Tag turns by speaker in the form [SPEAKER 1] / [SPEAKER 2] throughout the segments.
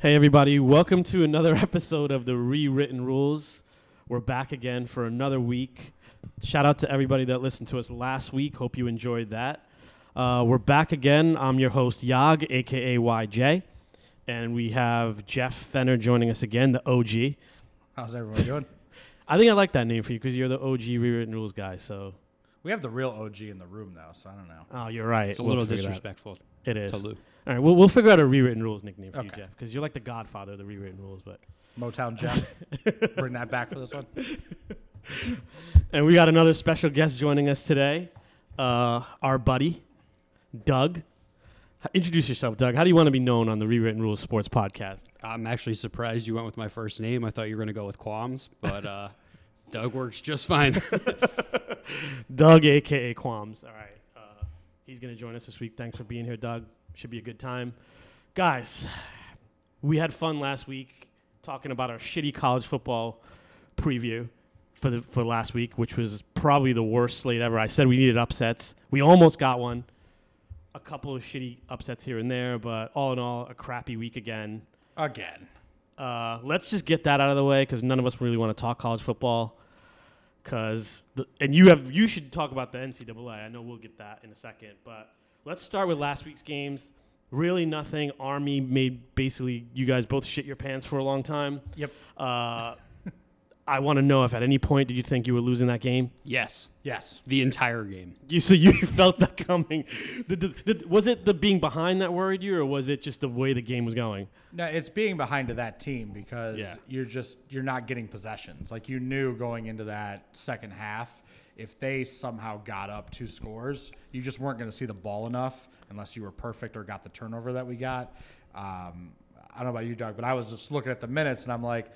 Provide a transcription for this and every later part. [SPEAKER 1] Hey, everybody, welcome to another episode of the Rewritten Rules. We're back again for another week. Shout out to everybody that listened to us last week. Hope you enjoyed that. Uh, we're back again. I'm your host, Yag, aka YJ. And we have Jeff Fenner joining us again, the OG.
[SPEAKER 2] How's everyone doing?
[SPEAKER 1] I think I like that name for you because you're the OG Rewritten Rules guy. So,
[SPEAKER 2] we have the real OG in the room though, so I don't know.
[SPEAKER 1] oh, you're right.
[SPEAKER 3] It's a
[SPEAKER 1] We'll
[SPEAKER 3] little
[SPEAKER 1] figure it out.
[SPEAKER 3] disrespectful
[SPEAKER 1] It is.
[SPEAKER 3] to Lou.
[SPEAKER 1] All right, we'll, we'll figure out a Rewritten Rules nickname for you,
[SPEAKER 2] Okay.
[SPEAKER 1] Jeff, because you're like the godfather of the Rewritten Rules. But
[SPEAKER 2] Motown Jeff, bring that back for this one.
[SPEAKER 1] And we got another special guest joining us today, uh, our buddy, Doug. H- Introduce yourself, Doug. How do you want to be known on the Rewritten Rules Sports podcast?
[SPEAKER 3] I'm actually surprised you went with my first name. I thought you were going to go with Qualms, but uh, Doug works just fine.
[SPEAKER 1] Doug, aka Qualms. All right, uh, he's going to join us this week. Thanks for being here, Doug. Should be a good time, guys. We had fun last week talking about our shitty college football preview for the for last week, which was probably the worst slate ever. I said we needed upsets. We almost got one. A couple of shitty upsets here and there, but all in all, a crappy week again.
[SPEAKER 2] Again.
[SPEAKER 1] Uh, let's just get that out of the way because none of us really want to talk college football. Because and you have you should talk about the NCAA. I know we'll get that in a second, but let's start with last week's games. Really, nothing. Army made basically you guys both shit your pants for a long time.
[SPEAKER 2] Yep.
[SPEAKER 1] Uh, I want to know if at any point did you think you were losing that game?
[SPEAKER 3] yes,
[SPEAKER 2] Yes.
[SPEAKER 3] the entire game.
[SPEAKER 1] You so you felt that coming. Did the- did- was it the being behind that worried you, or was it just the way the game was going?
[SPEAKER 2] No, it's being behind to that team because
[SPEAKER 1] Yeah.
[SPEAKER 2] you're just you're not getting possessions. Like you knew going into that second half, if they somehow got up two scores, you just weren't going to see the ball enough unless you were perfect or got the turnover that we got. Um, I don't know about you, Doug, but I was just looking at the minutes and I'm like,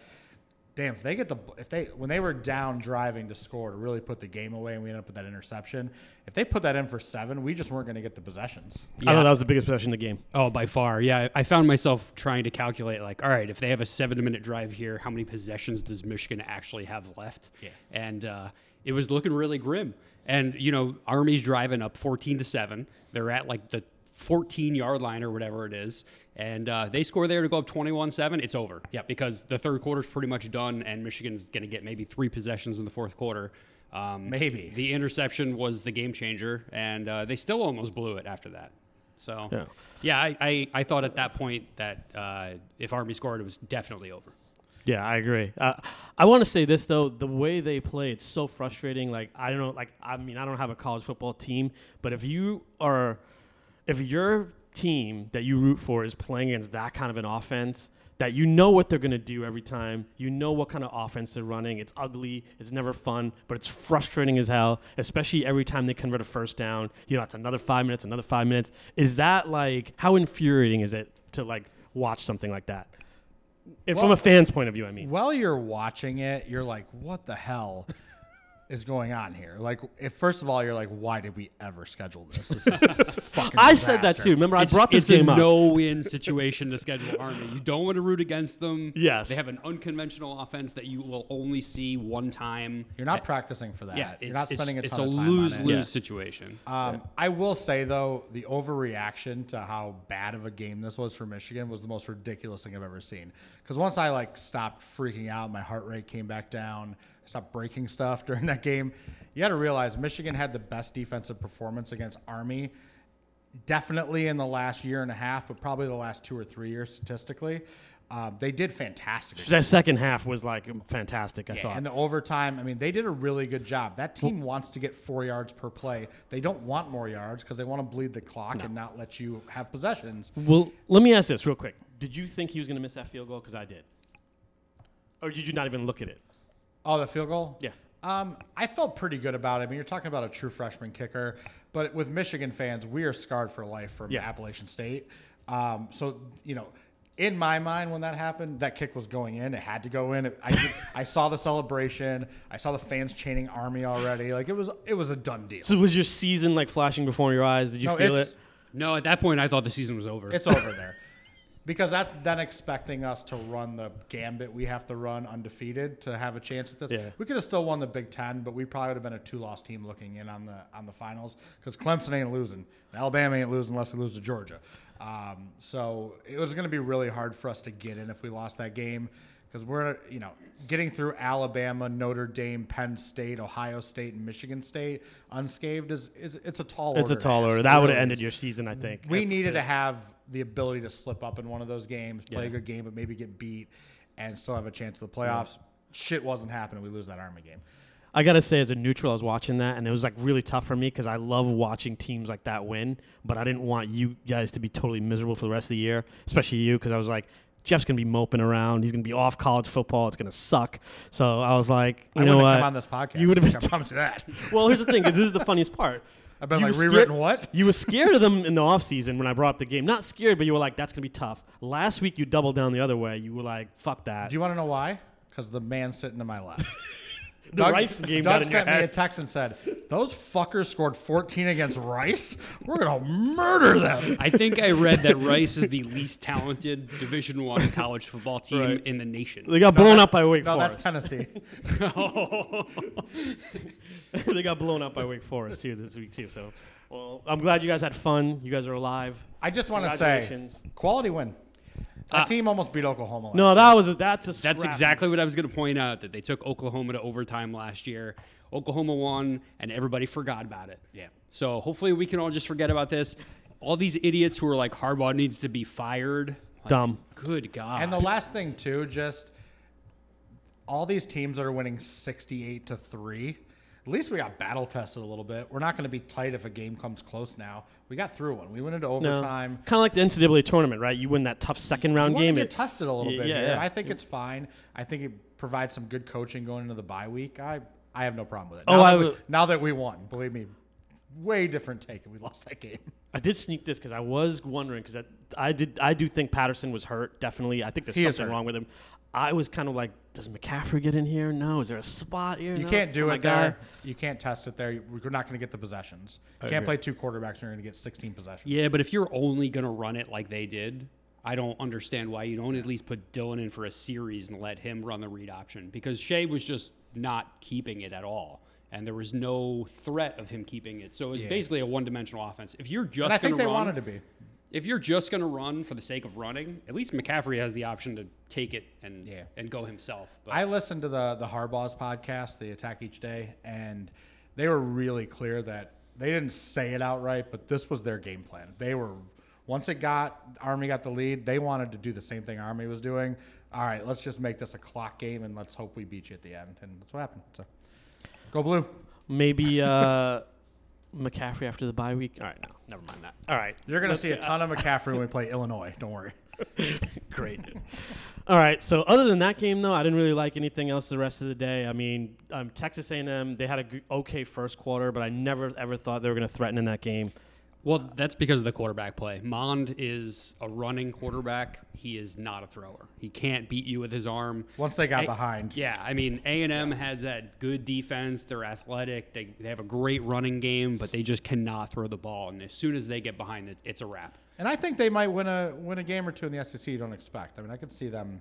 [SPEAKER 2] damn, if they get the if they when they were down driving to score to really put the game away and we ended up with that interception, if they put that in for seven, we just weren't going to get the possessions.
[SPEAKER 1] I
[SPEAKER 3] Yeah.
[SPEAKER 1] thought that was the biggest possession of the game.
[SPEAKER 3] Oh, by far. Yeah, I I found myself trying to calculate, like, all right, if they have a seven minute drive here, how many possessions does Michigan actually have left? Yeah. And uh, it was looking really grim. And, you know, Army's driving up 14 to 7. They're at like the 14 yard line or whatever it is. And uh, they score there to go up 21 7. It's over.
[SPEAKER 2] Yep.
[SPEAKER 3] Because the third quarter's pretty much done, and Michigan's going to get maybe three possessions in the fourth quarter. Um,
[SPEAKER 2] Maybe.
[SPEAKER 3] The interception was the game changer, and uh, they still almost blew it after that. So,
[SPEAKER 1] Yeah.
[SPEAKER 3] yeah, I, I, I thought at that point that uh, if Army scored, it was definitely over.
[SPEAKER 1] Yeah, I agree. Uh, I want to say this though: the way they play, it's so frustrating. Like I don't know. Like I mean, I don't have a college football team, but if you are, if your team that you root for is playing against that kind of an offense, that you know what they're going to do every time, you know what kind of offense they're running. It's ugly. It's never fun, but it's frustrating as hell. Especially every time they convert a first down. You know, it's another five minutes, another five minutes. Is that like how infuriating is it to like watch something like that? And from
[SPEAKER 2] Well-
[SPEAKER 1] a fan's point of view, I mean.
[SPEAKER 2] while you're watching it, you're like, what the hell is going on here? Like, if, first of all, you're like, why did we ever schedule this? This is this is fucking
[SPEAKER 1] I said that
[SPEAKER 2] disaster.
[SPEAKER 1] too. Remember, I brought this
[SPEAKER 3] it's a
[SPEAKER 1] game up.
[SPEAKER 3] no-win situation to schedule Army. You don't want to root against them.
[SPEAKER 1] Yes.
[SPEAKER 3] they have an unconventional offense that you will only see one time.
[SPEAKER 2] You're not practicing for that.
[SPEAKER 3] Yeah,
[SPEAKER 2] you're
[SPEAKER 3] it's,
[SPEAKER 2] not spending
[SPEAKER 3] it's,
[SPEAKER 2] a ton
[SPEAKER 3] it's
[SPEAKER 2] of
[SPEAKER 3] a
[SPEAKER 2] time
[SPEAKER 3] lose
[SPEAKER 2] on it.
[SPEAKER 3] lose
[SPEAKER 1] Yeah.
[SPEAKER 3] situation.
[SPEAKER 2] Um, I will say though, the overreaction to how bad of a game this was for Michigan was the most ridiculous thing I've ever seen. Because once I like stopped freaking out, my heart rate came back down. I stopped breaking stuff during that game. You got to realize Michigan had the best defensive performance against Army, definitely in the last year and a half, but probably the last two or three years statistically. Um, they did fantastic.
[SPEAKER 1] That second half was like fantastic. I thought.
[SPEAKER 2] And the overtime, I mean, they did a really good job. That team wants to get four yards per play. They don't want more yards because they want to bleed the clock and not let you have possessions.
[SPEAKER 1] well, let me ask this real quick. Did you think he was going to miss that field goal? Because I did. Or did you not even look at it?
[SPEAKER 2] Oh, the field goal?
[SPEAKER 1] Yeah.
[SPEAKER 2] Um, I felt pretty good about it. I mean, you're talking about a true freshman kicker, but with Michigan fans, we are scarred for life from
[SPEAKER 1] Yeah.
[SPEAKER 2] Appalachian State. Um, so, you know, in my mind, when that happened, that kick was going in. It had to go in. It- I, I saw the celebration. I saw the fans chanting "Army" already. Like it was, it was a done deal.
[SPEAKER 1] So was your season like flashing before your eyes? Did you
[SPEAKER 2] No,
[SPEAKER 1] feel
[SPEAKER 2] it's-
[SPEAKER 1] it?
[SPEAKER 3] no, at that point, I thought the season was over.
[SPEAKER 2] It's over there. because that's then expecting us to run the gambit we have to run undefeated to have a chance at this.
[SPEAKER 1] Yeah.
[SPEAKER 2] We could have still won the Big Ten, but we probably would have been a two-loss team looking in on the on the finals because Clemson ain't losing, and Alabama ain't losing unless they lose to Georgia. Um, so it was going to be really hard for us to get in if we lost that game because we're you know getting through Alabama, Notre Dame, Penn State, Ohio State, and Michigan State unscathed is, is it's a tall
[SPEAKER 1] It's
[SPEAKER 2] order.
[SPEAKER 1] a
[SPEAKER 2] to
[SPEAKER 1] tall
[SPEAKER 2] ask.
[SPEAKER 1] order.
[SPEAKER 2] It
[SPEAKER 1] That would have
[SPEAKER 2] really
[SPEAKER 1] ended
[SPEAKER 2] is.
[SPEAKER 1] your season, I think.
[SPEAKER 2] We
[SPEAKER 1] if-
[SPEAKER 2] needed to have the ability to slip up in one of those games, play
[SPEAKER 1] Yeah.
[SPEAKER 2] a good game, but maybe get beat and still have a chance to the playoffs. Shit wasn't happening. We lose that Army game.
[SPEAKER 1] I gotta say, as a neutral, I was watching that, and it was like really tough for me because I love watching teams like that win, but I didn't want you guys to be totally miserable for the rest of the year, especially you, because I was like, Jeff's gonna be moping around, he's gonna be off college football, it's gonna suck. So I was like, you
[SPEAKER 2] I
[SPEAKER 1] know
[SPEAKER 2] wouldn't
[SPEAKER 1] what?
[SPEAKER 2] have come on this podcast.
[SPEAKER 1] You would have
[SPEAKER 2] I
[SPEAKER 1] been.
[SPEAKER 2] promise you that.
[SPEAKER 1] well, here's the thing: 'cause this is the funniest part.
[SPEAKER 2] I've been
[SPEAKER 1] You
[SPEAKER 2] like
[SPEAKER 1] were
[SPEAKER 2] rewritten
[SPEAKER 1] scared-
[SPEAKER 2] what?
[SPEAKER 1] You were scared of them in the offseason when I brought up the game. Not scared, but you were like, that's going to be tough. Last week, you doubled down the other way. You were like, fuck that.
[SPEAKER 2] Do you want to know why? Because the man sitting to my left.
[SPEAKER 1] the Rice game
[SPEAKER 2] Doug
[SPEAKER 1] got in your
[SPEAKER 2] sent me a
[SPEAKER 1] head.
[SPEAKER 2] text and said, "Those fuckers scored 14 against Rice. We're gonna murder them."
[SPEAKER 3] I think I read that Rice is the least talented Division One college football team
[SPEAKER 1] Right.
[SPEAKER 3] in the nation.
[SPEAKER 1] they got blown up by Wake
[SPEAKER 2] No, that's
[SPEAKER 1] Forest.
[SPEAKER 2] Tennessee.
[SPEAKER 1] they got blown up by Wake Forest, too, this week, too. So, well, I'm glad you guys had fun. You guys are alive.
[SPEAKER 2] I just want to say,
[SPEAKER 1] Congratulations. Uh,
[SPEAKER 2] quality win. Our team almost beat Oklahoma. last
[SPEAKER 1] No, that was a, that's a
[SPEAKER 3] That's
[SPEAKER 1] scrap.
[SPEAKER 3] exactly what I was going to point out. That they took Oklahoma to overtime last year. Oklahoma won, and everybody forgot about it.
[SPEAKER 2] Yeah.
[SPEAKER 3] So hopefully we can all just forget about this. All these idiots who are like Harbaugh needs to be fired. Like,
[SPEAKER 1] Dumb.
[SPEAKER 3] Good God.
[SPEAKER 1] Ah.
[SPEAKER 2] And the last thing too, just all these teams that are winning sixty-eight to three. At least we got battle tested a little bit. We're not going to be tight if a game comes close. Now we got through one. We went into overtime.
[SPEAKER 1] Kind of like the NCAA tournament, right? You win that tough second
[SPEAKER 2] We
[SPEAKER 1] round
[SPEAKER 2] want
[SPEAKER 1] game.
[SPEAKER 2] to get
[SPEAKER 1] it-
[SPEAKER 2] tested a little
[SPEAKER 1] Yeah,
[SPEAKER 2] bit
[SPEAKER 1] yeah,
[SPEAKER 2] here. and
[SPEAKER 1] yeah.
[SPEAKER 2] I think it's fine. I think it provides some good coaching going into the bye week. I I have no problem with it.
[SPEAKER 1] Oh,
[SPEAKER 2] now,
[SPEAKER 1] I
[SPEAKER 2] that we,
[SPEAKER 1] w-
[SPEAKER 2] now that we won, believe me, way different take if we lost that game.
[SPEAKER 1] I did sneak this because I was wondering because I did I do think Patterson was hurt definitely. I think there's
[SPEAKER 2] He is
[SPEAKER 1] something
[SPEAKER 2] hurt.
[SPEAKER 1] wrong with him. I was kind of like, does McCaffrey get in here? No, is there a spot here?
[SPEAKER 2] You
[SPEAKER 1] No.
[SPEAKER 2] can't do
[SPEAKER 1] Oh, my
[SPEAKER 2] it there.
[SPEAKER 1] God.
[SPEAKER 2] You can't test it there. We're not going to get the possessions. You can't play two quarterbacks. and You're going to get sixteen possessions.
[SPEAKER 3] yeah, but if you're only going to run it like they did, I don't understand why you don't at least put Dylan in for a series and let him run the read option because Shea was just not keeping it at all. And there was no threat of him keeping it. So it was basically a one dimensional offense. If you're just
[SPEAKER 2] And I
[SPEAKER 3] going
[SPEAKER 2] think
[SPEAKER 3] to
[SPEAKER 2] they
[SPEAKER 3] run,
[SPEAKER 2] wanted to be.
[SPEAKER 3] if you're just going to run for the sake of running, at least McCaffrey has the option to take it and
[SPEAKER 2] Yeah.
[SPEAKER 3] and go himself. But
[SPEAKER 2] I listened to the the Harbaugh's podcast, the Attack Each Day, and they were really clear that they didn't say it outright, but this was their game plan. They were once it got Army got the lead, they wanted to do the same thing Army was doing. All right, let's just make this a clock game and let's hope we beat you at the end. And that's what happened. So go blue.
[SPEAKER 1] Maybe uh, McCaffrey after the bye week. All right, no, never mind that. All right,
[SPEAKER 2] You're gonna
[SPEAKER 3] uh,
[SPEAKER 2] see a ton of McCaffrey when we play Illinois. Don't worry.
[SPEAKER 1] great. All right. So other than that game, though, I didn't really like anything else the rest of the day. I mean, um, Texas A&M they had a g- okay first quarter, but I never ever thought they were going to threaten in that game.
[SPEAKER 3] well, that's because of the quarterback play. Mond is a running quarterback. He is not a thrower. He can't beat you with his arm.
[SPEAKER 2] Once they got
[SPEAKER 3] A-
[SPEAKER 2] behind,
[SPEAKER 3] Yeah, I mean A and M has that good defense. They're athletic. They, they have a great running game, but they just cannot throw the ball. And as soon as they get behind it, it's a wrap.
[SPEAKER 2] And I think they might win a win a game or two in the SEC. You don't expect. I mean, I could see them.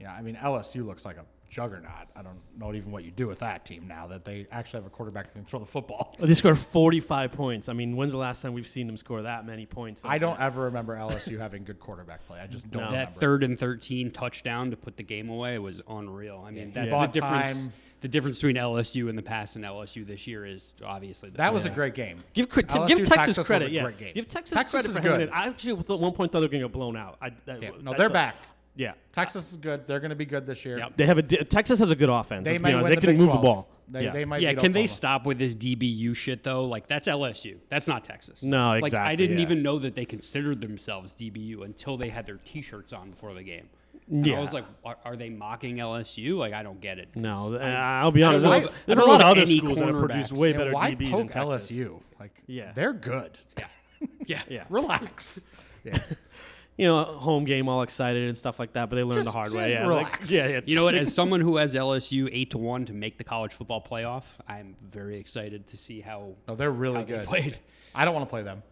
[SPEAKER 2] Yeah, I mean LSU looks like a juggernaut. I don't know even what you do with that team now that they actually have a quarterback that can throw the football.
[SPEAKER 1] They scored 45 points. I mean, when's the last time we've seen them score that many points?
[SPEAKER 2] I don't ever remember LSU having good quarterback play. I just don't.
[SPEAKER 1] No.
[SPEAKER 3] that
[SPEAKER 2] remember.
[SPEAKER 3] third and 13 touchdown to put the game away was unreal. I mean, that's the
[SPEAKER 2] Bought
[SPEAKER 3] difference.
[SPEAKER 2] time.
[SPEAKER 3] The difference between LSU in the past and LSU this year is obviously the
[SPEAKER 2] That was a great game.
[SPEAKER 1] Give cre- t-
[SPEAKER 2] LSU
[SPEAKER 1] give Texas,
[SPEAKER 2] Texas was
[SPEAKER 1] credit.
[SPEAKER 2] a
[SPEAKER 1] Yeah,
[SPEAKER 2] great game.
[SPEAKER 1] give Texas,
[SPEAKER 2] Texas
[SPEAKER 1] credit
[SPEAKER 2] is
[SPEAKER 1] for hanging
[SPEAKER 2] good.
[SPEAKER 1] in. I actually at one point thought they were going to get blown out. I, that,
[SPEAKER 2] Yeah. No,
[SPEAKER 1] I
[SPEAKER 2] they're
[SPEAKER 1] thought-
[SPEAKER 2] back.
[SPEAKER 1] Yeah,
[SPEAKER 2] Texas is good. They're going to be good this year.
[SPEAKER 3] Yep.
[SPEAKER 1] they have a di- Texas has a good offense.
[SPEAKER 2] They
[SPEAKER 1] let's be
[SPEAKER 2] might
[SPEAKER 1] honest.
[SPEAKER 2] win
[SPEAKER 1] They
[SPEAKER 2] the
[SPEAKER 1] can
[SPEAKER 2] Big
[SPEAKER 1] move
[SPEAKER 2] 12.
[SPEAKER 1] the ball.
[SPEAKER 2] They,
[SPEAKER 1] yeah.
[SPEAKER 2] they might.
[SPEAKER 3] yeah,
[SPEAKER 2] beat
[SPEAKER 3] can they
[SPEAKER 2] Oklahoma.
[SPEAKER 3] stop with this DBU shit though? Like that's LSU. That's not Texas.
[SPEAKER 1] No,
[SPEAKER 3] Like I
[SPEAKER 1] exactly,
[SPEAKER 3] didn't
[SPEAKER 1] yeah.
[SPEAKER 3] even know that they considered themselves DBU until they had their T-shirts on before the game. And I
[SPEAKER 1] Yeah.
[SPEAKER 3] was like, are, are they mocking LSU? Like I don't get it.
[SPEAKER 1] no, th-
[SPEAKER 3] I-
[SPEAKER 1] I'll be honest.
[SPEAKER 3] know
[SPEAKER 1] There's,
[SPEAKER 3] if- I
[SPEAKER 1] there's a
[SPEAKER 3] don't
[SPEAKER 1] lot
[SPEAKER 3] know
[SPEAKER 1] of
[SPEAKER 3] if
[SPEAKER 1] other
[SPEAKER 3] any
[SPEAKER 1] schools that have produced
[SPEAKER 3] cornerbacks-
[SPEAKER 1] way
[SPEAKER 2] Yeah,
[SPEAKER 1] better
[SPEAKER 2] why
[SPEAKER 1] DBs
[SPEAKER 2] poke
[SPEAKER 1] than Texas.
[SPEAKER 2] LSU? Like,
[SPEAKER 1] Yeah.
[SPEAKER 2] they're good.
[SPEAKER 3] yeah, yeah,
[SPEAKER 1] Yeah.
[SPEAKER 2] Relax. Yeah.
[SPEAKER 1] You know, home game, all excited and stuff like that, but they learned the
[SPEAKER 2] Just-
[SPEAKER 1] hard
[SPEAKER 2] just
[SPEAKER 1] way. Yeah,
[SPEAKER 2] relax.
[SPEAKER 1] Like, yeah, yeah.
[SPEAKER 3] You know what? As someone who has LSU eight to one to make the college football playoff, I'm very excited to see how
[SPEAKER 2] No, they're really
[SPEAKER 3] How they
[SPEAKER 2] good.
[SPEAKER 3] played.
[SPEAKER 2] I don't want to play them.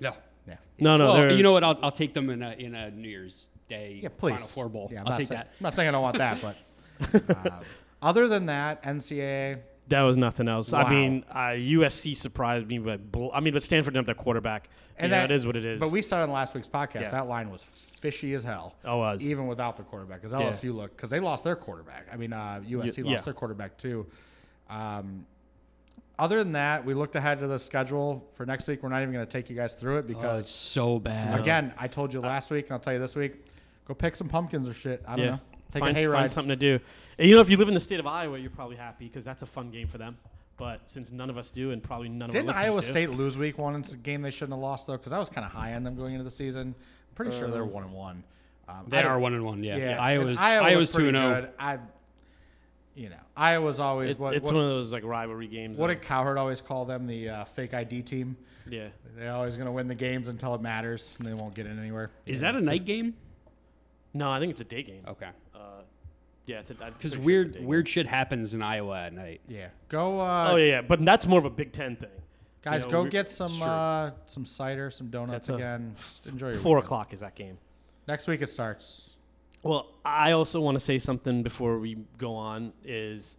[SPEAKER 3] no
[SPEAKER 2] Yeah.
[SPEAKER 1] No, no.
[SPEAKER 3] well,
[SPEAKER 1] they're-
[SPEAKER 3] you know what? I'll, I'll take them in a in a New Year's Day
[SPEAKER 2] Yeah, please.
[SPEAKER 3] Final Four bowl.
[SPEAKER 2] Yeah, I'm
[SPEAKER 3] I'll
[SPEAKER 2] not
[SPEAKER 3] take
[SPEAKER 2] saying-
[SPEAKER 3] that.
[SPEAKER 2] I'm not saying I don't want that, but um, other than that, NCAA.
[SPEAKER 1] that was nothing else.
[SPEAKER 2] Wow.
[SPEAKER 1] I mean, uh, USC surprised me, but bl- I mean, but Stanford didn't have their quarterback. And
[SPEAKER 2] that
[SPEAKER 1] that is what it is.
[SPEAKER 2] But we said on last week's podcast
[SPEAKER 1] Yeah.
[SPEAKER 2] that line was fishy as hell.
[SPEAKER 1] Oh, it was.
[SPEAKER 2] even without the quarterback because LSU looked because they lost their quarterback. I mean, uh, USC
[SPEAKER 1] Y-
[SPEAKER 2] lost
[SPEAKER 1] yeah.
[SPEAKER 2] their quarterback too. Um, other than that, we looked ahead to the schedule for next week. We're not even going to take you guys
[SPEAKER 3] Oh,
[SPEAKER 2] through it because
[SPEAKER 3] so bad.
[SPEAKER 2] again, I told you last week and I'll tell you this week, go pick some pumpkins or shit. I don't
[SPEAKER 1] yeah.
[SPEAKER 2] know. Take
[SPEAKER 1] find,
[SPEAKER 2] a hayride.
[SPEAKER 1] find something to do. And you know, if you live in the state of Iowa, you're probably happy because that's a fun game for them. But since none of us do, and probably none
[SPEAKER 2] Didn't
[SPEAKER 1] of our listeners
[SPEAKER 2] Iowa
[SPEAKER 1] do-
[SPEAKER 2] State lose week one? It's a game they shouldn't have lost though, because I was kind of high on them going into the season. I'm pretty sure they're one and one. Um,
[SPEAKER 3] They
[SPEAKER 2] I don't-
[SPEAKER 3] are one and one. Yeah,
[SPEAKER 2] Yeah,
[SPEAKER 3] Iowa's
[SPEAKER 2] and Iowa
[SPEAKER 3] Iowa's
[SPEAKER 2] looked
[SPEAKER 3] two
[SPEAKER 2] pretty
[SPEAKER 3] and oh. zero.
[SPEAKER 2] good. I, you know, Iowa's always
[SPEAKER 1] It-
[SPEAKER 2] what
[SPEAKER 1] it's
[SPEAKER 2] what,
[SPEAKER 1] one of those like rivalry games.
[SPEAKER 2] what
[SPEAKER 1] that-
[SPEAKER 2] did Cowherd always call them? The uh, fake ID team.
[SPEAKER 1] yeah.
[SPEAKER 2] They're always going to win the games until it matters, and they won't get in anywhere.
[SPEAKER 3] Is that a night game?
[SPEAKER 1] No, I think it's a day
[SPEAKER 2] Oh.
[SPEAKER 1] game.
[SPEAKER 3] Okay.
[SPEAKER 1] Uh, yeah, it's
[SPEAKER 3] Because weird weird shit happens in Iowa at night.
[SPEAKER 2] Yeah, go, uh,
[SPEAKER 1] Oh yeah, yeah, but that's more of a Big Ten thing.
[SPEAKER 2] guys,
[SPEAKER 1] you know,
[SPEAKER 2] go
[SPEAKER 1] we-
[SPEAKER 2] get some
[SPEAKER 3] true.
[SPEAKER 2] uh, some cider, some donuts
[SPEAKER 1] That's a-
[SPEAKER 2] again. Just enjoy your
[SPEAKER 1] Four
[SPEAKER 2] weekend.
[SPEAKER 1] o'clock is that game.
[SPEAKER 2] Next week it starts.
[SPEAKER 1] Well, I also want to say something before we go on is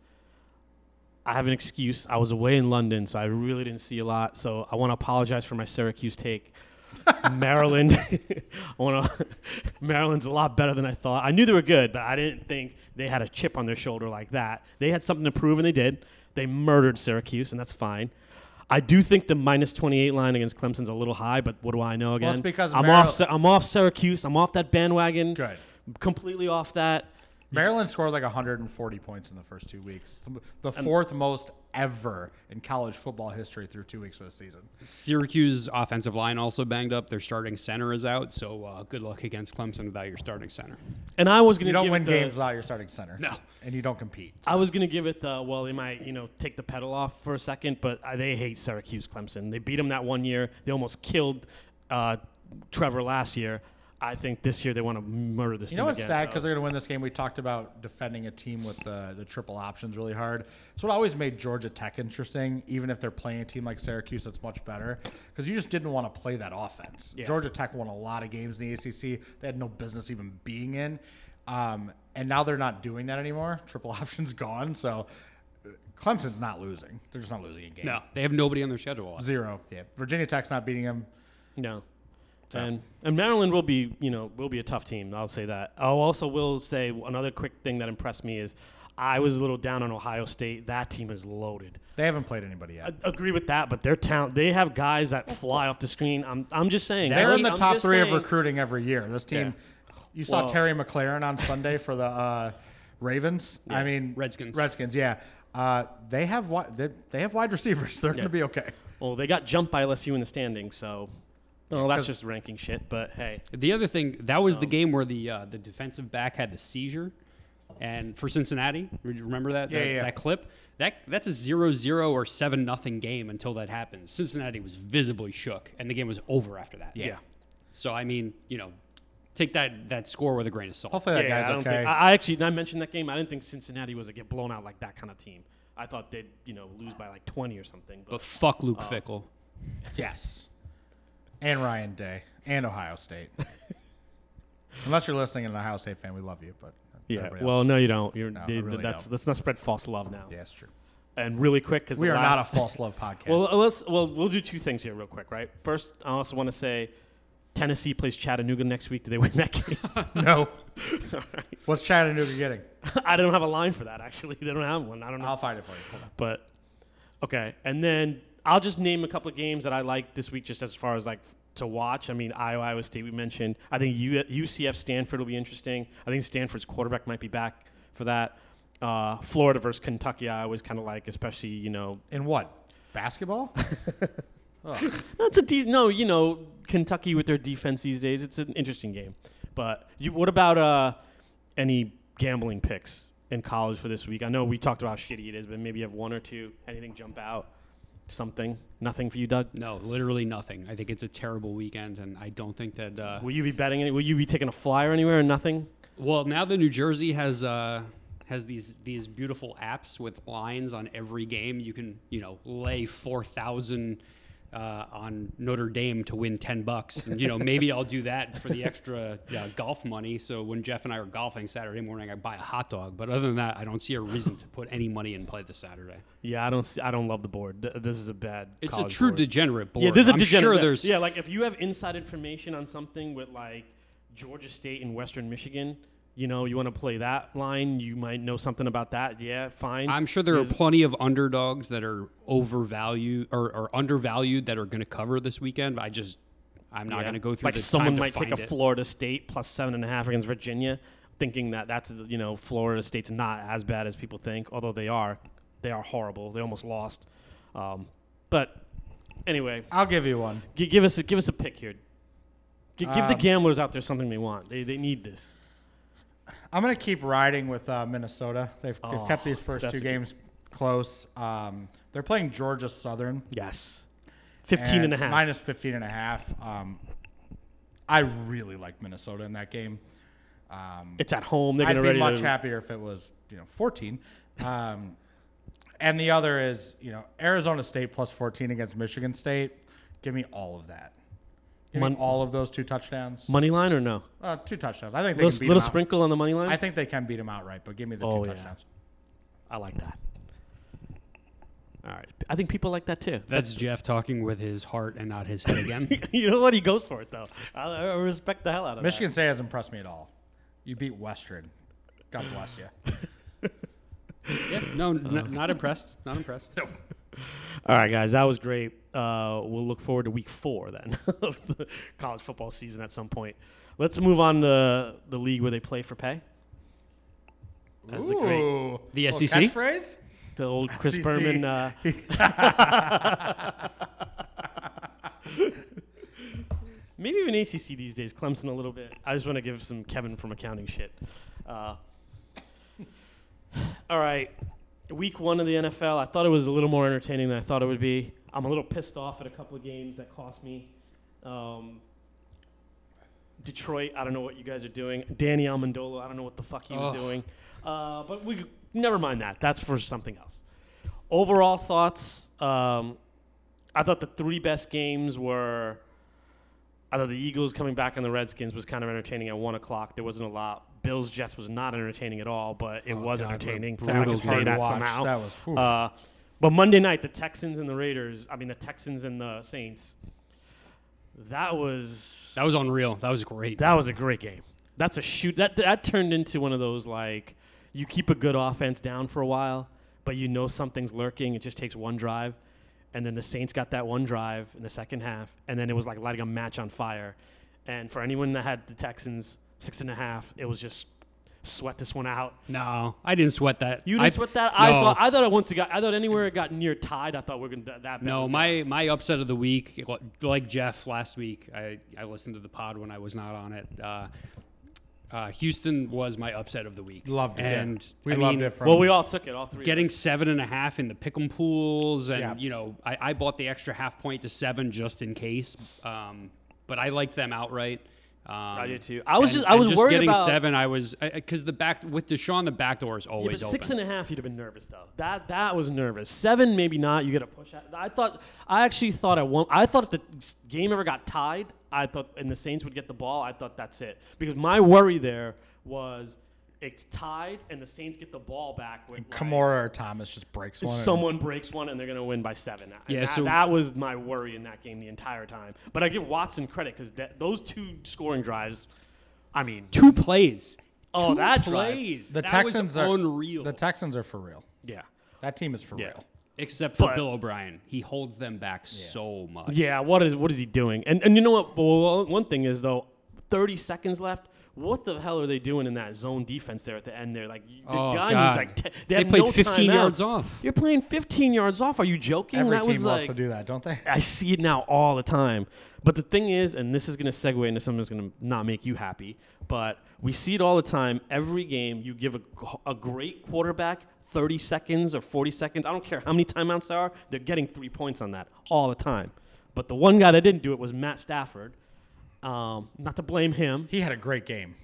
[SPEAKER 1] I have an excuse. I was away in London, so I really didn't see a lot. So I want to apologize for my Syracuse take. Maryland, I want to. Maryland's a lot better than I thought. I knew they were good, but I didn't think they had a chip on their shoulder like that. They had something to prove, and they did. They murdered Syracuse, and that's fine. I do think the minus twenty-eight line against Clemson's a little high, but what do I know? Again,
[SPEAKER 2] it's because
[SPEAKER 1] I'm
[SPEAKER 2] Maryland-
[SPEAKER 1] off. Sy- I'm off Syracuse. I'm off that bandwagon
[SPEAKER 2] Good.
[SPEAKER 1] completely off that.
[SPEAKER 2] Maryland scored like 140 points in the first two weeks, Some- the fourth most ever in college football history through two weeks of the season.
[SPEAKER 3] Syracuse offensive line also banged up. Their starting center is out, so uh, good luck against Clemson without your starting center.
[SPEAKER 1] And I was going
[SPEAKER 2] You
[SPEAKER 1] to
[SPEAKER 2] don't
[SPEAKER 1] give
[SPEAKER 2] win
[SPEAKER 1] it the,
[SPEAKER 2] games without your starting center.
[SPEAKER 3] No.
[SPEAKER 2] and you don't compete.
[SPEAKER 1] I was going to give it the well, they might you know take the pedal off for a second, but uh, they hate Syracuse, Clemson. They beat them that one year. They almost killed uh, Trevor last year. I think this year they want to murder this.
[SPEAKER 2] You
[SPEAKER 1] team
[SPEAKER 2] know what's
[SPEAKER 1] again.
[SPEAKER 2] sad
[SPEAKER 1] So-
[SPEAKER 2] because they're going to win this game. We talked about defending a team with the, the triple options really hard. It's what always made Georgia Tech interesting, even if they're playing a team like Syracuse that's much better, because you just didn't want to play that offense. Georgia Tech won a lot of games in the ACC. They had no business even being in, um, and now they're not doing that anymore. Triple options gone, so uh, Clemson's not losing. They're just not losing a game.
[SPEAKER 3] No, they have nobody on their schedule.
[SPEAKER 2] zero. Yeah, Virginia Tech's not beating them.
[SPEAKER 1] No. And, and Maryland will be, you know, will be a tough team. I'll say that. I also will say another quick thing that impressed me is I was a little down on Ohio State. That team is loaded.
[SPEAKER 2] They haven't played anybody yet.
[SPEAKER 1] I agree with that, but their talent, they have guys that fly off the screen. I'm, I'm just saying.
[SPEAKER 2] They're in the
[SPEAKER 1] I'm
[SPEAKER 2] top
[SPEAKER 1] just
[SPEAKER 2] three of
[SPEAKER 1] saying-
[SPEAKER 2] recruiting every year. This team, you saw
[SPEAKER 1] Well-
[SPEAKER 2] Terry McLaren on Sunday for the uh, Ravens. I mean
[SPEAKER 3] Redskins.
[SPEAKER 2] Redskins, yeah. Uh, they have wi- they, they have wide receivers. They're going to be okay.
[SPEAKER 1] Well, they got jumped by LSU in the standings, so. Well, that's just ranking shit, but hey.
[SPEAKER 3] The other thing that was the
[SPEAKER 2] Um,
[SPEAKER 3] game where the uh, the defensive back had the seizure, and for Cincinnati, re- remember that
[SPEAKER 2] Yeah,
[SPEAKER 3] that,
[SPEAKER 2] yeah, yeah.
[SPEAKER 3] that clip. That that's a 0-0 or seven nothing game until that happens. Cincinnati was visibly shook, and the game was over after that.
[SPEAKER 2] Yeah.
[SPEAKER 3] So I mean, you know, take that that score with a grain of salt.
[SPEAKER 2] Hopefully that
[SPEAKER 1] yeah, I
[SPEAKER 2] guy's
[SPEAKER 1] don't
[SPEAKER 2] okay.
[SPEAKER 1] think, I, I actually, I mentioned that game. I didn't think Cincinnati was a get blown out like that kind of team. I thought they'd, you know, lose by like 20 or something. But
[SPEAKER 3] But fuck
[SPEAKER 2] Oh.
[SPEAKER 3] Luke Fickle.
[SPEAKER 2] yes. And Ryan Day and Ohio State. Unless you're listening and an Ohio State fan, we love you, but
[SPEAKER 1] Yeah.
[SPEAKER 2] everybody
[SPEAKER 1] Well,
[SPEAKER 2] else-
[SPEAKER 1] no, you don't. You're,
[SPEAKER 2] I
[SPEAKER 1] they-
[SPEAKER 2] really
[SPEAKER 1] that's
[SPEAKER 2] don't.
[SPEAKER 1] let's not spread false love now.
[SPEAKER 2] yeah, it's true.
[SPEAKER 1] And really quick, because
[SPEAKER 2] We are not a false love podcast.
[SPEAKER 1] Well, uh, let's. Well, we'll do two things here, real quick, right? First, I also want to say, Tennessee plays Chattanooga next week. Do they win that game?
[SPEAKER 2] no. What's Chattanooga getting?
[SPEAKER 1] I don't have a line for that. Actually, they don't have one. I don't know.
[SPEAKER 2] I'll find it for you. Hold on.
[SPEAKER 1] but okay, and then I'll just name a couple of games that I like this week, just as far as like to watch. I mean, Iowa, Iowa State. We mentioned. I think U- UCF Stanford will be interesting. I think Stanford's quarterback might be back for that. Uh, Florida versus Kentucky, I always kind of like, especially you know
[SPEAKER 2] In what? Basketball?
[SPEAKER 1] That's a de- no, you know, Kentucky with their defense these days. It's an interesting game. But you, what about uh, any gambling picks in college for this week? I know we talked about how shitty it is, but maybe you have one or two. Anything jump out? Something? Nothing for you, Doug?
[SPEAKER 3] No, literally nothing. I think it's a terrible weekend, and I don't think that. Uh,
[SPEAKER 1] Will you be betting? Any, will you be taking a flyer anywhere or nothing?
[SPEAKER 3] Well, now that New Jersey has uh, has these these beautiful apps with lines on every game, you can you know lay four thousand uh, on Notre Dame to win ten bucks. And, you know, maybe I'll do that for the extra uh, golf money. So when Jeff and I are golfing Saturday morning, I buy a hot dog. But other than that, I don't see a reason to put any money in play this Saturday.
[SPEAKER 1] Yeah, I don't. See, I don't love the board. Th- This is a bad.
[SPEAKER 3] It's a
[SPEAKER 1] college
[SPEAKER 3] true
[SPEAKER 1] board.
[SPEAKER 3] degenerate board.
[SPEAKER 1] Yeah, this is a
[SPEAKER 3] I'm
[SPEAKER 1] degenerate.
[SPEAKER 3] sure there's
[SPEAKER 1] yeah, like if you have inside information on something with like Georgia State and Western Michigan, you know, you want to play that line, you might know something about that. Yeah, fine.
[SPEAKER 3] I'm sure there are plenty of underdogs that are overvalued or, or undervalued that are going to cover this weekend. But I just, I'm not
[SPEAKER 1] Yeah.
[SPEAKER 3] going to go through.
[SPEAKER 1] Like
[SPEAKER 3] the
[SPEAKER 1] someone
[SPEAKER 3] time
[SPEAKER 1] might
[SPEAKER 3] to
[SPEAKER 1] take
[SPEAKER 3] find
[SPEAKER 1] a
[SPEAKER 3] it.
[SPEAKER 1] Florida State plus seven and a half against Virginia, thinking that that's you know Florida State's not as bad as people think, although they are. They are horrible. They almost lost. Um, but anyway,
[SPEAKER 2] I'll give you one.
[SPEAKER 1] g- give us a, give us a pick here. G- give the
[SPEAKER 2] Um,
[SPEAKER 1] gamblers out there something they want. They, they need this.
[SPEAKER 2] I'm gonna keep riding with uh, Minnesota. They've,
[SPEAKER 1] Oh,
[SPEAKER 2] they've kept these first
[SPEAKER 1] that's
[SPEAKER 2] two
[SPEAKER 1] a good-
[SPEAKER 2] games close. Um, they're playing Georgia Southern.
[SPEAKER 1] Yes. 15 and a
[SPEAKER 2] and
[SPEAKER 1] half.
[SPEAKER 2] Minus 15 and a half. Um, I really like Minnesota in that game. Um,
[SPEAKER 1] it's at home. They're
[SPEAKER 2] I'd
[SPEAKER 1] going to ready
[SPEAKER 2] be much
[SPEAKER 1] to.
[SPEAKER 2] happier if it was, you know, 14. Um, and the other is, you know, Arizona State plus 14 against Michigan State. Give me all of that. Give
[SPEAKER 1] Mon-
[SPEAKER 2] me all of those two touchdowns.
[SPEAKER 1] Money line or no?
[SPEAKER 2] uh, two touchdowns. I think they
[SPEAKER 1] Little,
[SPEAKER 2] can beat
[SPEAKER 1] little
[SPEAKER 2] them out-
[SPEAKER 1] sprinkle on the money line?
[SPEAKER 2] I think they can beat them outright, but give me the two
[SPEAKER 1] Oh, yeah.
[SPEAKER 2] touchdowns.
[SPEAKER 1] I like that. All right. I think people like that too.
[SPEAKER 3] That's Jeff talking with his heart and not his head again.
[SPEAKER 1] you know what? He goes for it, though. I, I respect the hell out of
[SPEAKER 2] Michigan State has impressed me at all. You beat Western. God bless you.
[SPEAKER 3] yeah, no,
[SPEAKER 1] Uh.
[SPEAKER 3] n- not impressed. Not impressed.
[SPEAKER 1] that. All right, guys. That was great. Uh, we'll look forward to week four then of the college football season at some point. Let's move on to the league where they play for pay. That's the E great-
[SPEAKER 2] Ooh.
[SPEAKER 3] The
[SPEAKER 2] Little
[SPEAKER 3] SEC?
[SPEAKER 2] catchphrase?
[SPEAKER 1] The old Chris
[SPEAKER 2] SEC.
[SPEAKER 1] Berman. Uh, Maybe even ACC these days, Clemson a little bit. I just want to give some Kevin from accounting shit. Uh, all right, week one of the NFL. I thought it was a little more entertaining than I thought it would be. I'm a little pissed off at a couple of games that cost me. Um, Detroit, I don't know what you guys are doing. Danny Amendola, I don't know what the fuck he was
[SPEAKER 3] Ugh.
[SPEAKER 1] doing. Uh, but we never mind that. That's for something else. Overall thoughts. Um, I thought the three best games were. I thought the Eagles coming back on the Redskins was kind of entertaining at one o'clock. There wasn't a lot. Bills Jets was not entertaining at all, but
[SPEAKER 2] Oh,
[SPEAKER 1] it was
[SPEAKER 3] God, we're
[SPEAKER 1] entertaining.
[SPEAKER 3] brutal
[SPEAKER 1] I can
[SPEAKER 3] game.
[SPEAKER 1] say
[SPEAKER 2] Hard
[SPEAKER 1] that
[SPEAKER 2] watch.
[SPEAKER 1] somehow.
[SPEAKER 2] That was- whew.
[SPEAKER 1] uh, but Monday night, the Texans and the Raiders. I mean, the Texans and the Saints. That was
[SPEAKER 3] That was unreal. That was great.
[SPEAKER 1] that was a great game. That's a shoot. That that turned into one of those like you keep a good offense down for a while, but you know something's lurking. It just takes one drive, and then the Saints got that one drive in the second half, and then it was like lighting a match on fire. And for anyone that had the Texans six and a half, it was just sweat this one out.
[SPEAKER 3] no, I didn't sweat that.
[SPEAKER 1] You
[SPEAKER 3] I-
[SPEAKER 1] didn't sweat that. I
[SPEAKER 3] No.
[SPEAKER 1] thought I thought it once it got. I thought anywhere it got near tied, I thought we are gonna that. bet
[SPEAKER 3] No,
[SPEAKER 1] was
[SPEAKER 3] my my upset of the week, like Jeff last week, I, I listened to the pod when I was not on it. Uh, uh, Houston was my upset of the week.
[SPEAKER 2] Loved it.
[SPEAKER 3] and
[SPEAKER 2] we
[SPEAKER 3] I
[SPEAKER 2] loved
[SPEAKER 3] mean,
[SPEAKER 2] it from
[SPEAKER 1] Well, we all took it. All three. of
[SPEAKER 3] Getting seven and a half in the pick'em pools, and
[SPEAKER 2] Yeah.
[SPEAKER 3] you know, I, I bought the extra half point to seven just in case. Um, but I liked them outright. Um, I
[SPEAKER 1] did too. I was
[SPEAKER 3] and,
[SPEAKER 1] just- I
[SPEAKER 3] and
[SPEAKER 1] was worried
[SPEAKER 3] getting
[SPEAKER 1] about-
[SPEAKER 3] seven. I was because the back with Deshaun, the back door is
[SPEAKER 1] Yeah, but
[SPEAKER 3] always open.
[SPEAKER 1] six and a half, you'd have been nervous though. That that was nervous. Seven, maybe not. You get a push out. I thought, I actually thought at one, I thought if the s- game ever got tied, I thought and the Saints would get the ball. I thought that's it because my worry there was it's tied and the Saints get the ball back. With like,
[SPEAKER 2] Kamara or Thomas just breaks one. and-
[SPEAKER 1] someone breaks one and they're gonna win by seven. And
[SPEAKER 3] Yeah,
[SPEAKER 1] that,
[SPEAKER 3] so-
[SPEAKER 1] that was my worry in that game the entire time. But I give Watson credit because those two scoring drives, I mean,
[SPEAKER 3] two plays.
[SPEAKER 1] Oh,
[SPEAKER 3] Two
[SPEAKER 1] that drive.
[SPEAKER 3] plays.
[SPEAKER 2] the
[SPEAKER 3] that
[SPEAKER 2] Texans
[SPEAKER 3] was
[SPEAKER 2] are
[SPEAKER 3] unreal.
[SPEAKER 2] The Texans are for real.
[SPEAKER 1] yeah.
[SPEAKER 2] That team is for
[SPEAKER 1] Yeah.
[SPEAKER 2] real.
[SPEAKER 3] except for
[SPEAKER 1] But-
[SPEAKER 3] Bill O'Brien. He holds them back so much.
[SPEAKER 1] Yeah, what is what is he doing? And and you know what? Well, one thing is though, thirty seconds left. What the hell are they doing in that zone defense there at the end? There, like the
[SPEAKER 3] Oh,
[SPEAKER 1] guy
[SPEAKER 3] God.
[SPEAKER 1] needs like te- they,
[SPEAKER 3] They
[SPEAKER 1] have
[SPEAKER 3] played
[SPEAKER 1] no
[SPEAKER 3] 15
[SPEAKER 1] timeouts.
[SPEAKER 3] yards off.
[SPEAKER 1] You're playing fifteen yards off. Are you joking?
[SPEAKER 2] Every
[SPEAKER 1] that
[SPEAKER 2] team
[SPEAKER 1] was
[SPEAKER 2] loves
[SPEAKER 1] like
[SPEAKER 2] to do that, don't they?
[SPEAKER 1] I see it now all the time. But the thing is, and this is going to segue into something that's going to not make you happy, but we see it all the time. Every game, you give a, a great quarterback 30 seconds or 40 seconds. I don't care how many timeouts there are, they're getting three points on that all the time. But the one guy that didn't do it was Matt Stafford. Um, not to blame him.
[SPEAKER 2] He had a great game.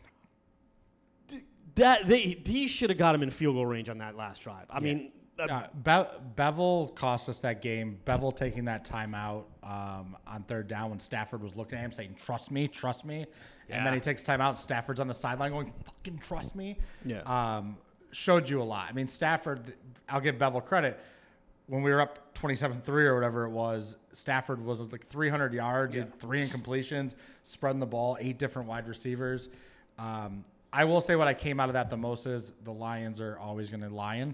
[SPEAKER 1] That they he should have got him in field goal range on that last drive. I mean,
[SPEAKER 2] Uh, Be- Bevel cost us that game. Bevel taking that timeout um, on third down when Stafford was looking at him saying, "Trust me, trust me," and
[SPEAKER 3] Yeah.
[SPEAKER 2] then he takes timeout. Stafford's on the sideline going, "Fucking trust me."
[SPEAKER 1] Yeah.
[SPEAKER 2] Um, showed you a lot. I mean, Stafford. th- I'll give Bevel credit. When we were up 27-3 or whatever it was, Stafford was like 300 yards, he had three incompletions, spreading the ball, eight different wide receivers. Um, I will say what I came out of that the most is the Lions are always going to lion,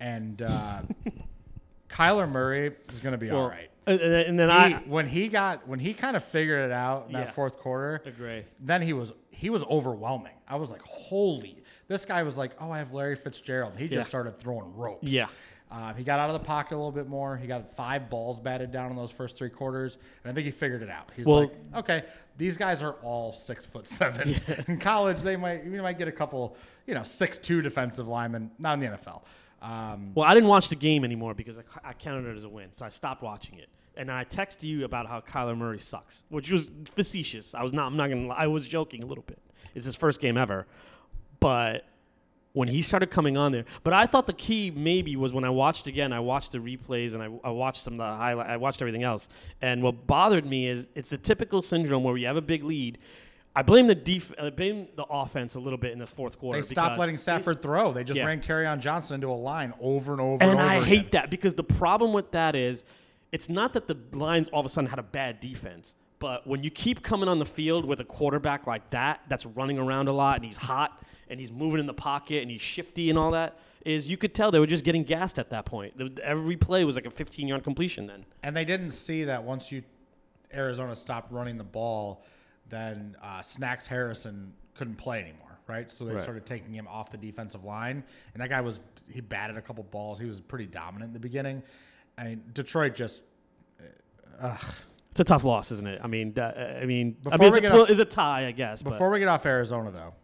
[SPEAKER 2] and uh, Kyler Murray is going to be all right.
[SPEAKER 1] And, and- and then
[SPEAKER 2] He,
[SPEAKER 1] I
[SPEAKER 2] when he got when he kind of figured it out in that
[SPEAKER 1] Yeah.
[SPEAKER 2] fourth quarter,
[SPEAKER 1] agree.
[SPEAKER 2] then he was he was overwhelming. I was like, holy! This guy was like, oh, I have Larry Fitzgerald. He just
[SPEAKER 1] Yeah.
[SPEAKER 2] started throwing ropes.
[SPEAKER 1] Yeah.
[SPEAKER 2] Uh, he got out of the pocket a little bit more. He got five balls batted down in those first three quarters, and I think he figured it out. He's
[SPEAKER 1] Well-
[SPEAKER 2] like, okay, these guys are all six foot seven. In college, they might you might get a couple, you know, six two defensive linemen. Not in the NFL. Um,
[SPEAKER 1] Well, I didn't watch the game anymore because I, I counted it as a win, so I stopped watching it. And I texted you about how Kyler Murray sucks, which was facetious. I was not. I'm not gonna. lie. I was joking a little bit. It's his first game ever, but when he started coming on there, but I thought the key maybe was when I watched again. I watched the replays and I, I watched some of the highlight. I watched everything else. And what bothered me is it's the typical syndrome where you have a big lead. I blame the def- I blame the offense a little bit in the fourth quarter.
[SPEAKER 2] they stopped
[SPEAKER 1] because
[SPEAKER 2] letting
[SPEAKER 1] they
[SPEAKER 2] Stafford throw. They just
[SPEAKER 1] Yeah.
[SPEAKER 2] ran carry on Johnson into a line over and over.
[SPEAKER 1] and
[SPEAKER 2] and over
[SPEAKER 1] I
[SPEAKER 2] again.
[SPEAKER 1] hate that because the problem with that is it's not that the Lions all of a sudden had a bad defense, but when you keep coming on the field with a quarterback like that, that's running around a lot and he's hot and he's moving in the pocket and he's shifty and all that, is you could tell they were just getting gassed at that point. The- Every play was like a 15 yard completion then.
[SPEAKER 2] And they didn't see that once you Arizona stopped running the ball, then uh, Snacks Harrison couldn't play anymore, right? So they
[SPEAKER 1] Right.
[SPEAKER 2] started taking him off the defensive line, and that guy was he batted a couple balls. He was pretty dominant in the beginning, and Detroit just
[SPEAKER 1] It's a tough loss, isn't it? I mean, that, uh, I mean, I
[SPEAKER 2] Before
[SPEAKER 1] mean it's,
[SPEAKER 2] we
[SPEAKER 1] a,
[SPEAKER 2] get
[SPEAKER 1] well,
[SPEAKER 2] off-
[SPEAKER 1] it's a tie, I guess.
[SPEAKER 2] Before we get off Arizona, though,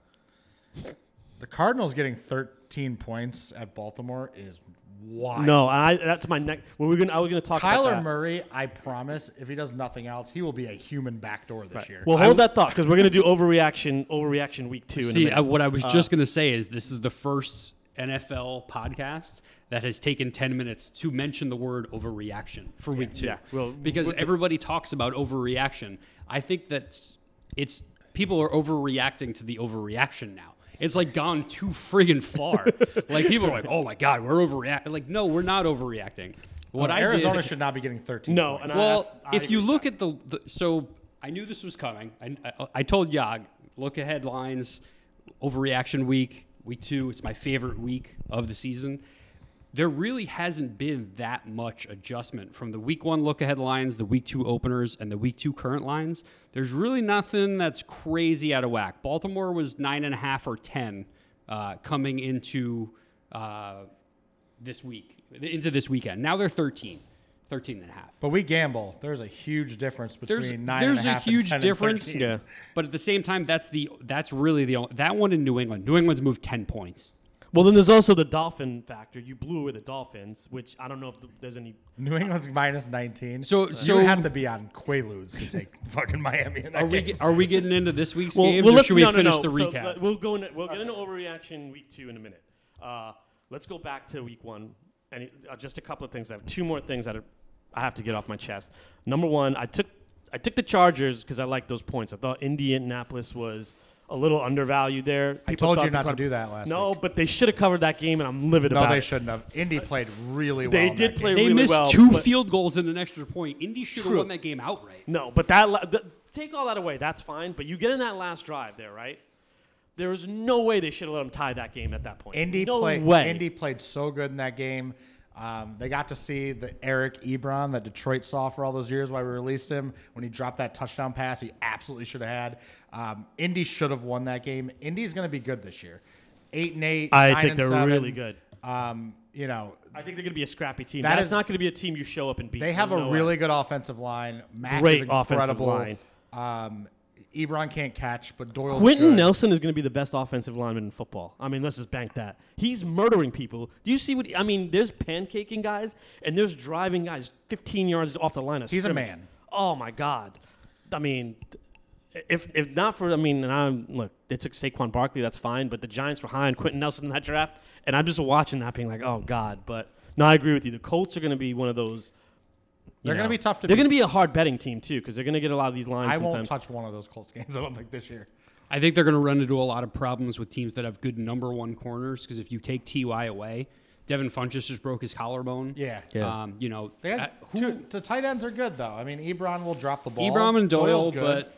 [SPEAKER 2] the Cardinals getting 13 points at Baltimore is
[SPEAKER 1] but
[SPEAKER 2] wild.
[SPEAKER 1] no, I, that's my next. Well, we're gonna, I was going to talk about
[SPEAKER 2] Kyler
[SPEAKER 1] that.
[SPEAKER 2] Murray, I promise, if he does nothing else, he will be a human backdoor this year.
[SPEAKER 1] Well, hold that thought because we're going to do overreaction, overreaction week two. In a
[SPEAKER 3] See,
[SPEAKER 1] minute.
[SPEAKER 3] uh, what I was just going to say is this is the first NFL podcast that has taken 10 minutes to mention the word overreaction for week two.
[SPEAKER 1] yeah. Well,
[SPEAKER 3] because everybody talks about overreaction. I think that it's people are overreacting to the overreaction now. It's like gone too friggin' far. like people are like, "Oh my god, we're overreacting." Like, no, we're not overreacting.
[SPEAKER 1] Oh,
[SPEAKER 3] What I did,
[SPEAKER 2] Arizona should not be getting 13
[SPEAKER 1] No,
[SPEAKER 2] points.
[SPEAKER 1] and I-
[SPEAKER 3] well,
[SPEAKER 1] that's- I
[SPEAKER 3] if you look at the, the so I knew this was coming. I, I, I told Yag, look at headlines, overreaction week, week two. It's my favorite week of the season. There really hasn't been that much adjustment from the week one look ahead lines, the week two openers, and the week two current lines. There's really nothing that's crazy out of whack. Baltimore was nine and a half or 10 uh, coming into uh, this week, into this weekend. Now they're 13, 13 and a half
[SPEAKER 2] But we gamble. There's a huge difference between
[SPEAKER 3] there's
[SPEAKER 2] nine
[SPEAKER 3] there's
[SPEAKER 2] and a half
[SPEAKER 3] a
[SPEAKER 2] and
[SPEAKER 3] huge
[SPEAKER 2] 10 and
[SPEAKER 3] difference.
[SPEAKER 2] 13.
[SPEAKER 1] Yeah.
[SPEAKER 3] But at the same time, that's the that's really the only, that one in New England. New England's moved ten points.
[SPEAKER 1] Well, then there's also the dolphin factor. You blew away the dolphins, which I don't know if th- there's any.
[SPEAKER 2] New England's minus 19.
[SPEAKER 3] So-
[SPEAKER 2] you
[SPEAKER 3] so-
[SPEAKER 2] have to be on Quaaludes to take fucking Miami in that
[SPEAKER 3] Are we
[SPEAKER 2] game.
[SPEAKER 3] get- are we getting into this week's
[SPEAKER 1] Well,
[SPEAKER 3] games
[SPEAKER 1] well,
[SPEAKER 3] or
[SPEAKER 1] let's-
[SPEAKER 3] should we
[SPEAKER 1] no, no,
[SPEAKER 3] finish
[SPEAKER 1] no.
[SPEAKER 3] the
[SPEAKER 1] So,
[SPEAKER 3] recap?
[SPEAKER 1] let- we'll go into, we'll get into overreaction week two in a minute. Uh, let's go back to week one, and it- uh, just a couple of things. I have two more things that are, I have to get off my chest. Number one, I took I took the Chargers because I like those points. I thought Indianapolis was a little undervalued there.
[SPEAKER 2] I
[SPEAKER 1] People
[SPEAKER 2] told
[SPEAKER 1] thought
[SPEAKER 2] you
[SPEAKER 1] the
[SPEAKER 2] not to
[SPEAKER 1] quarter-
[SPEAKER 2] do that last
[SPEAKER 1] No,
[SPEAKER 2] week.
[SPEAKER 1] but they should have covered that game, and I'm livid
[SPEAKER 2] No,
[SPEAKER 1] about
[SPEAKER 2] they
[SPEAKER 1] it.
[SPEAKER 2] shouldn't have. Indy played really well.
[SPEAKER 1] They
[SPEAKER 2] in
[SPEAKER 1] did
[SPEAKER 2] that
[SPEAKER 1] play
[SPEAKER 2] game.
[SPEAKER 3] they
[SPEAKER 1] really
[SPEAKER 3] missed
[SPEAKER 1] well,
[SPEAKER 3] two
[SPEAKER 1] but-
[SPEAKER 3] field goals and an extra point. Indy should have
[SPEAKER 1] True.
[SPEAKER 3] won that game outright.
[SPEAKER 1] No, but that la- th- take all that away. That's fine. But you get in that last drive there, right? There is no way they should have let them tie that game at that point.
[SPEAKER 2] Indy
[SPEAKER 1] no
[SPEAKER 2] played.
[SPEAKER 1] way.
[SPEAKER 2] Indy played so good in that game. Um, they got to see the Eric Ebron that Detroit saw for all those years while we released him. When he dropped that touchdown pass, he absolutely should have had. Um, Indy should have won that game. Indy's going to be good this year. Eight and eight.
[SPEAKER 1] I
[SPEAKER 2] nine
[SPEAKER 1] think
[SPEAKER 2] and
[SPEAKER 1] they're
[SPEAKER 2] seven.
[SPEAKER 1] really good.
[SPEAKER 2] Um, you know,
[SPEAKER 1] I think they're going to be a scrappy team.
[SPEAKER 2] That
[SPEAKER 1] That's
[SPEAKER 2] is-
[SPEAKER 1] not going to be a team you show up and beat.
[SPEAKER 2] They have
[SPEAKER 1] There's
[SPEAKER 2] a
[SPEAKER 1] no way.
[SPEAKER 2] really good offensive line. Mack
[SPEAKER 1] Great
[SPEAKER 2] is
[SPEAKER 1] offensive
[SPEAKER 2] incredible.
[SPEAKER 1] line.
[SPEAKER 2] Um, Ebron can't catch, but Doyle.
[SPEAKER 1] Quentin Nelson is going to be the best offensive lineman in football. I mean, let's just bank that. He's murdering people. Do you see what I mean? There's pancaking guys and there's driving guys 15 yards off the line of
[SPEAKER 2] He's a
[SPEAKER 1] scrimmage.
[SPEAKER 2] man.
[SPEAKER 1] Oh my god. I mean, th- if if not for I mean, and I'm look, they took Saquon Barkley, that's fine. But the Giants were high on Quentin Nelson in that draft, and I'm just watching that, being like, oh god. But No, I agree with you. The Colts are going to be one of those. you
[SPEAKER 2] They're going
[SPEAKER 1] know,
[SPEAKER 2] to be tough to
[SPEAKER 1] They're
[SPEAKER 2] beat.
[SPEAKER 1] going to be a hard betting team too because they're going to get a lot of these lines
[SPEAKER 2] I won't
[SPEAKER 1] sometimes.
[SPEAKER 2] touch one of those Colts games. I don't think this year.
[SPEAKER 3] I think they're going to run into a lot of problems with teams that have good number one corners because if you take Ty away, Devin Funches just broke his collarbone.
[SPEAKER 2] Yeah.
[SPEAKER 1] Yeah.
[SPEAKER 3] Um, you know,
[SPEAKER 2] They had
[SPEAKER 3] I- who,
[SPEAKER 2] two, the tight ends are good though. I mean, Ebron will drop the ball.
[SPEAKER 3] Ebron and Doyle,
[SPEAKER 2] Doyle's good.
[SPEAKER 3] but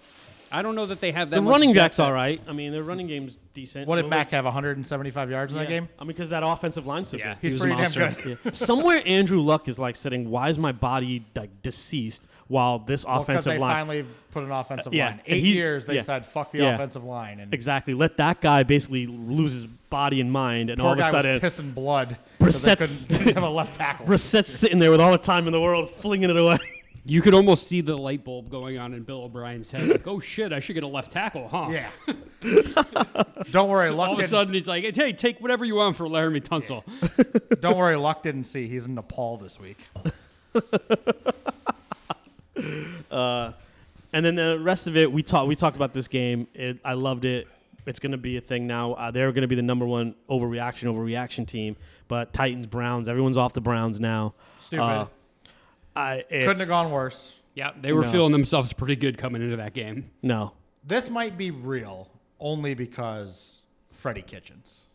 [SPEAKER 3] I don't know that they have that.
[SPEAKER 1] the
[SPEAKER 3] much
[SPEAKER 1] running
[SPEAKER 3] depth
[SPEAKER 1] back's
[SPEAKER 3] that-
[SPEAKER 1] all right. I mean, their running game's decent.
[SPEAKER 2] what did
[SPEAKER 1] Moving-
[SPEAKER 2] Mac have? 175 yards in
[SPEAKER 1] Yeah.
[SPEAKER 2] that game.
[SPEAKER 1] I mean, because that offensive line's so
[SPEAKER 3] Yeah,
[SPEAKER 1] good.
[SPEAKER 3] he
[SPEAKER 2] He's
[SPEAKER 3] was a
[SPEAKER 2] pretty damn
[SPEAKER 3] monster.
[SPEAKER 2] good.
[SPEAKER 1] Yeah. Somewhere Andrew Luck is like sitting, why is my body like deceased while this
[SPEAKER 2] Because
[SPEAKER 1] offensive
[SPEAKER 2] they
[SPEAKER 1] line?
[SPEAKER 2] finally put an offensive
[SPEAKER 1] Uh, yeah.
[SPEAKER 2] line.
[SPEAKER 1] And
[SPEAKER 2] Eight
[SPEAKER 1] he's-
[SPEAKER 2] years they
[SPEAKER 1] yeah.
[SPEAKER 2] said fuck the
[SPEAKER 1] Yeah.
[SPEAKER 2] offensive line, and
[SPEAKER 1] exactly. Let that guy basically lose his body and mind, and
[SPEAKER 2] poor
[SPEAKER 1] all of a
[SPEAKER 2] guy was
[SPEAKER 1] sudden,
[SPEAKER 2] pissing blood. 'cause they
[SPEAKER 1] Brissett's-
[SPEAKER 2] couldn't- didn't have a left tackle.
[SPEAKER 1] Brissett's sitting there with all the time in the world, flinging it away.
[SPEAKER 3] You could almost see the light bulb going on in Bill O'Brien's head. Like, oh shit, I should get a left tackle, huh?
[SPEAKER 2] Yeah. don't worry, Luck.
[SPEAKER 3] All of a
[SPEAKER 2] didn't,
[SPEAKER 3] sudden, he's like, "Hey, take whatever you want for Laramie Tunsil."
[SPEAKER 2] don't worry, Luck didn't see. He's in Nepal this week.
[SPEAKER 1] And then the rest of it, we talked. We talked about this game. It, I loved it. It's going to be a thing now. Uh, they're going to be the number one overreaction overreaction team. But Titans Browns, everyone's off the Browns now.
[SPEAKER 2] Stupid.
[SPEAKER 1] Uh, I
[SPEAKER 2] Couldn't
[SPEAKER 1] it's-
[SPEAKER 2] have gone worse.
[SPEAKER 3] Yeah, they were
[SPEAKER 1] No.
[SPEAKER 3] feeling themselves pretty good coming into that game.
[SPEAKER 1] No,
[SPEAKER 2] This might be real only because Freddie Kitchens.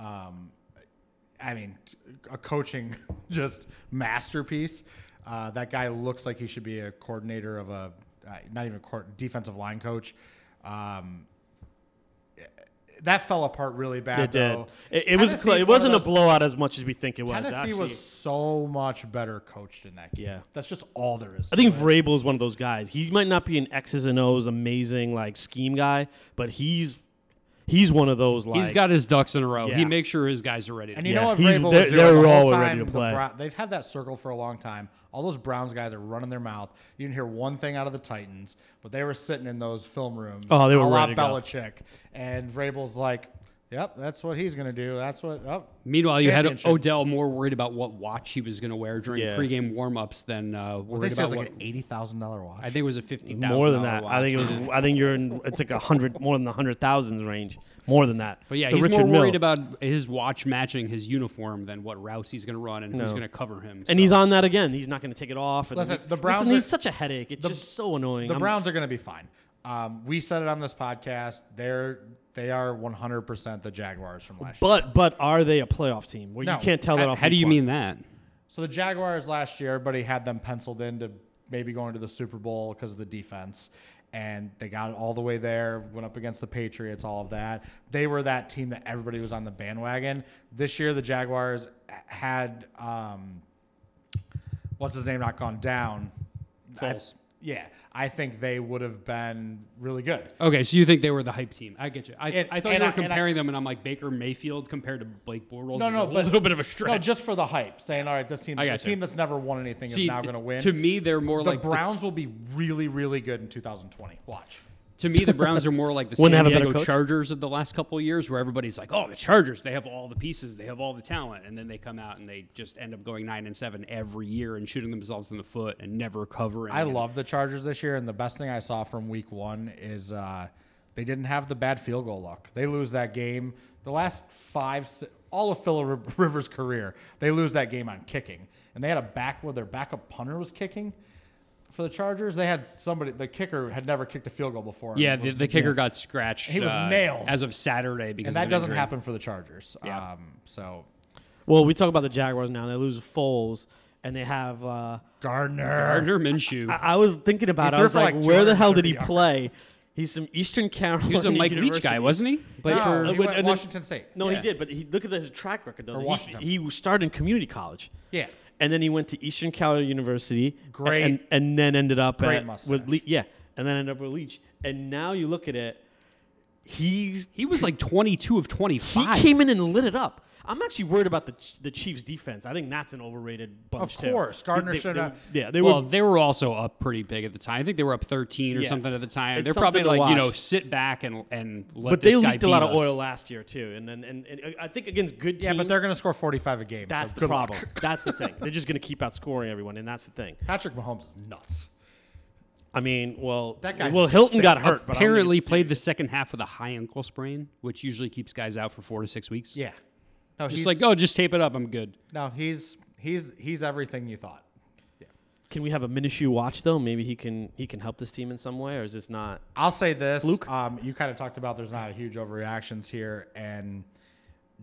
[SPEAKER 2] Um, I mean, a coaching just masterpiece. Uh, that guy looks like he should be a coordinator of a uh, not even a coor- defensive line coach. Um, that fell apart really bad.
[SPEAKER 1] it did.
[SPEAKER 2] though.
[SPEAKER 1] It, it was.
[SPEAKER 2] Tennessee's
[SPEAKER 1] Cl-
[SPEAKER 2] one
[SPEAKER 1] it
[SPEAKER 2] of
[SPEAKER 1] wasn't a
[SPEAKER 2] those-
[SPEAKER 1] blowout as much as we think it was.
[SPEAKER 2] Tennessee
[SPEAKER 1] actually.
[SPEAKER 2] was so much better coached in that game.
[SPEAKER 1] Yeah.
[SPEAKER 2] that's just all there is.
[SPEAKER 1] I think Vrabel is one of those guys. He might not be an X's and O's amazing like scheme guy, but he's he's one of those like
[SPEAKER 3] he's got his ducks in a row. He
[SPEAKER 1] Yeah.
[SPEAKER 3] makes sure his guys are ready. To
[SPEAKER 2] And you
[SPEAKER 1] Yeah,
[SPEAKER 2] know what
[SPEAKER 1] he's-
[SPEAKER 2] Vrabel
[SPEAKER 1] they're-
[SPEAKER 2] was doing
[SPEAKER 1] they're
[SPEAKER 2] the whole
[SPEAKER 1] all
[SPEAKER 2] time.
[SPEAKER 1] ready to
[SPEAKER 2] the
[SPEAKER 1] play.
[SPEAKER 2] Brown- they've had that circle for a long time. All those Browns guys are running their mouth. You didn't hear one thing out of the Titans, but they were sitting in those film rooms.
[SPEAKER 1] Oh, they were
[SPEAKER 2] a la
[SPEAKER 1] ready to go.
[SPEAKER 2] Belichick, and Vrabel's like, "Yep, that's what he's gonna do. That's what." Oh,
[SPEAKER 3] Meanwhile, you had
[SPEAKER 2] Championship.
[SPEAKER 3] Odell more worried about what watch he was going to wear during
[SPEAKER 1] Yeah.
[SPEAKER 3] pregame warm-ups than uh, worried
[SPEAKER 2] they say
[SPEAKER 3] about
[SPEAKER 2] it's
[SPEAKER 3] what.
[SPEAKER 2] like an eighty thousand dollar watch.
[SPEAKER 3] I think it was a fifty thousand.
[SPEAKER 1] more than that. I think it was. I think you're in. It's like a hundred, more than the hundred thousands range. More than that.
[SPEAKER 3] But yeah,
[SPEAKER 1] To
[SPEAKER 3] he's
[SPEAKER 1] Richard
[SPEAKER 3] more worried
[SPEAKER 1] Mill.
[SPEAKER 3] about his watch matching his uniform than what routes he's going to run and who's
[SPEAKER 1] No.
[SPEAKER 3] going to cover him.
[SPEAKER 1] And
[SPEAKER 3] so-
[SPEAKER 1] he's on that again. He's not going to take it off. And
[SPEAKER 2] Listen,
[SPEAKER 1] he's-
[SPEAKER 2] the Browns
[SPEAKER 1] Listen, he's
[SPEAKER 2] are-
[SPEAKER 1] such a headache. It's just so annoying.
[SPEAKER 2] The
[SPEAKER 1] I'm-
[SPEAKER 2] Browns are going to be fine. Um, we said it on this podcast. They're they are one hundred percent the Jaguars from last year.
[SPEAKER 1] But but are they a playoff team? Well,
[SPEAKER 2] No.
[SPEAKER 1] you can't tell that
[SPEAKER 3] how,
[SPEAKER 1] off.
[SPEAKER 3] how do
[SPEAKER 1] week
[SPEAKER 3] you
[SPEAKER 1] one.
[SPEAKER 3] mean that?
[SPEAKER 2] So the Jaguars last year, everybody had them penciled in to maybe going to the Super Bowl because of the defense. And they got all the way there, went up against the Patriots, all of that. They were that team that everybody was on the bandwagon. This year, the Jaguars had um, what's his name not gone down. I-
[SPEAKER 3] Foles.
[SPEAKER 2] yeah, I think they would have been really good.
[SPEAKER 3] Okay, so you think they were the hype team? I get you. I,
[SPEAKER 2] And-
[SPEAKER 3] I thought you
[SPEAKER 2] and
[SPEAKER 3] were
[SPEAKER 2] I- and I-
[SPEAKER 3] comparing them, and I'm like Baker Mayfield compared to Blake Bortles.
[SPEAKER 2] No,
[SPEAKER 3] is
[SPEAKER 2] no,
[SPEAKER 3] a
[SPEAKER 2] but-
[SPEAKER 3] little bit of a
[SPEAKER 2] No,
[SPEAKER 3] stretch.
[SPEAKER 2] just for the hype, saying, all right, this team,
[SPEAKER 3] I
[SPEAKER 2] the
[SPEAKER 3] gotcha.
[SPEAKER 2] team that's never won anything
[SPEAKER 3] See,
[SPEAKER 2] is now going to win.
[SPEAKER 3] To me, they're more
[SPEAKER 2] the
[SPEAKER 3] like the-
[SPEAKER 2] Browns will be really, really good in 2020. Watch.
[SPEAKER 3] To me, the Browns are more like the San
[SPEAKER 1] Wouldn't have a better
[SPEAKER 3] Diego
[SPEAKER 1] coach?
[SPEAKER 3] Chargers of the last couple of years, where everybody's like, "Oh, the Chargers, they have all the pieces, they have all the talent," and then they come out and they just end up going nine and seven every year and shooting themselves in the foot and never covering.
[SPEAKER 2] I love the Chargers this year, and the best thing I saw from Week One is uh, they didn't have the bad field goal luck. They lose that game. The last five, si- all of Phillip Rivers' career, they lose that game on kicking, and they had a back where their backup punter was kicking. For the Chargers, they had somebody. The kicker had never kicked a field goal before. and
[SPEAKER 3] Yeah,
[SPEAKER 2] was
[SPEAKER 3] the, the kicker got scratched.
[SPEAKER 2] He was
[SPEAKER 3] uh,
[SPEAKER 2] nailed.
[SPEAKER 3] as of Saturday
[SPEAKER 2] and
[SPEAKER 3] because of
[SPEAKER 2] that
[SPEAKER 3] an
[SPEAKER 2] doesn't
[SPEAKER 3] injury.
[SPEAKER 2] happen for the Chargers.
[SPEAKER 3] Yeah.
[SPEAKER 2] Um, so
[SPEAKER 1] Well, we talk about the Jaguars now. They lose Foles, and they have. Uh,
[SPEAKER 2] Gardner,
[SPEAKER 3] Gardner Minshew.
[SPEAKER 1] I, I was thinking about. it. I
[SPEAKER 2] threw
[SPEAKER 1] was
[SPEAKER 2] for,
[SPEAKER 1] like,
[SPEAKER 2] like,
[SPEAKER 1] where the hell did he
[SPEAKER 2] 230 yards.
[SPEAKER 1] play? He's from Eastern Carolina.
[SPEAKER 3] he was a Mike Leach guy,
[SPEAKER 1] University.
[SPEAKER 3] wasn't he? Played
[SPEAKER 2] No,
[SPEAKER 3] for-
[SPEAKER 2] he
[SPEAKER 1] Uh,
[SPEAKER 2] went
[SPEAKER 1] and then-
[SPEAKER 2] Washington State.
[SPEAKER 1] No,
[SPEAKER 3] Yeah.
[SPEAKER 1] he did, but he look at his track record though.
[SPEAKER 2] Or
[SPEAKER 1] He-
[SPEAKER 2] Washington.
[SPEAKER 1] He, started in community college.
[SPEAKER 2] Yeah.
[SPEAKER 1] And then he went to Eastern Carolina University.
[SPEAKER 2] Great.
[SPEAKER 1] And, and then ended up
[SPEAKER 2] Great
[SPEAKER 1] at,
[SPEAKER 2] mustache.
[SPEAKER 1] with Le- yeah, and then ended up with Leach. And now you look at it, he's
[SPEAKER 3] he was like 22 of
[SPEAKER 1] he
[SPEAKER 3] 25.
[SPEAKER 1] came in and lit it up. I'm actually worried about the Ch- the Chiefs defense. I think that's an overrated bunch.
[SPEAKER 2] Of
[SPEAKER 1] too.
[SPEAKER 2] course,
[SPEAKER 1] They-
[SPEAKER 2] Gardner
[SPEAKER 1] they-
[SPEAKER 2] should
[SPEAKER 1] they-
[SPEAKER 2] have-
[SPEAKER 1] Yeah, they
[SPEAKER 3] well,
[SPEAKER 1] were.
[SPEAKER 3] they were also up pretty big at the time. I think they were up 13 or
[SPEAKER 1] Yeah.
[SPEAKER 3] something at the time.
[SPEAKER 1] It's
[SPEAKER 3] They're probably
[SPEAKER 1] something
[SPEAKER 3] like,
[SPEAKER 1] to
[SPEAKER 3] you know,
[SPEAKER 1] watch.
[SPEAKER 3] sit back and and let
[SPEAKER 1] But
[SPEAKER 3] this
[SPEAKER 1] they
[SPEAKER 3] guy
[SPEAKER 1] leaked a lot
[SPEAKER 3] beat
[SPEAKER 1] of
[SPEAKER 3] us.
[SPEAKER 1] oil last year too, and then and, and I think against good teams.
[SPEAKER 2] Yeah, but they're going to score 45 a game.
[SPEAKER 1] that's
[SPEAKER 2] so
[SPEAKER 1] the
[SPEAKER 2] good luck.
[SPEAKER 1] problem. that's the thing. They're just going to keep outscoring everyone, and that's the thing.
[SPEAKER 2] Patrick Mahomes is nuts.
[SPEAKER 1] I mean, well,
[SPEAKER 2] That guy's
[SPEAKER 1] well Hilton
[SPEAKER 2] sick.
[SPEAKER 1] got hurt, but I don't think
[SPEAKER 3] Apparently
[SPEAKER 1] it's-
[SPEAKER 3] played the second half with a high ankle sprain, which usually keeps guys out for four to six weeks.
[SPEAKER 2] Yeah. No,
[SPEAKER 3] just
[SPEAKER 2] he's-
[SPEAKER 3] like, oh, just tape it up. I'm good.
[SPEAKER 2] No, he's he's he's everything you thought.
[SPEAKER 1] Can we have a Minishu watch though? Maybe he can he can help this team in some way, or is this not?
[SPEAKER 2] I'll say this.
[SPEAKER 1] Fluke?
[SPEAKER 2] Um, you kind of talked about there's not a huge overreactions here, and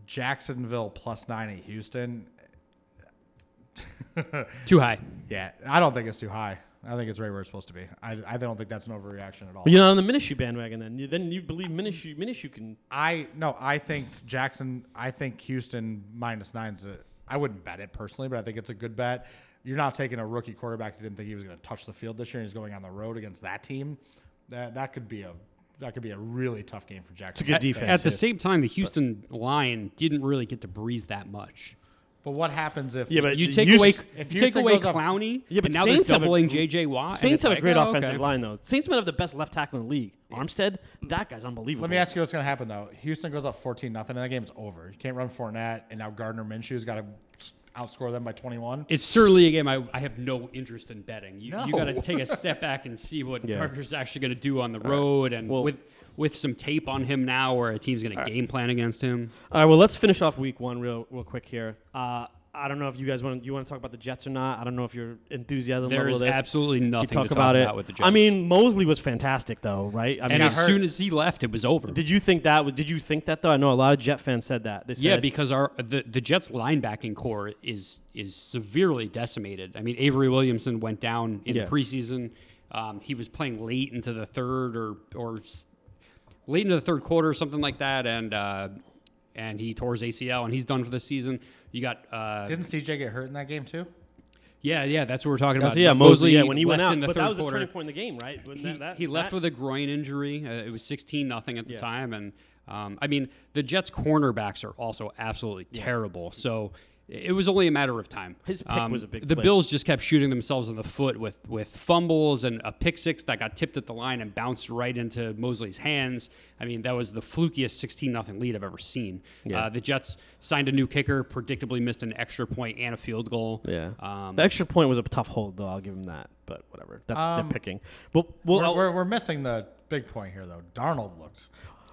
[SPEAKER 2] Jacksonville plus nine at Houston.
[SPEAKER 3] Too high.
[SPEAKER 2] Yeah, I don't think it's too high. I think it's right where it's supposed to be. I, I don't think that's an overreaction at all.
[SPEAKER 1] You're not on the Minishu bandwagon then. You- Then you believe Minishu Minishu can.
[SPEAKER 2] I no, I think Jackson. I think Houston minus nine's. A, I wouldn't bet it personally, but I think it's a good bet. You're not taking a rookie quarterback that didn't think he was going to touch the field this year, and he's going on the road against that team. That that could be a that could be a really tough game for Jackson.
[SPEAKER 1] good
[SPEAKER 3] At-
[SPEAKER 1] defense,
[SPEAKER 3] At the
[SPEAKER 1] yeah.
[SPEAKER 3] same time, the Houston line didn't really get to breeze that much.
[SPEAKER 2] But what happens if
[SPEAKER 1] Yeah, but
[SPEAKER 3] You
[SPEAKER 1] the
[SPEAKER 3] take
[SPEAKER 1] Houst-
[SPEAKER 3] away,
[SPEAKER 2] if
[SPEAKER 3] you take
[SPEAKER 2] Houston
[SPEAKER 3] away
[SPEAKER 2] goes up-
[SPEAKER 3] Clowney,
[SPEAKER 1] Yeah, but
[SPEAKER 3] and now
[SPEAKER 1] Saints
[SPEAKER 3] they're
[SPEAKER 1] have a-
[SPEAKER 3] doubling JJ Watt. and
[SPEAKER 1] Saints
[SPEAKER 3] it's
[SPEAKER 1] have a
[SPEAKER 3] like,
[SPEAKER 1] great
[SPEAKER 3] oh,
[SPEAKER 1] offensive
[SPEAKER 3] okay.
[SPEAKER 1] line though. Saints might have the best left tackle in the league. Armstead, that guy's unbelievable.
[SPEAKER 2] Let me ask you what's going to happen though. Houston goes up fourteen nothing, and that game's over. You can't run Fournette, and now Gardner Minshew's got to outscore them by twenty one.
[SPEAKER 3] It's certainly a game I, I have no interest in betting. You, you
[SPEAKER 2] No.
[SPEAKER 3] got to take a step back and see what
[SPEAKER 1] Yeah.
[SPEAKER 3] Gardner's actually going to do on the road and
[SPEAKER 1] Well-
[SPEAKER 3] with with some tape on him now, or a team's going to game plan against him.
[SPEAKER 1] All right, well, let's finish off week one real real quick here. Uh, I don't know if you guys want you want to talk about the Jets or not. I don't know if your enthusiasm
[SPEAKER 3] There
[SPEAKER 1] level
[SPEAKER 3] is
[SPEAKER 1] of this.
[SPEAKER 3] absolutely
[SPEAKER 1] You
[SPEAKER 3] nothing
[SPEAKER 1] talk,
[SPEAKER 3] to talk
[SPEAKER 1] about, it.
[SPEAKER 3] with the Jets.
[SPEAKER 1] I mean, Mosley was fantastic though, right? I mean,
[SPEAKER 3] and
[SPEAKER 1] I
[SPEAKER 3] as
[SPEAKER 1] heard-
[SPEAKER 3] soon as he left, it was over.
[SPEAKER 1] did you think that? was- Did you think that though? I know a lot of Jet fans said that. They said,
[SPEAKER 3] yeah, because our the, the Jets linebacking core is is severely decimated. I mean, Avery Williamson went down in
[SPEAKER 1] Yeah.
[SPEAKER 3] preseason. Um, he was playing late into the third or or s- late into the third quarter, or something like that, and uh, and he tore his ACL and he's done for the season. You got uh,
[SPEAKER 2] Didn't CJ get hurt in that game too?
[SPEAKER 3] yeah, yeah, that's what we're talking
[SPEAKER 1] Yeah,
[SPEAKER 3] about.
[SPEAKER 1] so yeah, Mosley. Yeah, when he went
[SPEAKER 3] left
[SPEAKER 1] out,
[SPEAKER 3] in the
[SPEAKER 1] but
[SPEAKER 3] third
[SPEAKER 1] that was a
[SPEAKER 3] quarter.
[SPEAKER 1] turning point in the game, right? When
[SPEAKER 3] he,
[SPEAKER 1] that- that-
[SPEAKER 3] he left
[SPEAKER 1] that-
[SPEAKER 3] with a groin injury. Uh, it was 16 nothing at the
[SPEAKER 1] Yeah.
[SPEAKER 3] time, and um, I mean the Jets' cornerbacks are also absolutely terrible. So it was only a matter of time. Um,
[SPEAKER 1] His pick was a big
[SPEAKER 3] The
[SPEAKER 1] play.
[SPEAKER 3] Bills just kept shooting themselves in the foot with with fumbles and a pick six that got tipped at the line and bounced right into Mosley's hands. I mean that was the flukiest 16 nothing lead I've ever seen. Uh, the Jets signed a new kicker, predictably missed an extra point and a field goal.
[SPEAKER 1] Yeah.
[SPEAKER 3] Um,
[SPEAKER 1] the extra point was a tough hold, though. I'll give him that. But whatever. That's
[SPEAKER 2] Um,
[SPEAKER 1] nitpicking. But well,
[SPEAKER 2] We're,
[SPEAKER 1] I'll-
[SPEAKER 2] we're, we're missing the big point here though. Darnold looked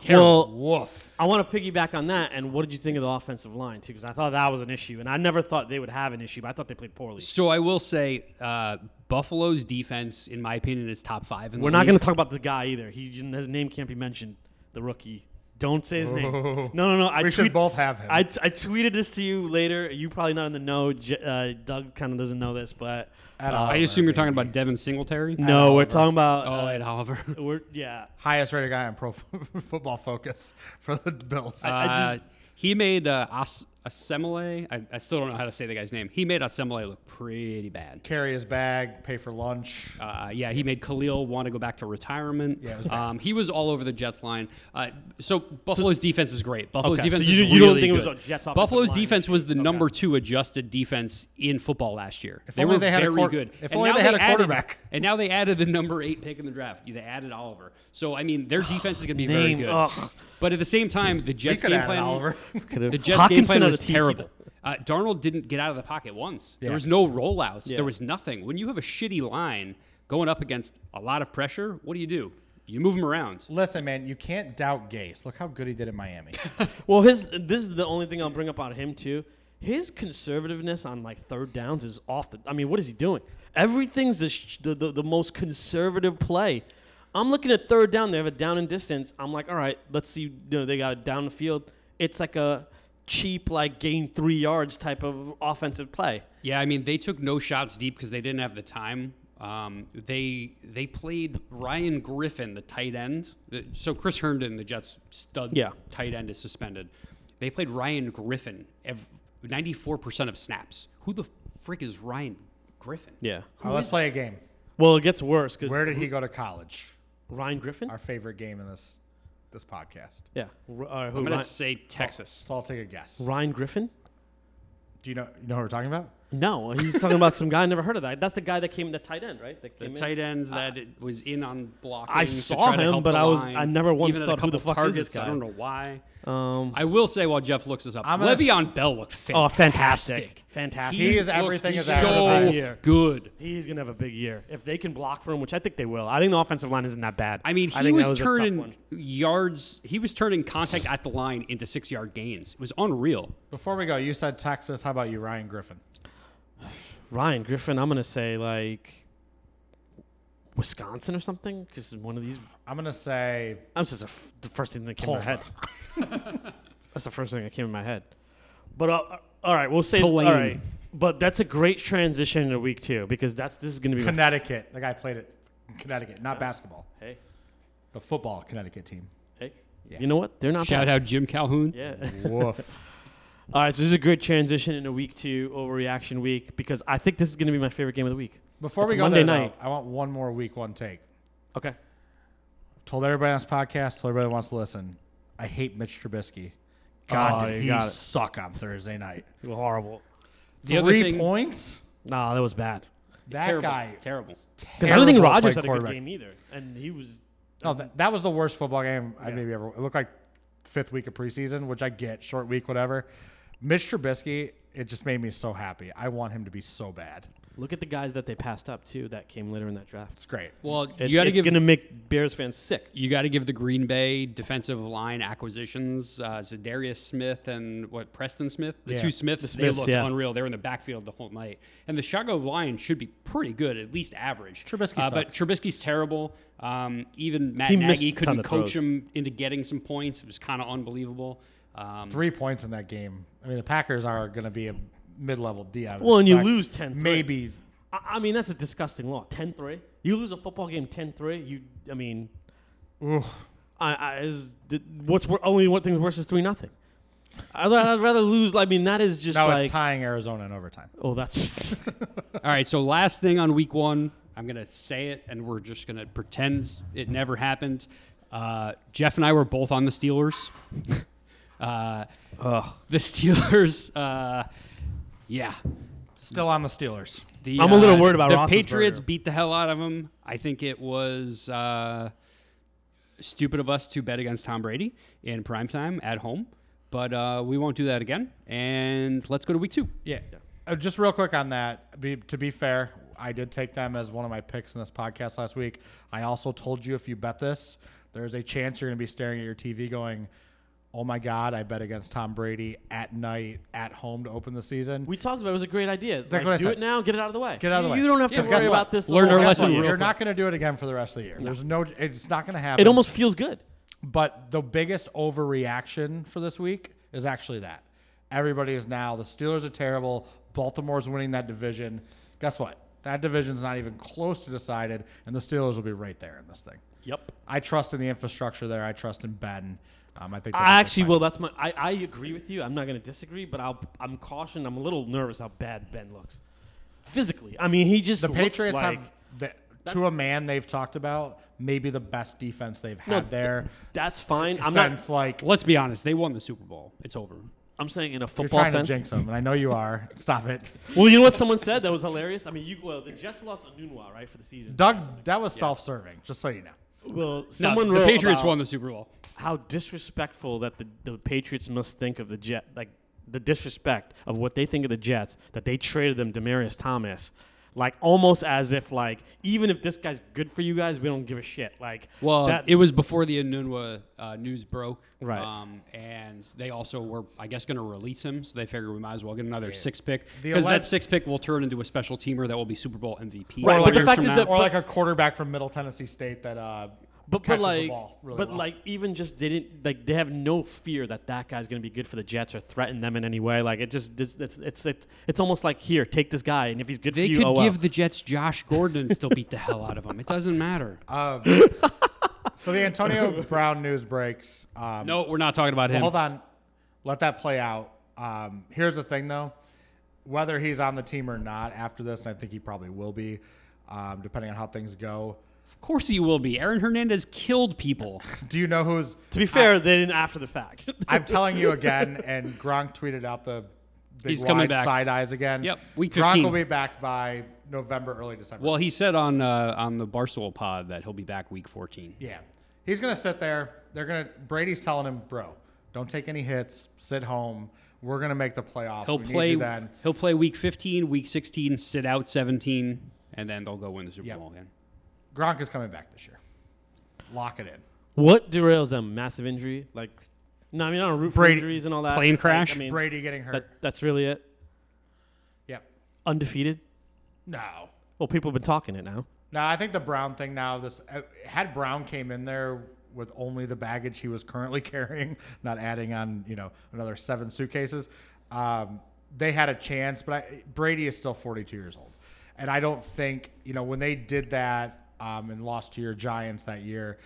[SPEAKER 1] well,
[SPEAKER 2] woof.
[SPEAKER 1] I want to piggyback on that. And what did you think of the offensive line too? Because I thought that was an issue, and I never thought they would have an issue, but I thought they played poorly.
[SPEAKER 3] So I will say, uh, Buffalo's defense, in my opinion, is top five. In the
[SPEAKER 1] We're not
[SPEAKER 3] league.
[SPEAKER 1] going to talk about the guy either. He his name can't be mentioned. The rookie. Don't say his name. No, no, no. I
[SPEAKER 2] We should
[SPEAKER 1] tweet-
[SPEAKER 2] both have him.
[SPEAKER 1] I, I tweeted this to you later. You probably not in the know. J- uh, Doug kind of doesn't know this, but
[SPEAKER 2] At
[SPEAKER 3] I
[SPEAKER 2] Oliver,
[SPEAKER 3] assume you're talking
[SPEAKER 2] baby.
[SPEAKER 3] about Devin Singletary.
[SPEAKER 1] no, we're talking about.
[SPEAKER 3] Oh,
[SPEAKER 1] uh,
[SPEAKER 3] Ed Oliver.
[SPEAKER 1] we're yeah.
[SPEAKER 2] highest rated guy on Pro Football Focus for the Bills.
[SPEAKER 1] I
[SPEAKER 3] Uh,
[SPEAKER 1] just-
[SPEAKER 3] he made uh, As- Asemele. I, I still don't know how to say the guy's name. He made Asemele look pretty bad.
[SPEAKER 2] Carry his bag, pay for lunch.
[SPEAKER 3] Uh, yeah, he made Khalil want to go back to retirement.
[SPEAKER 2] Yeah, it was bad.
[SPEAKER 3] um, he was all over the Jets line. Uh, so Buffalo's defense is great. Buffalo's
[SPEAKER 1] Okay, so
[SPEAKER 3] defense
[SPEAKER 1] you-
[SPEAKER 3] is
[SPEAKER 1] you don't
[SPEAKER 3] really
[SPEAKER 1] think it was
[SPEAKER 3] good.
[SPEAKER 1] a Jets offensive
[SPEAKER 3] Buffalo's
[SPEAKER 1] line
[SPEAKER 3] defense was the number two adjusted defense in football last year.
[SPEAKER 2] If
[SPEAKER 3] they
[SPEAKER 2] only
[SPEAKER 3] were
[SPEAKER 2] they had a
[SPEAKER 3] very
[SPEAKER 2] quar-
[SPEAKER 3] good.
[SPEAKER 2] if
[SPEAKER 3] And
[SPEAKER 2] only
[SPEAKER 3] now
[SPEAKER 2] they had a
[SPEAKER 3] added-
[SPEAKER 2] quarterback.
[SPEAKER 3] and now they added the number eight pick in the draft. They added Oliver. So I mean, their defense is going to be very
[SPEAKER 1] Name,
[SPEAKER 3] good.
[SPEAKER 1] ugh.
[SPEAKER 3] But at the same time, the Jets
[SPEAKER 2] could
[SPEAKER 3] game
[SPEAKER 2] add
[SPEAKER 3] plan,
[SPEAKER 2] Oliver.
[SPEAKER 1] Could've-
[SPEAKER 3] the Jets
[SPEAKER 1] Hockenson
[SPEAKER 3] game plan
[SPEAKER 1] on
[SPEAKER 3] was
[SPEAKER 1] the team.
[SPEAKER 3] terrible. Uh, Darnold didn't get out of the pocket once.
[SPEAKER 2] Yeah.
[SPEAKER 3] There was no rollouts.
[SPEAKER 1] Yeah.
[SPEAKER 3] There was nothing. When you have a shitty line going up against a lot of pressure, what do you do? You move them around.
[SPEAKER 2] Listen, man, you can't doubt Gase. Look how good he did at Miami.
[SPEAKER 1] Well, his this is the only thing I'll bring up on him too. His conservativeness on like third downs is off the. I mean, what is he doing? Everything's the sh- the, the, the most conservative play. I'm looking at third down. They have a down and distance. I'm like, all right, let's see. You know, they got it down the field. It's like a cheap, like gain three yards type of offensive play.
[SPEAKER 3] Yeah, I mean they took no shots deep because they didn't have the time. Um, they they played Ryan Griffin, the tight end. The- So Chris Herndon, the Jets stud
[SPEAKER 1] Yeah.
[SPEAKER 3] tight end, is suspended. They played Ryan Griffin ninety four percent of snaps. Who the frick is Ryan Griffin?
[SPEAKER 1] Yeah.
[SPEAKER 2] All right, let's play a game.
[SPEAKER 1] Well, it gets worse because
[SPEAKER 2] Where did he go to college?
[SPEAKER 1] Ryan Griffin.
[SPEAKER 2] Our favorite game in this this podcast.
[SPEAKER 1] yeah. R- uh, who,
[SPEAKER 3] I'm gonna
[SPEAKER 1] Ryan,
[SPEAKER 3] say Texas.
[SPEAKER 2] So I'll take a guess.
[SPEAKER 1] Ryan Griffin.
[SPEAKER 2] Do you know you know who we're talking about?
[SPEAKER 1] No, he's talking about some guy I never heard of. That that's the guy that came, the tight end, right? That
[SPEAKER 3] The
[SPEAKER 1] came in.
[SPEAKER 3] tight ends that it was in on blocking.
[SPEAKER 1] I
[SPEAKER 3] to
[SPEAKER 1] saw
[SPEAKER 3] try to
[SPEAKER 1] him,
[SPEAKER 3] help
[SPEAKER 1] but
[SPEAKER 3] the
[SPEAKER 1] I was-
[SPEAKER 3] line.
[SPEAKER 1] I never once
[SPEAKER 3] Even at a
[SPEAKER 1] thought, who the
[SPEAKER 3] couple
[SPEAKER 1] fuck is this
[SPEAKER 3] targets, I
[SPEAKER 1] guy?
[SPEAKER 3] don't know why.
[SPEAKER 1] Um,
[SPEAKER 3] I will say while Jeff looks this up,
[SPEAKER 2] I'm gonna s-
[SPEAKER 3] Le'Veon Bell looked
[SPEAKER 1] oh,
[SPEAKER 3] fantastic.
[SPEAKER 1] fantastic, fantastic.
[SPEAKER 2] He is
[SPEAKER 3] looked
[SPEAKER 2] everything as
[SPEAKER 3] so
[SPEAKER 2] advertised. Yeah.
[SPEAKER 3] good.
[SPEAKER 1] He's gonna have a big year if they can block for him, which I think they will. I think the offensive line isn't that bad.
[SPEAKER 3] I mean, he
[SPEAKER 1] think that
[SPEAKER 3] was,
[SPEAKER 1] a tough
[SPEAKER 3] turning
[SPEAKER 1] one.
[SPEAKER 3] yards. He was turning contact at the line into six-yard gains. It was unreal.
[SPEAKER 2] Before we go, you said Texas. How about you, Ryan Griffin?
[SPEAKER 1] Ryan Griffin. I'm gonna say like Wisconsin or something because one of these.
[SPEAKER 2] I'm gonna say
[SPEAKER 1] I'm just a f- the first thing that came
[SPEAKER 2] Tulsa.
[SPEAKER 1] in my head. that's the first thing that came in my head. But uh, all right, we'll say
[SPEAKER 3] Tulane.
[SPEAKER 1] all right. But that's a great transition into week two because that's this is gonna be. my-
[SPEAKER 2] Connecticut. The guy played at Connecticut, not basketball.
[SPEAKER 1] hey,
[SPEAKER 2] The football Connecticut team.
[SPEAKER 1] hey.
[SPEAKER 2] Yeah.
[SPEAKER 1] You know what? They're not
[SPEAKER 3] Shout
[SPEAKER 1] bad.
[SPEAKER 3] out Jim Calhoun.
[SPEAKER 1] Yeah.
[SPEAKER 2] Woof.
[SPEAKER 1] All right, so this is a good transition into week two, overreaction week, because I think this is going to be my favorite game of the week.
[SPEAKER 2] Before
[SPEAKER 1] It's
[SPEAKER 2] we go
[SPEAKER 1] Monday
[SPEAKER 2] there, though,
[SPEAKER 1] night.
[SPEAKER 2] I want one more week, one take.
[SPEAKER 1] Okay.
[SPEAKER 2] Told everybody on this podcast, told everybody who wants to listen. I hate Mitch Trubisky. God,
[SPEAKER 1] Oh,
[SPEAKER 2] did
[SPEAKER 1] you
[SPEAKER 2] he
[SPEAKER 1] got it.
[SPEAKER 2] suck on Thursday night.
[SPEAKER 1] You were horrible.
[SPEAKER 3] The other
[SPEAKER 2] Three
[SPEAKER 3] thing-
[SPEAKER 2] points.
[SPEAKER 1] No, that was bad.
[SPEAKER 2] That
[SPEAKER 3] terrible,
[SPEAKER 2] guy.
[SPEAKER 3] terrible.
[SPEAKER 1] Because I don't think
[SPEAKER 2] terrible
[SPEAKER 1] Rodgers
[SPEAKER 2] played
[SPEAKER 1] had a good
[SPEAKER 2] quarterback.
[SPEAKER 1] game either, and he was.
[SPEAKER 2] No, that, that was the worst football game I maybe ever. It looked like fifth week of preseason, which I get, short week, whatever. Mitch Trubisky, it just made me so happy. I want him to be so bad.
[SPEAKER 1] Look at the guys that they passed up too that came later in that draft.
[SPEAKER 2] It's great.
[SPEAKER 3] Well,
[SPEAKER 1] It's,
[SPEAKER 3] you got to
[SPEAKER 1] it's
[SPEAKER 3] give
[SPEAKER 1] going to make Bears fans sick.
[SPEAKER 3] you got to give the Green Bay defensive line acquisitions, uh, Zadarius Smith and what Preston Smith, the
[SPEAKER 2] Yeah.
[SPEAKER 3] two Smiths,
[SPEAKER 1] Smiths,
[SPEAKER 3] they looked
[SPEAKER 1] yeah.
[SPEAKER 3] unreal. They were in the backfield the whole night, and the Chicago Lions should be pretty good, at least average.
[SPEAKER 2] Trubisky
[SPEAKER 3] uh, but Trubisky's terrible. Um, even Matt
[SPEAKER 1] He missed
[SPEAKER 3] Nagy
[SPEAKER 1] a ton
[SPEAKER 3] couldn't
[SPEAKER 1] of
[SPEAKER 3] coach
[SPEAKER 1] throws.
[SPEAKER 3] him into getting some points. It was kind of unbelievable. Um,
[SPEAKER 2] three points in that game. I mean, the Packers are going to be a mid-level D. I would
[SPEAKER 1] Well, and you
[SPEAKER 2] expect.
[SPEAKER 1] lose 10-3.
[SPEAKER 2] Maybe
[SPEAKER 1] I, I mean, that's a disgusting law. 10-3. You lose a football game 10-3. You, I mean, I, I is, did, what's wor- only one thing's worse is three nothing. I'd, I'd rather lose. I mean, that is just
[SPEAKER 2] no,
[SPEAKER 1] like
[SPEAKER 2] it's tying Arizona in overtime.
[SPEAKER 1] oh, that's
[SPEAKER 3] All right, so last thing on week one, I'm going to say it, and we're just going to pretend it never happened. Uh, Jeff and I were both on the Steelers. uh, The Steelers, uh, yeah.
[SPEAKER 2] Still on the Steelers.
[SPEAKER 3] The,
[SPEAKER 1] I'm a little
[SPEAKER 3] uh,
[SPEAKER 1] worried about
[SPEAKER 3] The
[SPEAKER 1] Roethlisberger.
[SPEAKER 3] Patriots beat the hell out of them. I think it was uh, stupid of us to bet against Tom Brady in primetime at home, but uh, we won't do that again. And let's go to week two.
[SPEAKER 2] Yeah. Uh, just real quick on that. Be, to be fair, I did take them as one of my picks in this podcast last week. I also told you if you bet this, there's a chance you're going to be staring at your TV going, "Oh my God, I bet against Tom Brady at night at home to open the season."
[SPEAKER 1] We talked about it was a great idea.
[SPEAKER 2] Exactly
[SPEAKER 1] Like,
[SPEAKER 2] what I
[SPEAKER 1] do
[SPEAKER 2] said.
[SPEAKER 1] it now, get it out of the way.
[SPEAKER 2] Get it out of the
[SPEAKER 1] you,
[SPEAKER 2] way.
[SPEAKER 1] You don't have to
[SPEAKER 2] Because
[SPEAKER 1] worry
[SPEAKER 2] guess what?
[SPEAKER 1] about this.
[SPEAKER 3] Learn
[SPEAKER 1] the
[SPEAKER 3] our
[SPEAKER 1] whole
[SPEAKER 2] Guess
[SPEAKER 3] lesson
[SPEAKER 1] time.
[SPEAKER 2] what?
[SPEAKER 3] real
[SPEAKER 2] You're
[SPEAKER 3] quick.
[SPEAKER 2] not going to do it again for the rest of the year. There's no. It's not going to happen.
[SPEAKER 1] It almost feels good.
[SPEAKER 2] But the biggest overreaction for this week is actually that. Everybody is now, the Steelers are terrible. Baltimore's winning that division. Guess what? That division's not even close to decided, and the Steelers will be right there in this thing.
[SPEAKER 1] Yep.
[SPEAKER 2] I trust in the infrastructure there. I trust in Ben. Um, I think they'll be
[SPEAKER 1] I actually
[SPEAKER 2] fine.
[SPEAKER 1] will. That's my. I, I agree with you. I'm not going to disagree, but I'll, I'm cautioned. I'm a little nervous how bad Ben looks physically. I mean, he just
[SPEAKER 2] The
[SPEAKER 1] looks
[SPEAKER 2] Patriots
[SPEAKER 1] like,
[SPEAKER 2] have, the, to a man, they've talked about maybe the best defense they've
[SPEAKER 1] No,
[SPEAKER 2] had there.
[SPEAKER 1] That's fine. I'm not.
[SPEAKER 2] since like
[SPEAKER 3] Let's be honest, they won the Super Bowl. It's over.
[SPEAKER 1] I'm saying in a
[SPEAKER 2] you're
[SPEAKER 1] football
[SPEAKER 2] trying
[SPEAKER 1] sense.
[SPEAKER 2] to jinx them, and I know you are. Stop it.
[SPEAKER 1] Well, you know what someone said that was hilarious. I mean, you well, the Jets lost a Nunwa right for the season.
[SPEAKER 2] Doug, that was self-serving. Just so you know.
[SPEAKER 1] well,
[SPEAKER 3] No,
[SPEAKER 1] someone
[SPEAKER 3] the
[SPEAKER 1] wrote
[SPEAKER 3] Patriots
[SPEAKER 1] about
[SPEAKER 3] won the Super Bowl.
[SPEAKER 1] how disrespectful that the, the Patriots must think of the Jet, like the disrespect of what they think of the Jets that they traded them Demarius Thomas, like almost as if like even if this guy's good for you guys, we don't give a shit. Like
[SPEAKER 3] Well,
[SPEAKER 1] that,
[SPEAKER 3] it was before the Anunwa uh, news broke,
[SPEAKER 1] Right.
[SPEAKER 3] Um, and they also were, I guess, going to release him, so they figured we might as well get another six pick
[SPEAKER 2] The
[SPEAKER 3] because
[SPEAKER 2] alleged-
[SPEAKER 3] that six pick will turn into a special teamer that will be Super Bowl MVP.
[SPEAKER 1] Right,
[SPEAKER 3] four
[SPEAKER 1] but the
[SPEAKER 3] years
[SPEAKER 1] fact
[SPEAKER 3] from
[SPEAKER 1] is
[SPEAKER 3] now.
[SPEAKER 1] that-
[SPEAKER 2] or
[SPEAKER 1] But-
[SPEAKER 2] like a quarterback from Middle Tennessee State that uh,
[SPEAKER 1] but, but
[SPEAKER 2] catches
[SPEAKER 1] like
[SPEAKER 2] the ball really
[SPEAKER 1] but
[SPEAKER 2] well.
[SPEAKER 1] like even just they didn't like they have no fear that that guy's gonna be good for the Jets or threaten them in any way. Like it just it's it's it's it's, it's almost like here take this guy and if he's good
[SPEAKER 3] they
[SPEAKER 1] for you,
[SPEAKER 3] could
[SPEAKER 1] oh well.
[SPEAKER 3] give the Jets Josh Gordon and still beat the hell out of him. It doesn't matter.
[SPEAKER 2] so the Antonio Brown news breaks. Um,
[SPEAKER 3] no, we're not talking about him.
[SPEAKER 2] hold on, let that play out. Um, here's the thing though, whether he's on the team or not after this, and I think he probably will be, um, depending on how things go.
[SPEAKER 3] Of course he will be. Aaron Hernandez killed people.
[SPEAKER 2] Do you know who's?
[SPEAKER 1] to be fair, they didn't after the fact.
[SPEAKER 2] I'm telling you again, and Gronk tweeted out the big
[SPEAKER 3] He's coming
[SPEAKER 2] wide
[SPEAKER 3] back.
[SPEAKER 2] side eyes again.
[SPEAKER 3] Yep, week
[SPEAKER 2] Gronk
[SPEAKER 3] 15.
[SPEAKER 2] will be back by November, early December.
[SPEAKER 3] Well, he said on uh, on the Barstool pod that he'll be back week 14.
[SPEAKER 2] yeah, he's gonna sit there. They're gonna. Brady's telling him, bro, don't take any hits. Sit home. We're gonna make the playoffs.
[SPEAKER 3] He'll
[SPEAKER 2] we need
[SPEAKER 3] play.
[SPEAKER 2] you then.
[SPEAKER 3] He'll play week 15, week 16, sit out 17, and then they'll go win the Super
[SPEAKER 2] Yep.
[SPEAKER 3] Bowl again.
[SPEAKER 2] Gronk is coming back this year. Lock it in.
[SPEAKER 1] What derails them? Massive injury? Like, no, I mean, I don't root for
[SPEAKER 2] Brady-
[SPEAKER 1] injuries and all that.
[SPEAKER 3] plane
[SPEAKER 1] Like,
[SPEAKER 3] crash?
[SPEAKER 1] I mean,
[SPEAKER 2] Brady getting hurt.
[SPEAKER 1] that, that's really it.
[SPEAKER 2] yep.
[SPEAKER 1] Undefeated.
[SPEAKER 2] No.
[SPEAKER 1] Well, people have been talking it now.
[SPEAKER 2] No, I think the Brown thing now. This uh, had Brown came in there with only the baggage he was currently carrying, not adding on you know another seven suitcases. Um, they had a chance, but I, Brady is still 42 years old, and I don't think you know when they did that um, and lost to your Giants that year,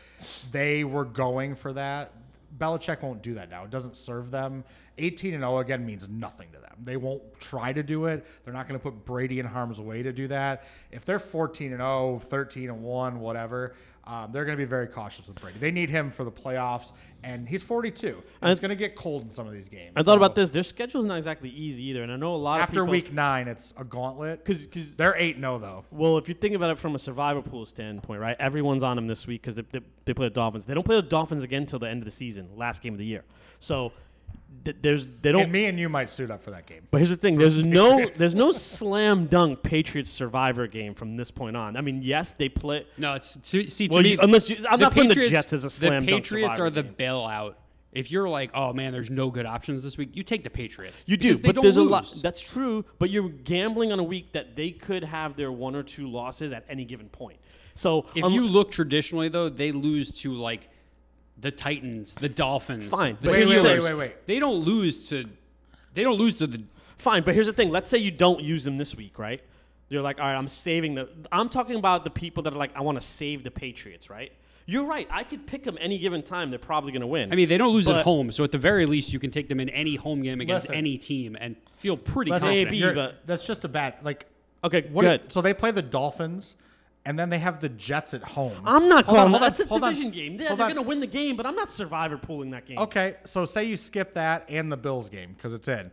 [SPEAKER 2] they were going for that. Belichick won't do that now. It doesn't serve them. 18 and 0 again means nothing to them. They won't try to do it. They're not going to put Brady in harm's way to do that. If they're 14 and 0, 13 and 1, whatever, um, they're going to be very cautious with Brady. They need him for the playoffs, and he's 42. And it's going to get cold in some of these games.
[SPEAKER 1] I thought about
[SPEAKER 2] So
[SPEAKER 1] this. Their schedule's not exactly easy either, and I know a lot
[SPEAKER 2] After
[SPEAKER 1] of people,
[SPEAKER 2] week nine, it's a gauntlet.
[SPEAKER 1] because because
[SPEAKER 2] They're 8 0, though.
[SPEAKER 1] well, if you think about it from a survivor pool standpoint, right? Everyone's on them this week because they, they, they play the Dolphins. They don't play the Dolphins again until the end of the season, last game of the year. So th- there's they don't
[SPEAKER 2] And me and you might suit up for that game.
[SPEAKER 1] But here's the thing: there's no there's no slam dunk Patriots survivor game from this point on. I mean, yes, they play.
[SPEAKER 3] No, it's to, see to
[SPEAKER 1] Well,
[SPEAKER 3] me.
[SPEAKER 1] you- unless you- I'm
[SPEAKER 3] the
[SPEAKER 1] not putting the Jets as a slam
[SPEAKER 3] The
[SPEAKER 1] dunk
[SPEAKER 3] Patriots
[SPEAKER 1] survivor
[SPEAKER 3] are the
[SPEAKER 1] game.
[SPEAKER 3] bailout. If you're like, oh man, there's no good options this week, you take the Patriots.
[SPEAKER 1] You do,
[SPEAKER 3] because they
[SPEAKER 1] but
[SPEAKER 3] don't
[SPEAKER 1] there's a
[SPEAKER 3] lose.
[SPEAKER 1] lot. That's true, but you're gambling on a week that they could have their one or two losses at any given point. So um,
[SPEAKER 3] If
[SPEAKER 1] un-
[SPEAKER 3] you look traditionally, though, they lose to like the Titans, the Dolphins,
[SPEAKER 1] Fine,
[SPEAKER 3] the
[SPEAKER 1] but here's the
[SPEAKER 3] Steelers.
[SPEAKER 1] thing. Wait,
[SPEAKER 2] wait, wait.
[SPEAKER 3] They don't lose to. They don't lose to the.
[SPEAKER 1] Fine, but here's the thing. Let's say you don't use them this week, right? You're like, all right, I'm saving the. I'm talking about the people that are like, I want to save the Patriots, right? You're right. I could pick them any given time. They're probably going to win.
[SPEAKER 3] I mean, they don't lose
[SPEAKER 1] But-
[SPEAKER 3] at home, so at the very least, you can take them in any home game against
[SPEAKER 2] Listen.
[SPEAKER 3] any team and feel pretty
[SPEAKER 2] Listen,
[SPEAKER 3] confident.
[SPEAKER 1] Maybe,
[SPEAKER 2] you're-
[SPEAKER 1] but-
[SPEAKER 2] that's just a bad. Like,
[SPEAKER 1] okay,
[SPEAKER 2] What
[SPEAKER 1] good.
[SPEAKER 2] so they play the Dolphins, and then they have the Jets at home.
[SPEAKER 1] I'm not
[SPEAKER 2] Hold
[SPEAKER 1] calling
[SPEAKER 2] on,
[SPEAKER 1] that.
[SPEAKER 2] hold on,
[SPEAKER 1] That's a
[SPEAKER 2] hold on,
[SPEAKER 1] division game. Yeah,
[SPEAKER 2] hold
[SPEAKER 1] they're
[SPEAKER 2] on.
[SPEAKER 1] going to win the game, but I'm not survivor pooling that game.
[SPEAKER 2] Okay, so say you skip that and the Bills game because it's in.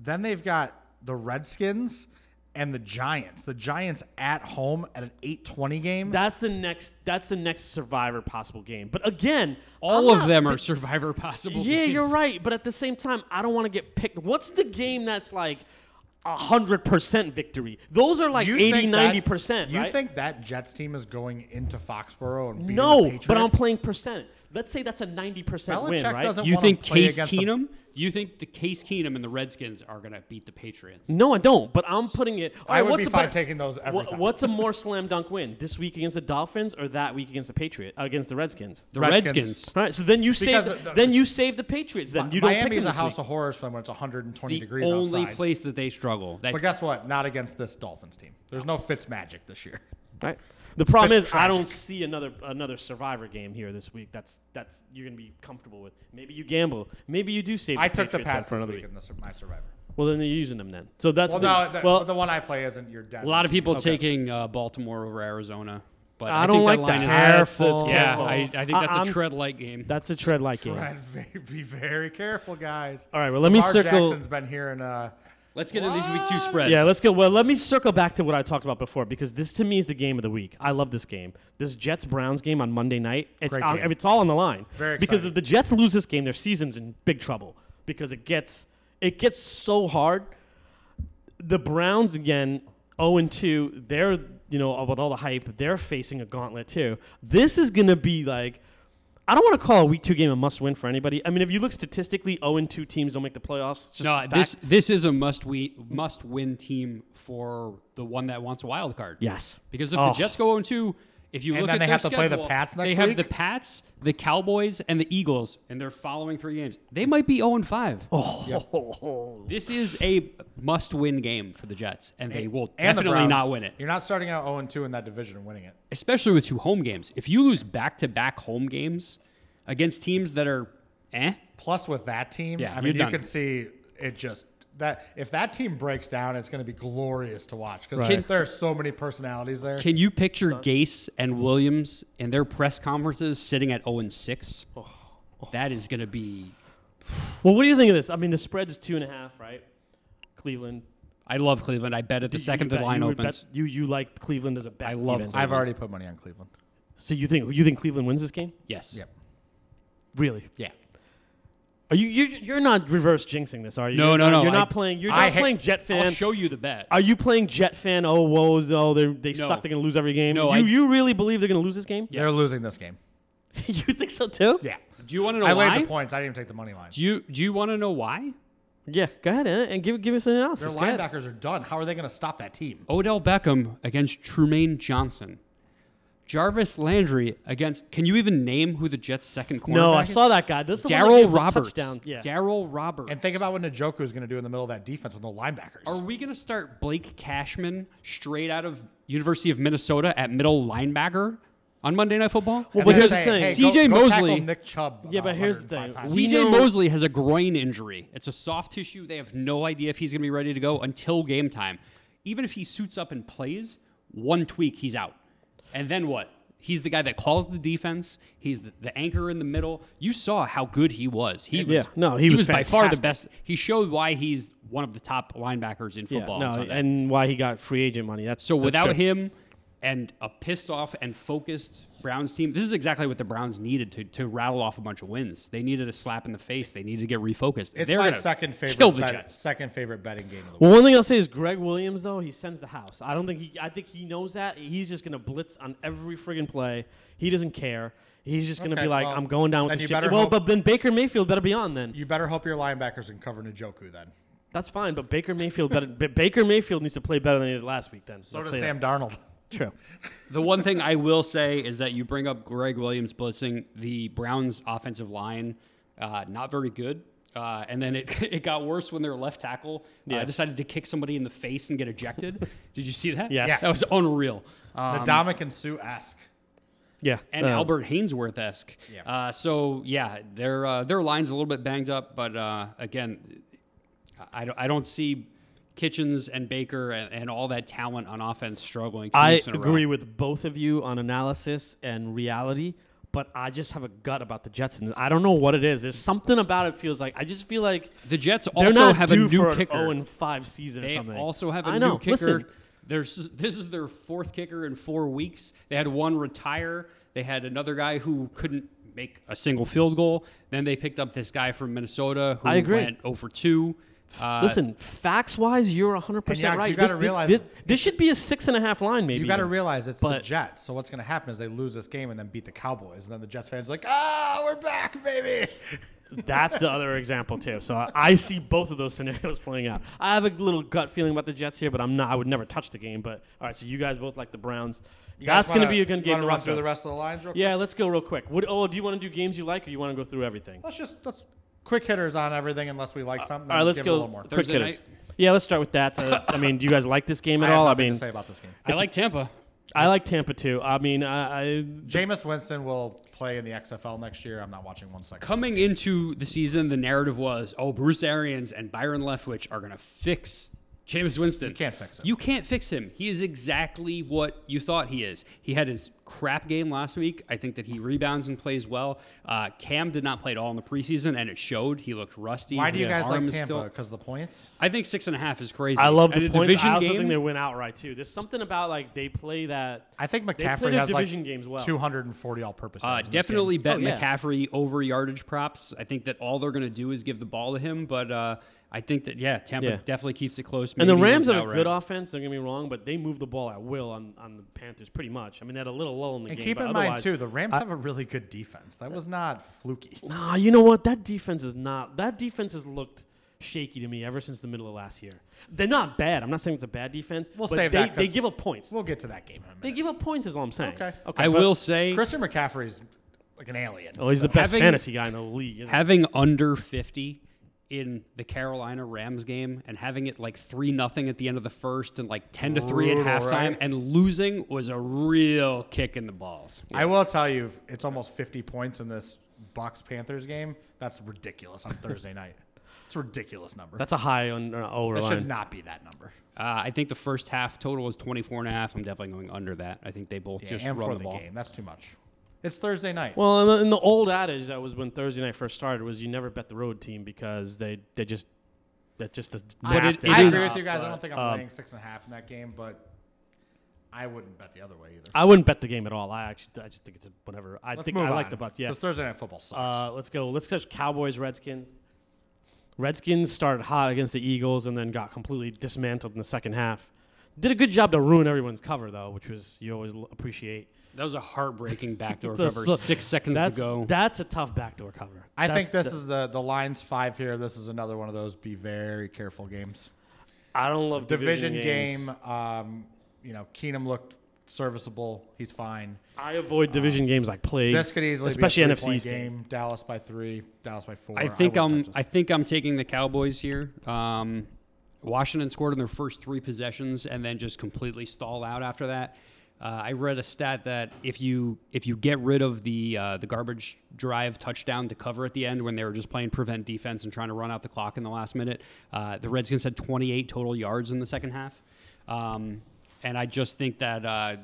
[SPEAKER 2] Then they've got the Redskins and the Giants. The Giants at home at an 8:20 game.
[SPEAKER 1] That's the next. That's the next survivor possible game. But again,
[SPEAKER 3] All
[SPEAKER 1] I'm
[SPEAKER 3] of
[SPEAKER 1] not-
[SPEAKER 3] them are survivor possible.
[SPEAKER 1] Yeah,
[SPEAKER 3] games.
[SPEAKER 1] you're right. But at the same time, I don't want to get picked. What's the game that's like a hundred percent victory? Those are like
[SPEAKER 2] You
[SPEAKER 1] eighty, ninety 80,
[SPEAKER 2] think that-
[SPEAKER 1] 90 percent.
[SPEAKER 2] You
[SPEAKER 1] right?
[SPEAKER 2] think that Jets team is going into Foxborough and beating the
[SPEAKER 1] no?
[SPEAKER 2] Patriots?
[SPEAKER 1] But I'm playing percent. Let's say that's a ninety percent win,
[SPEAKER 2] Belichick
[SPEAKER 1] right?
[SPEAKER 2] doesn't
[SPEAKER 3] You
[SPEAKER 2] wanna
[SPEAKER 3] think
[SPEAKER 2] play
[SPEAKER 3] Case
[SPEAKER 2] against the-
[SPEAKER 3] Keenum? You think the Case Keenum and the Redskins are going to beat the Patriots?
[SPEAKER 1] No, I don't. But I'm putting it.
[SPEAKER 2] I
[SPEAKER 1] Alright,
[SPEAKER 2] would
[SPEAKER 1] what's
[SPEAKER 2] be
[SPEAKER 1] a
[SPEAKER 2] fine
[SPEAKER 1] better-
[SPEAKER 2] taking those every
[SPEAKER 1] wha-
[SPEAKER 2] time.
[SPEAKER 1] What's a more slam dunk win this week against the Dolphins or that week against the Patriot against the Redskins?
[SPEAKER 3] The
[SPEAKER 2] Redskins.
[SPEAKER 3] Redskins.
[SPEAKER 1] All right, so then you save
[SPEAKER 2] Because the- the-
[SPEAKER 1] then you save the Patriots. Then you don't pick
[SPEAKER 2] Miami's
[SPEAKER 1] them
[SPEAKER 2] a
[SPEAKER 1] this
[SPEAKER 2] house
[SPEAKER 1] week.
[SPEAKER 2] of horrors for them when it's 120
[SPEAKER 3] the
[SPEAKER 2] degrees
[SPEAKER 3] only
[SPEAKER 2] outside.
[SPEAKER 3] place that they struggle. That
[SPEAKER 2] but guess what? Not against this Dolphins team. There's no Fitz magic this year.
[SPEAKER 1] Right. The problem
[SPEAKER 2] That's
[SPEAKER 1] is I don't
[SPEAKER 2] tragic.
[SPEAKER 1] see another another Survivor game here this week. That's that's you're gonna be comfortable with. Maybe you gamble. Maybe you do save.
[SPEAKER 2] I
[SPEAKER 1] the
[SPEAKER 2] took the
[SPEAKER 1] Patriots out
[SPEAKER 2] Pats
[SPEAKER 1] for
[SPEAKER 2] this
[SPEAKER 1] another
[SPEAKER 2] week in the, my survivor.
[SPEAKER 1] Well, then you're using them then. So that's
[SPEAKER 2] Well,
[SPEAKER 1] the,
[SPEAKER 2] no, the,
[SPEAKER 1] well
[SPEAKER 2] the one I play isn't your dad.
[SPEAKER 3] a lot of people taking uh, Baltimore over Arizona, but
[SPEAKER 1] I,
[SPEAKER 3] I,
[SPEAKER 1] don't
[SPEAKER 3] think
[SPEAKER 1] like
[SPEAKER 3] that.
[SPEAKER 1] that.
[SPEAKER 3] line is-
[SPEAKER 2] Careful.
[SPEAKER 1] That's- that's
[SPEAKER 3] yeah,
[SPEAKER 1] careful. Uh-uh.
[SPEAKER 3] I, I think that's a
[SPEAKER 1] I'm-
[SPEAKER 3] tread light game.
[SPEAKER 1] That's a tread light game.
[SPEAKER 2] Brad, ve- be very careful, guys.
[SPEAKER 1] All right, well, let me
[SPEAKER 2] Lamar
[SPEAKER 1] circle-
[SPEAKER 2] Jackson's been here in uh,
[SPEAKER 3] Let's get into these week two spreads.
[SPEAKER 1] Yeah, let's go. Well, let me circle back to what I talked about before because this to me is the game of the week. I love this game. This Jets Browns game on Monday night. It's
[SPEAKER 2] Great
[SPEAKER 1] on,
[SPEAKER 2] game.
[SPEAKER 1] it's all on the line.
[SPEAKER 2] Very
[SPEAKER 1] because
[SPEAKER 2] exciting.
[SPEAKER 1] if the Jets lose this game, their season's in big trouble because it gets it gets so hard. The Browns again, 0 and 2. They're you know with all the hype, they're facing a gauntlet too. This is gonna be like. I don't want to call a week two game a must win for anybody. I mean, if you look statistically, 0 and 2 teams don't make the playoffs. It's just
[SPEAKER 3] No,
[SPEAKER 1] fact.
[SPEAKER 3] this this is a must we must win team for the one that wants a wild card.
[SPEAKER 1] Yes.
[SPEAKER 3] because if
[SPEAKER 1] Oh.
[SPEAKER 3] the Jets go 0 2, if you
[SPEAKER 2] And
[SPEAKER 3] look
[SPEAKER 2] then
[SPEAKER 3] at
[SPEAKER 2] they
[SPEAKER 3] their
[SPEAKER 2] have to play the
[SPEAKER 3] schedule,
[SPEAKER 2] Pats next
[SPEAKER 3] they have
[SPEAKER 2] week?
[SPEAKER 3] the Pats, the Cowboys, and the Eagles, and their following three games. They might be 0 5.
[SPEAKER 2] Oh.
[SPEAKER 3] This is a must win game for the Jets, and they will
[SPEAKER 2] and the
[SPEAKER 3] definitely not
[SPEAKER 2] Browns.
[SPEAKER 3] win it,
[SPEAKER 2] You're not starting out 0 2 in that division and winning it.
[SPEAKER 3] especially with two home games. If you lose back to back home games against teams that are eh,
[SPEAKER 2] Plus, with that team,
[SPEAKER 3] Yeah,
[SPEAKER 2] I mean,
[SPEAKER 3] you're
[SPEAKER 2] you
[SPEAKER 3] done.
[SPEAKER 2] can see it just that if that team breaks down, it's going to be glorious to watch because
[SPEAKER 3] Right.
[SPEAKER 2] there are so many personalities there.
[SPEAKER 3] Can you picture Gase and Williams in their press conferences sitting at 0 and 6?
[SPEAKER 2] Oh.
[SPEAKER 3] That is going to be.
[SPEAKER 1] Well, what do you think of this? I mean, the spread's two and a half, right? Cleveland.
[SPEAKER 3] I love Cleveland. I bet at
[SPEAKER 1] You-
[SPEAKER 3] the
[SPEAKER 1] you
[SPEAKER 3] second the
[SPEAKER 1] bet-
[SPEAKER 3] line
[SPEAKER 1] you would
[SPEAKER 3] opens.
[SPEAKER 1] bet- you you like Cleveland as a bet.
[SPEAKER 3] I love
[SPEAKER 1] even.
[SPEAKER 2] I've already put money on Cleveland.
[SPEAKER 1] So you think you think Cleveland wins this game?
[SPEAKER 3] Yes.
[SPEAKER 2] Yep.
[SPEAKER 1] Really?
[SPEAKER 2] Yeah.
[SPEAKER 1] Are you you you're not reverse jinxing this, are you?
[SPEAKER 3] No,
[SPEAKER 1] You're
[SPEAKER 3] no,
[SPEAKER 1] not-
[SPEAKER 3] no,
[SPEAKER 1] You're
[SPEAKER 3] I-
[SPEAKER 1] not playing. You're
[SPEAKER 3] I
[SPEAKER 1] not
[SPEAKER 3] ha-
[SPEAKER 1] playing Jet
[SPEAKER 3] I'll
[SPEAKER 1] fan.
[SPEAKER 3] show you the bet.
[SPEAKER 1] Are you playing Jet fan? Oh, woes! Oh, they they
[SPEAKER 3] No.
[SPEAKER 1] suck. They're gonna lose every game.
[SPEAKER 3] No,
[SPEAKER 1] you
[SPEAKER 3] I-
[SPEAKER 1] you really believe they're gonna lose this game?
[SPEAKER 3] Yes.
[SPEAKER 2] They're losing this game.
[SPEAKER 1] you think so too?
[SPEAKER 2] Yeah.
[SPEAKER 3] Do you want to know
[SPEAKER 2] I
[SPEAKER 3] why?
[SPEAKER 2] laid the points. I didn't even take the money line.
[SPEAKER 3] Do you do you want to know why?
[SPEAKER 1] Yeah. Go ahead and, and give give us an
[SPEAKER 2] Their
[SPEAKER 1] analysis. Go ahead.
[SPEAKER 2] linebackers are done. How are they going to stop that team?
[SPEAKER 3] Odell Beckham against Trumaine Johnson. Jarvis Landry against. Can you even name who the Jets' second cornerback?
[SPEAKER 1] No, I
[SPEAKER 3] is?
[SPEAKER 1] saw that guy. This is the one that gave
[SPEAKER 3] Daryl
[SPEAKER 1] the
[SPEAKER 3] Roberts.
[SPEAKER 1] Touchdown. Yeah.
[SPEAKER 3] Daryl Roberts.
[SPEAKER 2] And think about what Njoku is going to do in the middle of that defense with no linebackers.
[SPEAKER 3] Are we going to start Blake Cashman straight out of University of Minnesota at middle linebacker on Monday Night Football?
[SPEAKER 1] Well,
[SPEAKER 2] And they're
[SPEAKER 1] here's the
[SPEAKER 2] saying,
[SPEAKER 1] thing.
[SPEAKER 2] hey,
[SPEAKER 3] CJ
[SPEAKER 2] go, go tackle
[SPEAKER 3] Mosley-
[SPEAKER 2] Nick Chubb.
[SPEAKER 1] Yeah,
[SPEAKER 2] about
[SPEAKER 1] but here's the
[SPEAKER 2] 105
[SPEAKER 1] thing.
[SPEAKER 2] times.
[SPEAKER 1] We
[SPEAKER 3] CJ
[SPEAKER 1] know-
[SPEAKER 3] Mosley has a groin injury. It's a soft tissue. They have no idea if he's going to be ready to go until game time. Even if he suits up and plays, one tweak, he's out. And then what? He's the guy that calls the defense. He's the, the anchor in the middle. You saw how good he was. He was,
[SPEAKER 1] Yeah, no, he was
[SPEAKER 3] by far the
[SPEAKER 1] fantastic.
[SPEAKER 3] best. He showed why he's one of the top linebackers in
[SPEAKER 1] Yeah,
[SPEAKER 3] football. on
[SPEAKER 1] no,
[SPEAKER 3] Sunday.
[SPEAKER 1] and why he got free agent money. That's
[SPEAKER 3] So
[SPEAKER 1] that's
[SPEAKER 3] without
[SPEAKER 1] true.
[SPEAKER 3] him and a pissed off and focused Browns team, this is exactly what the Browns needed to, to rattle off a bunch of wins. They needed a slap in the face. They needed to get refocused.
[SPEAKER 2] It's
[SPEAKER 3] They're
[SPEAKER 2] my
[SPEAKER 3] gonna
[SPEAKER 2] second favorite.
[SPEAKER 3] Kill the
[SPEAKER 2] bet-
[SPEAKER 3] Jets.
[SPEAKER 2] Second favorite betting game of the week.
[SPEAKER 1] Well, one thing I'll say is Greg Williams though he sends the house. I don't think he. I think he knows that. He's just gonna blitz on every friggin' play. He doesn't care. He's just gonna
[SPEAKER 2] Okay,
[SPEAKER 1] be like,
[SPEAKER 2] well,
[SPEAKER 1] I'm going down with
[SPEAKER 2] then
[SPEAKER 1] the
[SPEAKER 2] you
[SPEAKER 1] ship.
[SPEAKER 2] better
[SPEAKER 1] Well,
[SPEAKER 2] hope-
[SPEAKER 1] but then Baker Mayfield better be on then.
[SPEAKER 2] You better hope your linebackers can cover Njoku then.
[SPEAKER 1] That's fine, but Baker Mayfield better. but Baker Mayfield needs to play better than he did last week. Then
[SPEAKER 2] So does Sam Darnold.
[SPEAKER 1] True.
[SPEAKER 3] The one thing I will say is that you bring up Greg Williams blitzing the Browns' offensive line, uh, not very good. Uh, and then it, it got worse when their left tackle uh,
[SPEAKER 1] Yes.
[SPEAKER 3] decided to kick somebody in the face and get ejected. Did you see that?
[SPEAKER 1] Yes. Yeah.
[SPEAKER 3] That was unreal. Um,
[SPEAKER 2] The Dominic and Sue esque.
[SPEAKER 1] Yeah.
[SPEAKER 3] and
[SPEAKER 1] uh,
[SPEAKER 3] Albert Hainsworth esque.
[SPEAKER 2] Yeah.
[SPEAKER 3] Uh, so yeah, their uh, their line's a little bit banged up, but uh, again, I, I don't- I don't see Kitchens and Baker and, and all that talent on offense struggling. two
[SPEAKER 1] I
[SPEAKER 3] weeks in a row.
[SPEAKER 1] agree with both of you on analysis and reality, but I just have a gut about the Jets, and I don't know what it is. There's something about it feels like I just feel like
[SPEAKER 3] The Jets
[SPEAKER 1] they're
[SPEAKER 3] also
[SPEAKER 1] not
[SPEAKER 3] have a
[SPEAKER 1] due for
[SPEAKER 3] new
[SPEAKER 1] an
[SPEAKER 3] kicker.
[SPEAKER 1] 0 and 5 season or
[SPEAKER 3] they
[SPEAKER 1] something.
[SPEAKER 3] also have a
[SPEAKER 1] I
[SPEAKER 3] new
[SPEAKER 1] know.
[SPEAKER 3] kicker.
[SPEAKER 1] Listen,
[SPEAKER 3] There's this is their fourth kicker in four weeks. They had one retire. They had another guy who couldn't make a single field goal. Then they picked up this guy from Minnesota who
[SPEAKER 1] I agree.
[SPEAKER 3] went over two. Uh,
[SPEAKER 1] listen, facts wise, you're 100 percent
[SPEAKER 2] And, yeah,
[SPEAKER 1] right.
[SPEAKER 2] you
[SPEAKER 1] this,
[SPEAKER 2] gotta
[SPEAKER 1] this-
[SPEAKER 2] realize-
[SPEAKER 1] this, this should be a six and a half line, maybe.
[SPEAKER 2] You got to
[SPEAKER 1] even.
[SPEAKER 2] realize it's the
[SPEAKER 1] But-
[SPEAKER 2] Jets. So what's going to happen is they lose this game and then beat the Cowboys, and then the Jets fans are like, ah, we're back, baby.
[SPEAKER 1] That's the other example too. So I, I see both of those scenarios playing out. I have a little gut feeling about the Jets here, but I'm not. I would never touch the game. But all right, so you guys both like the Browns. That's going to be a good game. to
[SPEAKER 2] Want to run
[SPEAKER 1] watch,
[SPEAKER 2] through the
[SPEAKER 1] though.
[SPEAKER 2] rest of the lines real quick?
[SPEAKER 1] Yeah, let's go real quick. What, oh, do you want to do games you like, or you want to go through everything?
[SPEAKER 2] Let's just let's quick hitters on everything unless we like something.
[SPEAKER 1] All right,
[SPEAKER 2] then
[SPEAKER 1] let's
[SPEAKER 2] give it a
[SPEAKER 1] go
[SPEAKER 2] little more.
[SPEAKER 1] quick
[SPEAKER 3] Thursday
[SPEAKER 1] hitters.
[SPEAKER 3] night?
[SPEAKER 1] Yeah, let's start with that. So, I mean, do you guys like this game at
[SPEAKER 2] I have
[SPEAKER 1] all? I
[SPEAKER 2] nothing
[SPEAKER 1] mean,
[SPEAKER 2] to say about this game.
[SPEAKER 3] I like Tampa.
[SPEAKER 1] I like Tampa too. I mean, I, I
[SPEAKER 2] Jameis Winston will play in the XFL next year. I'm not watching one second.
[SPEAKER 3] Coming into the season, the narrative was, oh, Bruce Arians and Byron Leftwich are going to fix James Winston. You
[SPEAKER 2] can't fix him.
[SPEAKER 3] You can't fix him. He is exactly what you thought he is. He had his crap game last week. I think that he rebounds and plays well. Uh, Cam did not play at all in the preseason, and it showed. He looked rusty.
[SPEAKER 2] Why do you
[SPEAKER 3] His
[SPEAKER 2] guys like
[SPEAKER 3] arm is
[SPEAKER 2] Tampa?
[SPEAKER 3] still-
[SPEAKER 2] Because of the points.
[SPEAKER 3] I think six and a half is crazy.
[SPEAKER 1] I love
[SPEAKER 3] And
[SPEAKER 1] the
[SPEAKER 3] a
[SPEAKER 1] points.
[SPEAKER 3] division
[SPEAKER 1] I also
[SPEAKER 3] game-
[SPEAKER 1] think they win outright too. There's something about like they play that.
[SPEAKER 2] I think
[SPEAKER 1] They play
[SPEAKER 2] McCaffrey
[SPEAKER 1] their
[SPEAKER 2] has like
[SPEAKER 1] division games well.
[SPEAKER 2] 240 all-purpose.
[SPEAKER 3] Uh,
[SPEAKER 2] yards in this game.
[SPEAKER 3] definitely bet
[SPEAKER 1] Oh, yeah.
[SPEAKER 3] McCaffrey over yardage props. I think that all they're going to do is give the ball to him, but uh, I think that yeah, Tampa
[SPEAKER 1] Yeah.
[SPEAKER 3] definitely keeps it close.
[SPEAKER 1] And the
[SPEAKER 3] maybe
[SPEAKER 1] Rams
[SPEAKER 3] wins
[SPEAKER 1] have a
[SPEAKER 3] outright.
[SPEAKER 1] good offense. Don't get me wrong, but they move the ball at will on, on the Panthers pretty much. I mean, they had a little lull in the
[SPEAKER 2] And
[SPEAKER 1] game.
[SPEAKER 2] keep
[SPEAKER 1] but
[SPEAKER 2] in mind
[SPEAKER 1] otherwise-
[SPEAKER 2] too, the Rams have a really good defense. That was not fluky.
[SPEAKER 1] Nah, you know what? That defense is not. That defense has looked shaky to me ever since the middle of last year. They're not bad. I'm not saying it's a bad defense.
[SPEAKER 2] We'll
[SPEAKER 1] but
[SPEAKER 2] save
[SPEAKER 1] they,
[SPEAKER 2] that 'cause-
[SPEAKER 1] They give up points.
[SPEAKER 2] We'll get to that game. In a minute.
[SPEAKER 1] They give up points. Is all I'm saying.
[SPEAKER 2] Okay.
[SPEAKER 1] Okay.
[SPEAKER 3] I
[SPEAKER 1] but-
[SPEAKER 3] will say
[SPEAKER 2] Christian McCaffrey's like an alien.
[SPEAKER 1] Oh, he's the best
[SPEAKER 3] Having-
[SPEAKER 1] fantasy guy in the league. Isn't he?
[SPEAKER 3] having under 50 in the Carolina Rams game and having it like 3 nothing at the end of the first and like 10 to 3 at
[SPEAKER 2] Brutal,
[SPEAKER 3] halftime
[SPEAKER 2] right?
[SPEAKER 3] and losing was a real kick in the balls.
[SPEAKER 2] I will tell you, it's almost 50 points in this Bucks Panthers game. That's ridiculous on Thursday night. It's a ridiculous number.
[SPEAKER 1] That's a high on uh, over
[SPEAKER 2] that should
[SPEAKER 1] line.
[SPEAKER 2] not be that number.
[SPEAKER 3] Uh, I think the first half total was 24 and a half. I'm definitely going under that. I think they both
[SPEAKER 2] Yeah,
[SPEAKER 3] just
[SPEAKER 2] and
[SPEAKER 3] run
[SPEAKER 2] for
[SPEAKER 3] the,
[SPEAKER 2] the
[SPEAKER 3] ball.
[SPEAKER 2] game, that's too much. It's Thursday night.
[SPEAKER 1] Well, and the, and the old adage that was when Thursday night first started was you never bet the road team because they they just That just the
[SPEAKER 3] But it- it
[SPEAKER 2] I
[SPEAKER 3] is-
[SPEAKER 2] agree with you guys. I don't think I'm
[SPEAKER 1] uh,
[SPEAKER 2] laying six and a half in that game, but I wouldn't bet the other way either.
[SPEAKER 1] I wouldn't bet the game at all. I actually, I just think it's a, whatever. I
[SPEAKER 2] Let's
[SPEAKER 1] think
[SPEAKER 2] move
[SPEAKER 1] I like
[SPEAKER 2] on.
[SPEAKER 1] the Bucks. Yeah.
[SPEAKER 2] This Thursday night football sucks.
[SPEAKER 1] Uh, let's go. Let's touch Cowboys, Redskins. Redskins started hot against the Eagles and then got completely dismantled in the second half. Did a good job to ruin everyone's cover though, which was you always l- appreciate.
[SPEAKER 3] That was a heartbreaking backdoor
[SPEAKER 1] So-
[SPEAKER 3] cover.
[SPEAKER 1] so-
[SPEAKER 3] Six seconds
[SPEAKER 1] that's,
[SPEAKER 3] to go.
[SPEAKER 1] That's a tough backdoor cover.
[SPEAKER 2] I
[SPEAKER 1] That's
[SPEAKER 2] think this
[SPEAKER 1] the-
[SPEAKER 2] is the the lines five here. This is another one of those be very careful games.
[SPEAKER 1] I don't love
[SPEAKER 2] Division,
[SPEAKER 1] division, games.
[SPEAKER 2] game. Um, you know, Keenum looked serviceable. He's fine.
[SPEAKER 1] I avoid division games like plague.
[SPEAKER 2] This could easily
[SPEAKER 1] especially
[SPEAKER 2] be a
[SPEAKER 1] NFC
[SPEAKER 2] three-point
[SPEAKER 1] 's
[SPEAKER 2] game.
[SPEAKER 1] games.
[SPEAKER 2] Dallas by three. Dallas by four.
[SPEAKER 3] I think I
[SPEAKER 2] wouldn't
[SPEAKER 3] am
[SPEAKER 2] touch
[SPEAKER 3] I
[SPEAKER 2] this.
[SPEAKER 3] think I'm taking the Cowboys here. Um, Washington scored in their first three possessions and then just completely stall out after that. Uh, I read a stat that if you if you get rid of the uh, the garbage drive touchdown to cover at the end when they were just playing prevent defense and trying to run out the clock in the last minute, uh, the Redskins had 28 total yards in the second half, um, and I just think that uh,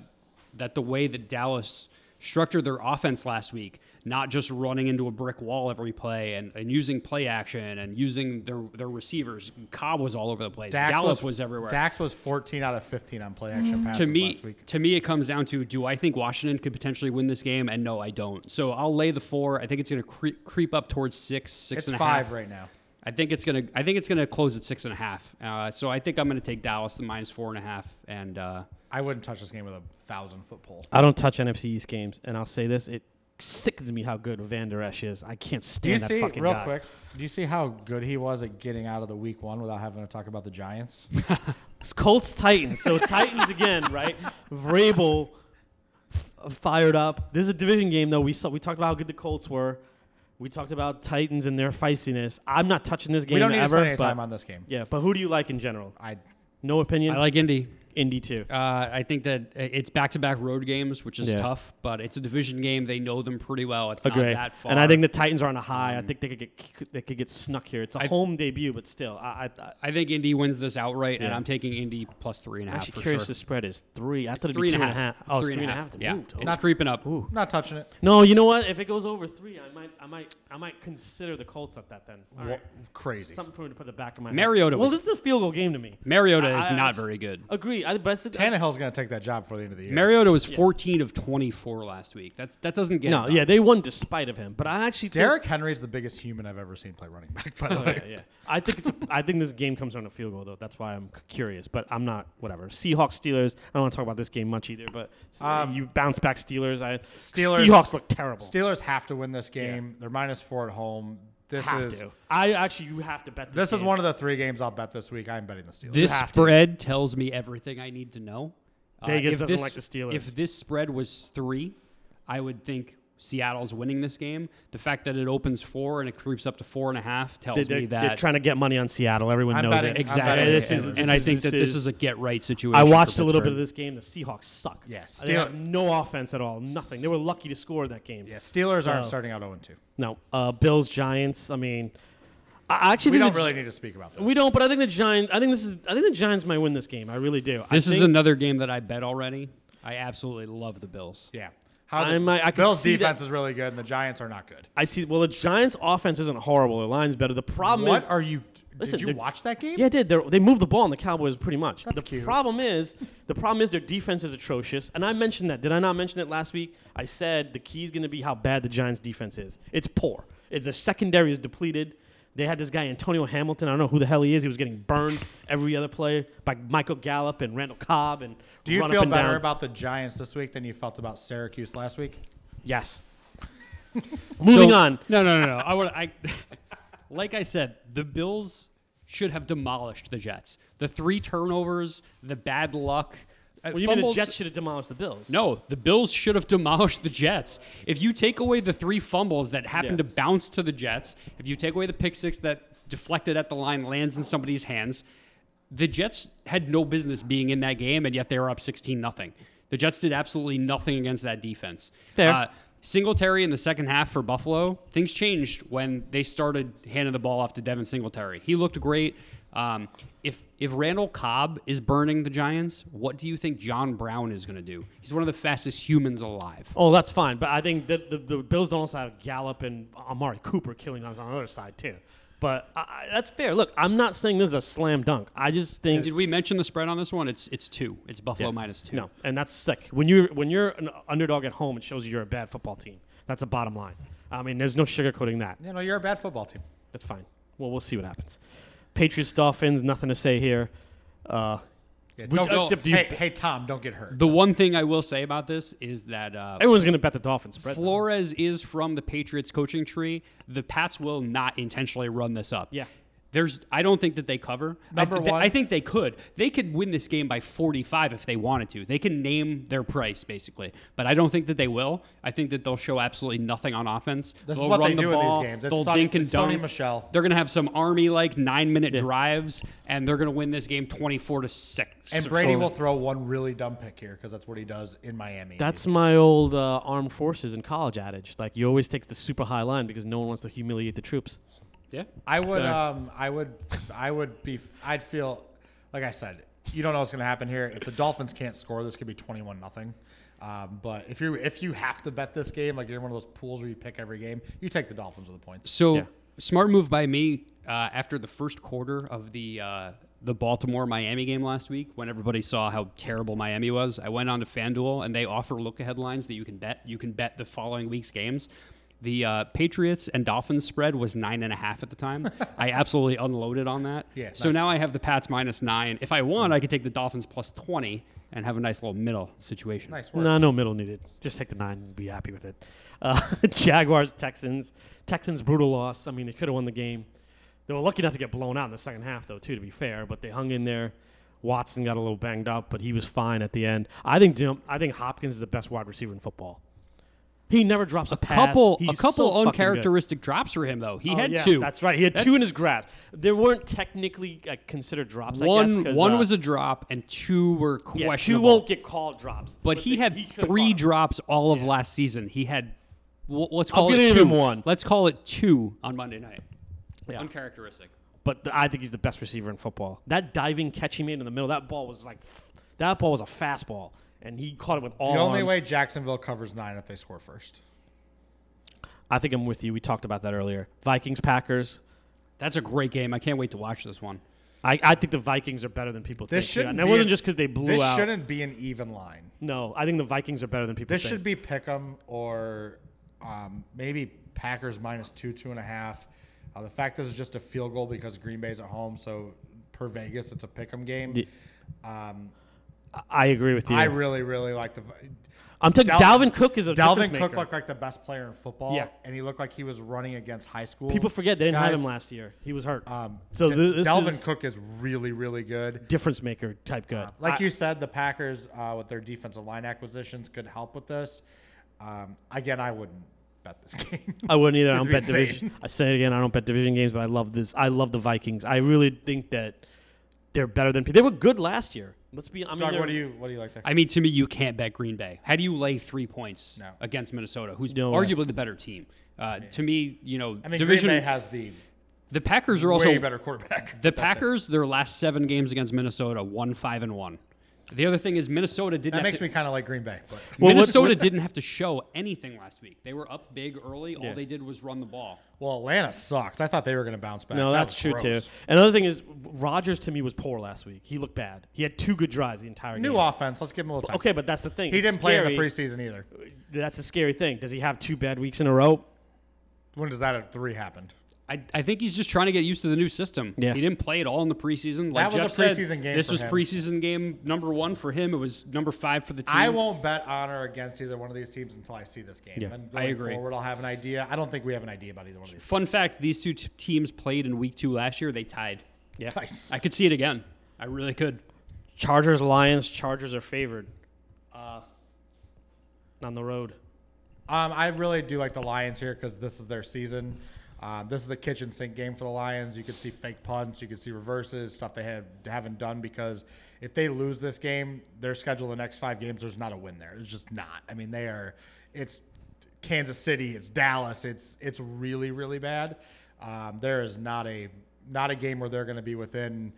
[SPEAKER 3] that the way that Dallas structured their offense last week, not just running into a brick wall every play and, and using play action and using their, their receivers. Cobb was all over the place.
[SPEAKER 2] Dax
[SPEAKER 3] Gallup was, everywhere.
[SPEAKER 2] Dax was 14 out of 15 on play action passes
[SPEAKER 3] to me,
[SPEAKER 2] last week.
[SPEAKER 3] to me, it comes down to: Do I think Washington could potentially win this game? And no, I don't. So I'll lay the four. I think it's going to cre- creep up towards six, six
[SPEAKER 2] It's
[SPEAKER 3] and a half.
[SPEAKER 2] five right now.
[SPEAKER 3] I think it's gonna. I think it's gonna close at six and a half. Uh, so I think I'm gonna take Dallas the minus four and a half. And uh,
[SPEAKER 2] I wouldn't touch this game with a thousand foot pole.
[SPEAKER 1] I don't touch NFC East games, and I'll say this: it sickens me how good Van Der Esch is. I can't
[SPEAKER 2] Do you
[SPEAKER 1] stand that
[SPEAKER 2] see
[SPEAKER 1] fucking
[SPEAKER 2] real
[SPEAKER 1] guy.
[SPEAKER 2] quick? Do you see how good he was at getting out of the week one without having to talk about the Giants?
[SPEAKER 1] It's Colts Titans. So Titans again, right? Vrabel f- fired up. This is a division game though. We saw we talked about how good the Colts were. We talked about Titans and their feistiness. I'm not touching this game
[SPEAKER 2] we don't need to
[SPEAKER 1] ever.
[SPEAKER 2] spend any
[SPEAKER 1] but-
[SPEAKER 2] time on this game.
[SPEAKER 1] yeah, but who do you like in general?
[SPEAKER 2] I
[SPEAKER 1] No opinion.
[SPEAKER 3] I like Indy.
[SPEAKER 1] Indy too.
[SPEAKER 3] Uh, I think that it's back-to-back road games, which is
[SPEAKER 1] Yeah.
[SPEAKER 3] tough, but it's a division game. They know them pretty well. It's
[SPEAKER 1] Agree.
[SPEAKER 3] not that far. Mm.
[SPEAKER 1] And I think the Titans are on a high. I think they could get they could get snuck here. It's a home debut, but still, I, I, I
[SPEAKER 3] I think Indy wins this outright, and
[SPEAKER 1] Yeah.
[SPEAKER 3] I'm taking Indy plus three and a
[SPEAKER 1] I'm
[SPEAKER 3] half
[SPEAKER 1] actually
[SPEAKER 3] for
[SPEAKER 1] curious.
[SPEAKER 3] sure.
[SPEAKER 1] The spread is three. I thought it'd
[SPEAKER 3] three
[SPEAKER 1] be two
[SPEAKER 3] and a half.
[SPEAKER 1] half. Oh, it's three and a half.
[SPEAKER 3] Yeah,
[SPEAKER 1] Moved.
[SPEAKER 3] it's
[SPEAKER 1] Okay.
[SPEAKER 3] creeping up.
[SPEAKER 1] Ooh.
[SPEAKER 2] not touching it.
[SPEAKER 1] No, you know what? If it goes over three, I might, I might, I might consider the Colts at that. Then All right.
[SPEAKER 2] Wha- Crazy.
[SPEAKER 1] something for me to put in the back of my
[SPEAKER 3] Mariota
[SPEAKER 1] Head. Well,
[SPEAKER 3] was-
[SPEAKER 1] this is a field goal game to me.
[SPEAKER 3] Mariota
[SPEAKER 1] I-
[SPEAKER 3] is
[SPEAKER 1] I-
[SPEAKER 3] not very good.
[SPEAKER 1] Agree. I, but I said,
[SPEAKER 2] Tannehill's going to take that job before the end of the year.
[SPEAKER 3] Mariota was 14 of 24 last week. That's that doesn't get.
[SPEAKER 1] no,
[SPEAKER 3] it done.
[SPEAKER 1] yeah, they won despite of him. But I actually think-
[SPEAKER 2] Derrick Henry's the biggest human I've ever seen play running back. By the way,
[SPEAKER 1] Oh, yeah, yeah. I think it's. A, I think this game comes on a field goal though. That's why I'm c- curious. But I'm not. Whatever. Seahawks Steelers. I don't want to talk about this game much either. But uh, you bounce back Steelers. I
[SPEAKER 2] Um, Steelers-
[SPEAKER 1] Seahawks look terrible.
[SPEAKER 2] Steelers have to win this game. They're minus four at home. This
[SPEAKER 1] have
[SPEAKER 2] is
[SPEAKER 1] to. I actually, you have to bet. This,
[SPEAKER 2] this is
[SPEAKER 1] game.
[SPEAKER 2] one of the three games I'll bet this week. I'm betting the Steelers.
[SPEAKER 3] This
[SPEAKER 1] have to.
[SPEAKER 3] spread tells me everything I need to know. Uh,
[SPEAKER 1] Vegas
[SPEAKER 3] if
[SPEAKER 1] doesn't like the Steelers.
[SPEAKER 3] If this spread was three, I would think Seattle's winning this game. The fact that it opens four and it creeps up to four and a half tells
[SPEAKER 1] They,
[SPEAKER 3] me
[SPEAKER 1] are
[SPEAKER 3] that
[SPEAKER 1] trying to get money on Seattle. Everyone
[SPEAKER 2] I'm
[SPEAKER 1] knows
[SPEAKER 2] betting-
[SPEAKER 1] it.
[SPEAKER 2] I'm betting
[SPEAKER 3] Exactly.
[SPEAKER 1] And this
[SPEAKER 2] the
[SPEAKER 1] is,
[SPEAKER 2] Steelers.
[SPEAKER 3] and I think that this is a get right situation.
[SPEAKER 1] I
[SPEAKER 3] for
[SPEAKER 1] watched a little bit
[SPEAKER 3] Pittsburgh.
[SPEAKER 1] of this game. The Seahawks suck.
[SPEAKER 2] Yeah,
[SPEAKER 1] they
[SPEAKER 2] Steel-
[SPEAKER 1] have no offense at all. Nothing. They were lucky to score that game.
[SPEAKER 2] yeah, Steelers aren't
[SPEAKER 1] Oh.
[SPEAKER 2] starting out 0 2.
[SPEAKER 1] No, uh, Bills, Giants. I mean, I I actually
[SPEAKER 2] We
[SPEAKER 1] think
[SPEAKER 2] don't
[SPEAKER 1] the
[SPEAKER 2] really
[SPEAKER 1] Gi-
[SPEAKER 2] need to speak about this.
[SPEAKER 1] we don't. But I think the Giants. I think this is. I think the Giants might win this game. I really do.
[SPEAKER 3] This
[SPEAKER 1] I
[SPEAKER 3] is
[SPEAKER 1] think
[SPEAKER 3] another game that I bet already. I absolutely love the Bills.
[SPEAKER 2] yeah, how
[SPEAKER 1] I
[SPEAKER 2] the,
[SPEAKER 1] might- I can
[SPEAKER 2] Bills
[SPEAKER 1] see that-
[SPEAKER 2] defense is really good, and the Giants are not good.
[SPEAKER 1] I see. Well, the Giants' offense isn't horrible. Their line's better. The problem is.
[SPEAKER 2] What are you?
[SPEAKER 1] Listen,
[SPEAKER 2] did you
[SPEAKER 1] they're-
[SPEAKER 2] watch that game?
[SPEAKER 1] Yeah, it did. They're, they moved the ball on the Cowboys pretty much.
[SPEAKER 2] That's
[SPEAKER 1] the
[SPEAKER 2] cute.
[SPEAKER 1] problem is, the problem is their defense is atrocious, and I mentioned that. Did I not mention it last week? I said the key is going to be how bad the Giants' defense is. It's poor. It, the secondary is depleted. They had this guy Antonio Hamilton. I don't know who the hell he is. He was getting burned every other play by Michael Gallup and Randall Cobb and.
[SPEAKER 2] Do you
[SPEAKER 1] run
[SPEAKER 2] feel
[SPEAKER 1] up and
[SPEAKER 2] better
[SPEAKER 1] down.
[SPEAKER 2] about the Giants this week than you felt about Syracuse last week?
[SPEAKER 1] Yes. Moving
[SPEAKER 3] So-
[SPEAKER 1] on.
[SPEAKER 3] No, no, no, no. I would. I like I said, the Bills should have demolished the Jets. The three turnovers, the bad luck. uh,
[SPEAKER 1] Well, you mean the
[SPEAKER 3] fumbles-
[SPEAKER 1] Jets should have demolished the Bills?
[SPEAKER 3] No, the Bills should have demolished the Jets. If you take away the three fumbles that happened
[SPEAKER 1] Yeah.
[SPEAKER 3] to bounce to the Jets, if you take away the pick six that deflected at the line lands in somebody's hands, the Jets had no business being in that game, and yet they were up 16 nothing. The Jets did absolutely nothing against that defense.
[SPEAKER 1] Fair.
[SPEAKER 3] Uh, Singletary in the second half for Buffalo, things changed when they started handing the ball off to Devin Singletary. He looked great. Um, if if Randall Cobb is burning the Giants, what do you think John Brown is going to do? He's one of the fastest humans alive.
[SPEAKER 1] Oh, that's fine, but I think that the, the Bills don't also have Gallup and Amari Cooper killing on the other side too. But I, I- that's fair. Look, I'm not saying this is a slam dunk. I just think
[SPEAKER 3] Did we mention the spread on this one? It's it's two. It's Buffalo
[SPEAKER 1] Yeah.
[SPEAKER 3] minus two.
[SPEAKER 1] no, and that's sick. When you when you're an underdog at home, it shows you you're a bad football team. That's a bottom line. I mean, there's no sugarcoating that.
[SPEAKER 2] You know, you're a bad football team.
[SPEAKER 1] That's fine. Well, we'll see what happens. Patriots, Dolphins, nothing to say here. Uh,
[SPEAKER 2] Yeah,
[SPEAKER 1] We-
[SPEAKER 2] don't,
[SPEAKER 1] oh, except
[SPEAKER 2] except you,
[SPEAKER 1] you-
[SPEAKER 2] hey, hey, Tom, don't get hurt.
[SPEAKER 3] The one thing I will say about this is that uh,
[SPEAKER 1] everyone's gonna bet the Dolphins spread. though.
[SPEAKER 3] Flores is from the Patriots coaching tree. The Pats will not intentionally run this up.
[SPEAKER 1] Yeah.
[SPEAKER 3] There's, I don't think that they cover.
[SPEAKER 2] Number
[SPEAKER 3] I, th-
[SPEAKER 2] one.
[SPEAKER 3] I think they could. They could win this game by 45 if they wanted to. They can name their price basically, but I don't think that they will. I think that they'll show absolutely nothing on offense.
[SPEAKER 2] This is
[SPEAKER 3] they'll
[SPEAKER 2] what
[SPEAKER 3] run
[SPEAKER 2] they
[SPEAKER 3] the
[SPEAKER 2] do in these
[SPEAKER 3] ball.
[SPEAKER 2] games. It's
[SPEAKER 3] they'll
[SPEAKER 2] Sonny-
[SPEAKER 3] dink and
[SPEAKER 2] it's Sonny
[SPEAKER 3] dunk.
[SPEAKER 2] Michelle.
[SPEAKER 3] They're gonna have some army like nine minute drives, and they're gonna win this game 24 to six.
[SPEAKER 2] and
[SPEAKER 3] or
[SPEAKER 2] Brady
[SPEAKER 3] so.
[SPEAKER 2] will throw one really dumb pick here because that's what he does in Miami.
[SPEAKER 1] That's my old uh, armed forces and college adage. Like you always take the super high line because no one wants to humiliate the troops.
[SPEAKER 3] Yeah.
[SPEAKER 2] I would,
[SPEAKER 3] Uh,
[SPEAKER 2] um, I would, I would be, I'd feel, like I said, you don't know what's going to happen here. If the Dolphins can't score, this could be twenty-one nothing. Um, but if you if you have to bet this game, like you're in one of those pools where you pick every game, you take the Dolphins with the points.
[SPEAKER 3] So
[SPEAKER 1] Yeah.
[SPEAKER 3] smart move by me uh, after the first quarter of the uh, the Baltimore Miami game last week, when everybody saw how terrible Miami was. I went on to FanDuel and they offer look ahead lines that you can bet. You can bet the following week's games. The uh, Patriots and Dolphins spread was nine and a half at the time. I absolutely unloaded on that.
[SPEAKER 2] Yeah,
[SPEAKER 3] so
[SPEAKER 2] nice.
[SPEAKER 3] now I have the Pats minus nine. If I want, I could take the Dolphins plus twenty and have a nice little middle situation.
[SPEAKER 2] Nice work.
[SPEAKER 1] No, no middle needed. Just take the nine and be happy with it. Uh, Jaguars, Texans, Texans brutal loss. I mean, they could have won the game. They were lucky not to get blown out in the second half, though, too. To be fair, but they hung in there. Watson got a little banged up, but he was fine at the end. I think Jim, I think Hopkins is the best wide receiver in football. He never drops a, pass.
[SPEAKER 3] Couple, a
[SPEAKER 1] He's
[SPEAKER 3] couple
[SPEAKER 1] so fucking good.
[SPEAKER 3] uncharacteristic drops for him though. He
[SPEAKER 1] Oh,
[SPEAKER 3] had
[SPEAKER 1] yeah,
[SPEAKER 3] two.
[SPEAKER 1] That's right. He had two in his grasp. They weren't technically uh, considered drops. I guess,
[SPEAKER 3] One
[SPEAKER 1] 'cause,
[SPEAKER 3] one
[SPEAKER 1] uh,
[SPEAKER 3] was a drop and two were
[SPEAKER 1] yeah,
[SPEAKER 3] questionable.
[SPEAKER 1] two won't get called drops.
[SPEAKER 3] but he
[SPEAKER 1] they-
[SPEAKER 3] had
[SPEAKER 1] could've
[SPEAKER 3] three
[SPEAKER 1] caught 'em.
[SPEAKER 3] drops all of last season. He had wh- let's call
[SPEAKER 1] give
[SPEAKER 3] it
[SPEAKER 1] him
[SPEAKER 3] two.
[SPEAKER 1] one.
[SPEAKER 3] Let's call it two on Monday night.
[SPEAKER 1] Yeah.
[SPEAKER 3] Uncharacteristic.
[SPEAKER 1] but th- I think he's the best receiver in football. That diving catch he made in the middle, that ball was like, f- that ball was a fastball, and he caught it with all.
[SPEAKER 2] The only
[SPEAKER 1] arms.
[SPEAKER 2] way Jacksonville covers nine if they score first.
[SPEAKER 1] I think I'm with you. We talked about that earlier. Vikings Packers.
[SPEAKER 3] That's a great game. I can't wait to watch this one.
[SPEAKER 1] I, I think the Vikings are better than people
[SPEAKER 2] This
[SPEAKER 1] think. yeah.
[SPEAKER 2] shouldn't.
[SPEAKER 1] And it
[SPEAKER 2] be
[SPEAKER 1] wasn't
[SPEAKER 2] a-
[SPEAKER 1] just because they blew
[SPEAKER 2] This
[SPEAKER 1] out.
[SPEAKER 2] shouldn't be an even line.
[SPEAKER 1] No, I think the Vikings are better than people
[SPEAKER 2] This
[SPEAKER 1] think.
[SPEAKER 2] should be pick'em or um, maybe Packers minus two, two and a half. Uh, the fact this is just a field goal because Green Bay's at home, so per Vegas, it's a pick'em game. Um,
[SPEAKER 1] I agree with you.
[SPEAKER 2] I really, really like the. Vi-
[SPEAKER 1] I'm taking
[SPEAKER 2] Dal-
[SPEAKER 1] Dalvin Cook is a
[SPEAKER 2] Dalvin
[SPEAKER 1] difference
[SPEAKER 2] Cook
[SPEAKER 1] maker.
[SPEAKER 2] looked like the best player in football,
[SPEAKER 1] Yeah.
[SPEAKER 2] and he looked like he was running against high school.
[SPEAKER 1] people forget they didn't have
[SPEAKER 2] guys.
[SPEAKER 1] him last year. He was hurt.
[SPEAKER 2] Um,
[SPEAKER 1] so
[SPEAKER 2] D-
[SPEAKER 1] th- this
[SPEAKER 2] Dalvin
[SPEAKER 1] is
[SPEAKER 2] Cook is really, really good.
[SPEAKER 1] difference maker type good.
[SPEAKER 2] Like
[SPEAKER 1] I-
[SPEAKER 2] you said, the Packers uh, with their defensive line acquisitions could help with this. Um, again, I wouldn't bet this game.
[SPEAKER 1] I wouldn't either. I
[SPEAKER 2] It's
[SPEAKER 1] don't bet
[SPEAKER 2] insane.
[SPEAKER 1] division. I say it again. I don't bet division games, but I love this. I love the Vikings. I really think that they're better than people. They were good last year. Let's be. I mean,
[SPEAKER 2] Doug,
[SPEAKER 1] they're-
[SPEAKER 2] what do you what do you like there?
[SPEAKER 3] I mean, to me, you can't bet Green Bay. How do you lay three points
[SPEAKER 2] No.
[SPEAKER 3] against Minnesota, who's
[SPEAKER 1] No way.
[SPEAKER 3] arguably the better team? Uh, To me, you know,
[SPEAKER 2] I mean,
[SPEAKER 3] division.
[SPEAKER 2] Green Bay has the
[SPEAKER 3] the Packers are
[SPEAKER 2] way
[SPEAKER 3] also
[SPEAKER 2] better quarterback.
[SPEAKER 3] the
[SPEAKER 2] That's it.
[SPEAKER 3] Packers. Their last seven games against Minnesota, one five and one. The other thing is Minnesota didn't.
[SPEAKER 2] That
[SPEAKER 3] have
[SPEAKER 2] makes
[SPEAKER 3] to,
[SPEAKER 2] me kind of like Green Bay, but
[SPEAKER 1] Well, what-
[SPEAKER 3] Minnesota didn't have to show anything last week. They were up big early. All
[SPEAKER 1] Yeah.
[SPEAKER 3] they did was run the ball.
[SPEAKER 2] well, Atlanta sucks. I thought they were going to bounce back.
[SPEAKER 1] No,
[SPEAKER 2] That
[SPEAKER 1] that's
[SPEAKER 2] was
[SPEAKER 1] true
[SPEAKER 2] gross.
[SPEAKER 1] too. Another thing is Rodgers to me was poor last week. He looked bad. He had two good drives the entire
[SPEAKER 2] New
[SPEAKER 1] game.
[SPEAKER 2] offense. Let's give him a little time.
[SPEAKER 1] Okay, but that's the thing.
[SPEAKER 2] he
[SPEAKER 1] It's
[SPEAKER 2] didn't play in the
[SPEAKER 1] scary.
[SPEAKER 2] preseason either.
[SPEAKER 1] That's the scary thing. Does he have two bad weeks in a row?
[SPEAKER 2] When does that at three happened?
[SPEAKER 3] I, I think he's just trying to get used to the new system.
[SPEAKER 1] Yeah.
[SPEAKER 3] He didn't play at all in the preseason. Like
[SPEAKER 2] That was
[SPEAKER 3] Jeff
[SPEAKER 2] a
[SPEAKER 3] said,
[SPEAKER 2] preseason game
[SPEAKER 3] This
[SPEAKER 2] for
[SPEAKER 3] was
[SPEAKER 2] him.
[SPEAKER 3] preseason game number one for him. It was number five for the team.
[SPEAKER 2] I won't bet on or against either one of these teams until I see this game.
[SPEAKER 1] Yeah.
[SPEAKER 2] and
[SPEAKER 3] I
[SPEAKER 2] going
[SPEAKER 3] agree.
[SPEAKER 2] Forward, I'll have an idea. I don't think we have an idea about either one of these.
[SPEAKER 3] Fun fact: These two t- teams played in week two last year. They tied.
[SPEAKER 1] Yeah.
[SPEAKER 2] Nice.
[SPEAKER 3] I could see it again. I really could.
[SPEAKER 1] Chargers Lions. Chargers are favored. Uh, on the road.
[SPEAKER 2] Um, I really do like the Lions here because this is their season. Um, this is a kitchen sink game for the Lions. You could see fake punts, you could see reverses, stuff they have haven't done. Because if they lose this game, their schedule the next five games, there's not a win there. It's just not. I mean, they are. It's Kansas City, it's Dallas, it's it's really really bad. Um, there is not a not a game where they're going to be within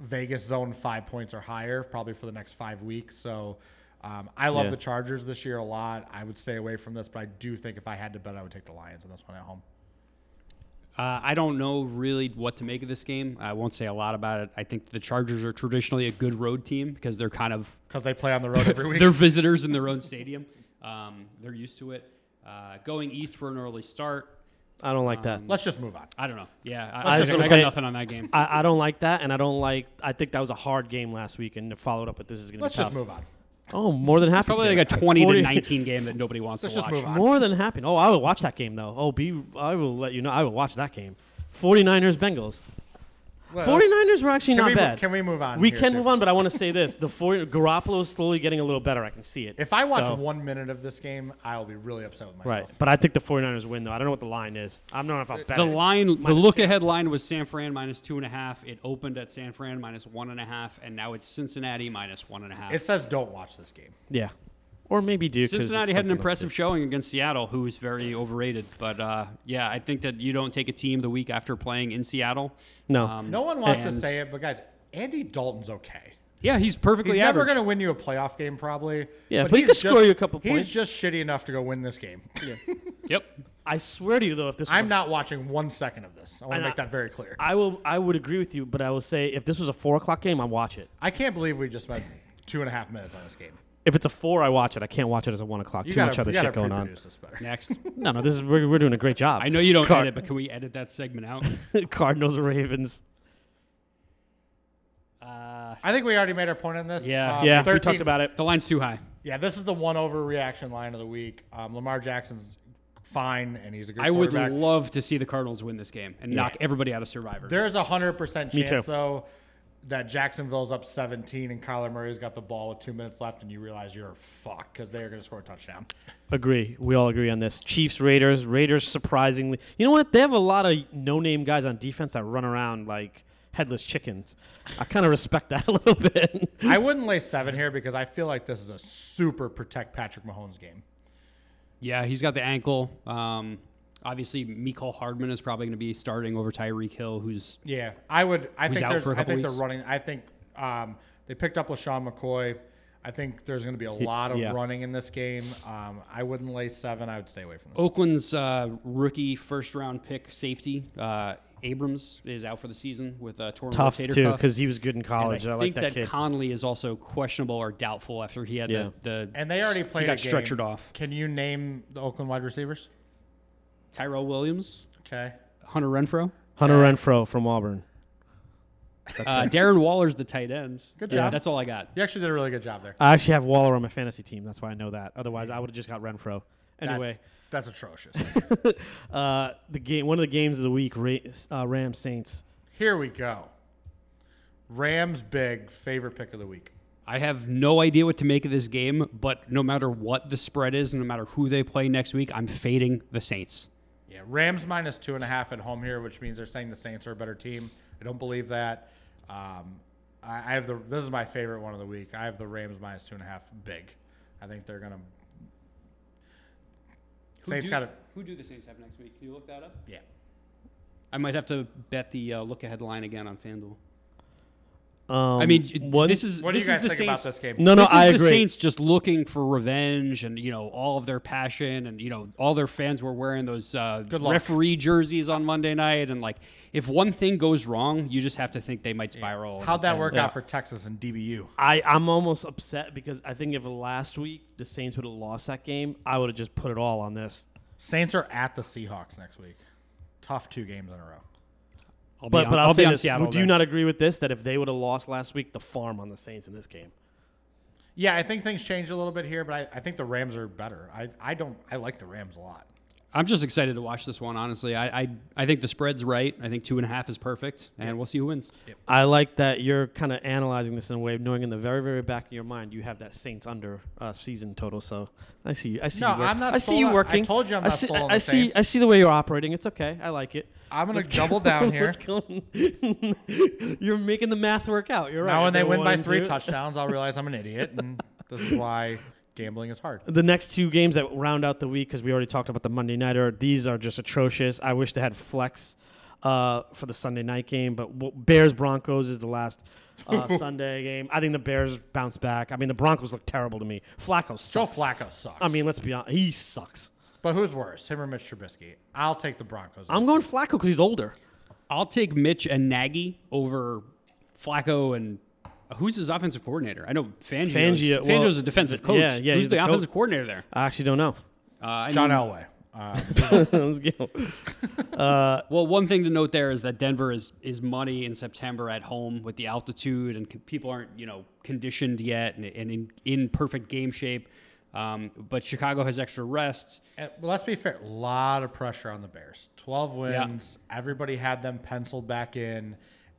[SPEAKER 2] Vegas zone five points or higher, probably for the next five weeks. So um, I love
[SPEAKER 1] Yeah.
[SPEAKER 2] the Chargers this year a lot. I would stay away from this, but I do think if I had to bet, I would take the Lions in this one at home.
[SPEAKER 3] Uh, I don't know really what to make of this game. I won't say a lot about it. I think the Chargers are traditionally a good road team because they're kind of
[SPEAKER 2] because they play on the road every week.
[SPEAKER 3] they're visitors in their own stadium. Um, they're used to it. Uh, going east for an early start.
[SPEAKER 1] I don't like that.
[SPEAKER 2] Let's just move on.
[SPEAKER 3] I don't know. Yeah, I,
[SPEAKER 1] I
[SPEAKER 3] I,
[SPEAKER 1] was
[SPEAKER 3] got-
[SPEAKER 1] gonna
[SPEAKER 3] I
[SPEAKER 1] say-
[SPEAKER 3] got nothing on that game.
[SPEAKER 1] I, I don't like that, and I don't like. I think that was a hard game last week, and to follow it up with this is going to be
[SPEAKER 2] Let's
[SPEAKER 1] tough.
[SPEAKER 2] just move on.
[SPEAKER 1] Oh, more than happy.
[SPEAKER 3] Probably
[SPEAKER 1] to.
[SPEAKER 3] like a twenty to
[SPEAKER 1] 40
[SPEAKER 3] nineteen game that nobody wants
[SPEAKER 2] Let's
[SPEAKER 3] to
[SPEAKER 2] just
[SPEAKER 3] watch.
[SPEAKER 2] move on.
[SPEAKER 1] More than happy. Oh, I will watch that game though. Oh, be I will let you know. I will watch that game. 49ers Bengals.
[SPEAKER 2] Well,
[SPEAKER 1] 49ers were actually
[SPEAKER 2] can
[SPEAKER 1] not
[SPEAKER 2] we mo-
[SPEAKER 1] bad.
[SPEAKER 2] can we move on
[SPEAKER 1] We
[SPEAKER 2] here,
[SPEAKER 1] can
[SPEAKER 2] too?
[SPEAKER 1] move on, but I want to say this: the four Garoppolo is slowly getting a little better. I can see it.
[SPEAKER 2] If I watch
[SPEAKER 1] So-
[SPEAKER 2] one minute of this game, I'll be really upset with myself.
[SPEAKER 1] right? But I think the 49ers win though. I don't know what the line is. I'm not if I bet
[SPEAKER 3] The
[SPEAKER 1] it.
[SPEAKER 3] line, the
[SPEAKER 1] Minus
[SPEAKER 3] look ahead line was San Fran minus two and a half. It opened at San Fran minus one and a half, and now it's Cincinnati minus one and a half.
[SPEAKER 2] It says don't watch this game.
[SPEAKER 1] Yeah, or maybe do 'cause it's
[SPEAKER 3] Cincinnati had
[SPEAKER 1] something
[SPEAKER 3] an
[SPEAKER 1] else to
[SPEAKER 3] impressive showing against Seattle, who is very overrated. But uh, yeah, I think that you don't take a team the week after playing in Seattle. Um,
[SPEAKER 1] do. No,
[SPEAKER 2] No one wants to
[SPEAKER 3] and-
[SPEAKER 2] say it, but guys, Andy Dalton's okay.
[SPEAKER 3] Yeah, he's perfectly
[SPEAKER 2] He's never
[SPEAKER 3] average.
[SPEAKER 2] going to win you a playoff game, probably.
[SPEAKER 1] Yeah, but he
[SPEAKER 2] he's
[SPEAKER 1] could score you a couple
[SPEAKER 2] he's
[SPEAKER 1] points.
[SPEAKER 2] just shitty enough to go win this game.
[SPEAKER 3] Yep.
[SPEAKER 1] I swear to you though, if this was
[SPEAKER 2] I'm
[SPEAKER 1] a-
[SPEAKER 2] not watching one second of this. I want
[SPEAKER 1] And
[SPEAKER 2] to make
[SPEAKER 1] I-
[SPEAKER 2] that very clear. I,
[SPEAKER 1] I will. I would agree with you, but I will say if this was a four o'clock game, I watch it.
[SPEAKER 2] can't believe we just spent two and a half minutes on this game.
[SPEAKER 1] If it's a four, I watch it. I can't watch it as a one o'clock.
[SPEAKER 2] You
[SPEAKER 1] Too
[SPEAKER 2] gotta,
[SPEAKER 1] much other
[SPEAKER 2] you gotta
[SPEAKER 1] shit going on.
[SPEAKER 2] pre-produce this better.
[SPEAKER 3] Next.
[SPEAKER 1] No, no, this is we're, we're doing a great job.
[SPEAKER 3] I know you don't
[SPEAKER 1] Car-
[SPEAKER 3] edit, but can we edit that segment out?
[SPEAKER 1] Cardinals Ravens.
[SPEAKER 3] Uh,
[SPEAKER 2] I think we already made our point on this.
[SPEAKER 3] Yeah.
[SPEAKER 1] Yeah, we
[SPEAKER 2] 13
[SPEAKER 1] talked about it.
[SPEAKER 3] the line's too high.
[SPEAKER 2] Yeah, this is the one overreaction line of the week. Um, Lamar Jackson's fine, and he's a good
[SPEAKER 3] I would
[SPEAKER 2] quarterback.
[SPEAKER 3] love to see the Cardinals win this game and knock everybody out of Survivor.
[SPEAKER 2] There's a hundred percent
[SPEAKER 1] Me
[SPEAKER 2] chance
[SPEAKER 1] too.
[SPEAKER 2] though that Jacksonville's up 17 and Kyler Murray's got the ball with two minutes left, and you realize you're fucked because they are going to score a touchdown.
[SPEAKER 1] Agree. We all agree on this. Chiefs, Raiders. Raiders surprisingly. You know what? They have a lot of no-name guys on defense that run around like headless chickens. I kind of respect that a little bit.
[SPEAKER 2] I wouldn't lay seven here because I feel like this is a super protect Patrick Mahomes game.
[SPEAKER 3] Yeah, he's got the ankle. Um, obviously, Miko Hardman is probably going to be starting over Tyreek Hill, who's
[SPEAKER 2] Yeah, I would. I
[SPEAKER 3] Who's
[SPEAKER 2] think
[SPEAKER 3] out
[SPEAKER 2] there's.
[SPEAKER 3] for a
[SPEAKER 2] I
[SPEAKER 3] couple
[SPEAKER 2] think
[SPEAKER 3] weeks.
[SPEAKER 2] they're running. I think um, they picked up LaShawn McCoy. I think there's going to be a lot of
[SPEAKER 1] yeah.
[SPEAKER 2] running in this game. Um, I wouldn't lay seven. I would stay away from this.
[SPEAKER 3] Oakland's uh, rookie first round pick safety. Uh, Abrams is out for the season with a torn
[SPEAKER 1] Tough
[SPEAKER 3] rotator
[SPEAKER 1] too
[SPEAKER 3] cuff.
[SPEAKER 1] because he was good in college.
[SPEAKER 3] And
[SPEAKER 1] I,
[SPEAKER 3] I,
[SPEAKER 1] like
[SPEAKER 3] think
[SPEAKER 1] that,
[SPEAKER 3] that,
[SPEAKER 1] kid.
[SPEAKER 3] Conley is also questionable or doubtful after he had
[SPEAKER 1] Yeah.
[SPEAKER 3] the, the
[SPEAKER 2] And they already played.
[SPEAKER 3] He got
[SPEAKER 2] a game.
[SPEAKER 3] stretchered off.
[SPEAKER 2] Can you name the Oakland wide receivers?
[SPEAKER 3] Tyrell Williams,
[SPEAKER 2] Okay.
[SPEAKER 3] Hunter Renfro,
[SPEAKER 1] Hunter Renfro from Auburn.
[SPEAKER 3] uh, Darren Waller's the tight end.
[SPEAKER 2] Good
[SPEAKER 3] Yeah,
[SPEAKER 2] job.
[SPEAKER 3] That's all I got.
[SPEAKER 2] You actually did a really good job there.
[SPEAKER 1] I actually have Waller on my fantasy team. That's why I know that. Otherwise,
[SPEAKER 3] Mm.
[SPEAKER 1] I would have just got Renfro.
[SPEAKER 2] That's-
[SPEAKER 1] Anyway,
[SPEAKER 2] that's atrocious.
[SPEAKER 1] uh, the game, one of the games of the week, Ra- uh, Rams Saints.
[SPEAKER 2] Here we go. Rams big favorite pick of the week.
[SPEAKER 3] I have no idea what to make of this game, but no matter what the spread is, no matter who they play next week, I'm fading the Saints.
[SPEAKER 2] Yeah, Rams minus two and a half at home here, which means they're saying the Saints are a better team. I don't believe that. Um, I, I have the. This is my favorite one of the week. I have the Rams minus two and a half big. I think they're gonna. Saints got it.
[SPEAKER 3] Who do the Saints have next week? Can you look that up?
[SPEAKER 2] Yeah.
[SPEAKER 3] I might have to bet the uh, look ahead line again on FanDuel.
[SPEAKER 1] Um,
[SPEAKER 3] I mean, j-
[SPEAKER 1] one-
[SPEAKER 3] this is
[SPEAKER 2] What do
[SPEAKER 3] this
[SPEAKER 2] you guys
[SPEAKER 3] is the
[SPEAKER 2] think about
[SPEAKER 3] Saints.
[SPEAKER 2] this game?
[SPEAKER 1] no, no,
[SPEAKER 3] this is
[SPEAKER 1] I
[SPEAKER 3] the
[SPEAKER 1] agree.
[SPEAKER 3] Saints just looking for revenge, and you know all of their passion, and you know all their fans were wearing those uh,
[SPEAKER 2] Good luck.
[SPEAKER 3] referee jerseys on Monday night, and like if one thing goes wrong, you just have to think they might spiral.
[SPEAKER 2] How'd that
[SPEAKER 3] And-
[SPEAKER 2] work
[SPEAKER 1] Yeah.
[SPEAKER 2] out for Texas and DBU?
[SPEAKER 1] I, I'm almost upset because I think if last week the Saints would have lost that game, I would have just put it all on this.
[SPEAKER 2] Saints are at the Seahawks next week. Tough two games in a row.
[SPEAKER 3] I'll be
[SPEAKER 1] But
[SPEAKER 3] on-
[SPEAKER 1] but I'll,
[SPEAKER 3] be
[SPEAKER 1] say
[SPEAKER 3] on
[SPEAKER 1] this:
[SPEAKER 3] Seattle.
[SPEAKER 1] Do you
[SPEAKER 3] then.
[SPEAKER 1] not agree with this that if they would have lost last week, the farm on the Saints in this game?
[SPEAKER 2] Yeah, I think things change a little bit here, but I, I think the Rams are better. I, I don't I like the Rams a lot.
[SPEAKER 3] I'm just excited to watch this one. Honestly, I, I I think the spread's right. I think two and a half is perfect, and we'll see who wins.
[SPEAKER 1] I like that you're kind of analyzing this in a way, of knowing in the very very back of your mind you have that Saints under uh, season total. So I see you. I see
[SPEAKER 2] No,
[SPEAKER 1] you. work-
[SPEAKER 2] I'm not
[SPEAKER 1] I see
[SPEAKER 2] sold
[SPEAKER 1] you
[SPEAKER 2] on- I
[SPEAKER 1] working.
[SPEAKER 2] told you I'm
[SPEAKER 1] I
[SPEAKER 2] not
[SPEAKER 1] see,
[SPEAKER 2] sold on
[SPEAKER 1] I,
[SPEAKER 2] the
[SPEAKER 1] I see.
[SPEAKER 2] Saints.
[SPEAKER 1] I see the way you're operating. It's okay. I like it.
[SPEAKER 2] I'm gonna
[SPEAKER 1] Let's go-
[SPEAKER 2] double down here.
[SPEAKER 1] Let's go. you're making the math work out. You're right.
[SPEAKER 2] Now, when
[SPEAKER 1] If
[SPEAKER 2] they win
[SPEAKER 1] won
[SPEAKER 2] by
[SPEAKER 1] and
[SPEAKER 2] three
[SPEAKER 1] two-
[SPEAKER 2] touchdowns, I'll realize I'm an idiot, and this is why gambling is hard.
[SPEAKER 1] the next two games that round out the week because we already talked about the Monday nighter. These are just atrocious. I wish they had flex uh, for the Sunday night game, but w- Bears Broncos is the last uh, Sunday game. I think the Bears bounce back. I mean, the Broncos look terrible to me. Flacco
[SPEAKER 2] Joe
[SPEAKER 1] sucks.
[SPEAKER 2] Flacco sucks.
[SPEAKER 1] I mean, let's be honest, he sucks.
[SPEAKER 2] But who's worse, him or Mitch Trubisky? I'll take the Broncos.
[SPEAKER 1] I'm going Flacco because he's older.
[SPEAKER 3] I'll take Mitch and Nagy over Flacco and who's his offensive coordinator? I know Fangio.
[SPEAKER 1] Fangio- well,
[SPEAKER 3] Fangio's a defensive coach.
[SPEAKER 1] yeah, yeah,
[SPEAKER 3] who's
[SPEAKER 1] he's
[SPEAKER 3] the,
[SPEAKER 1] the coach.
[SPEAKER 3] offensive coordinator there?
[SPEAKER 1] I actually don't know.
[SPEAKER 3] Uh, I
[SPEAKER 2] John
[SPEAKER 3] mean-
[SPEAKER 2] Elway. Uh,
[SPEAKER 1] Let's go.
[SPEAKER 3] Well, one thing to note there is that Denver is is muddy in September at home with the altitude and c- people aren't you know conditioned yet and, and in, in perfect game shape. Um, but Chicago has extra rest.
[SPEAKER 2] and- well, let's be fair. A lot of pressure on the Bears. Twelve wins. Everybody had them penciled back in,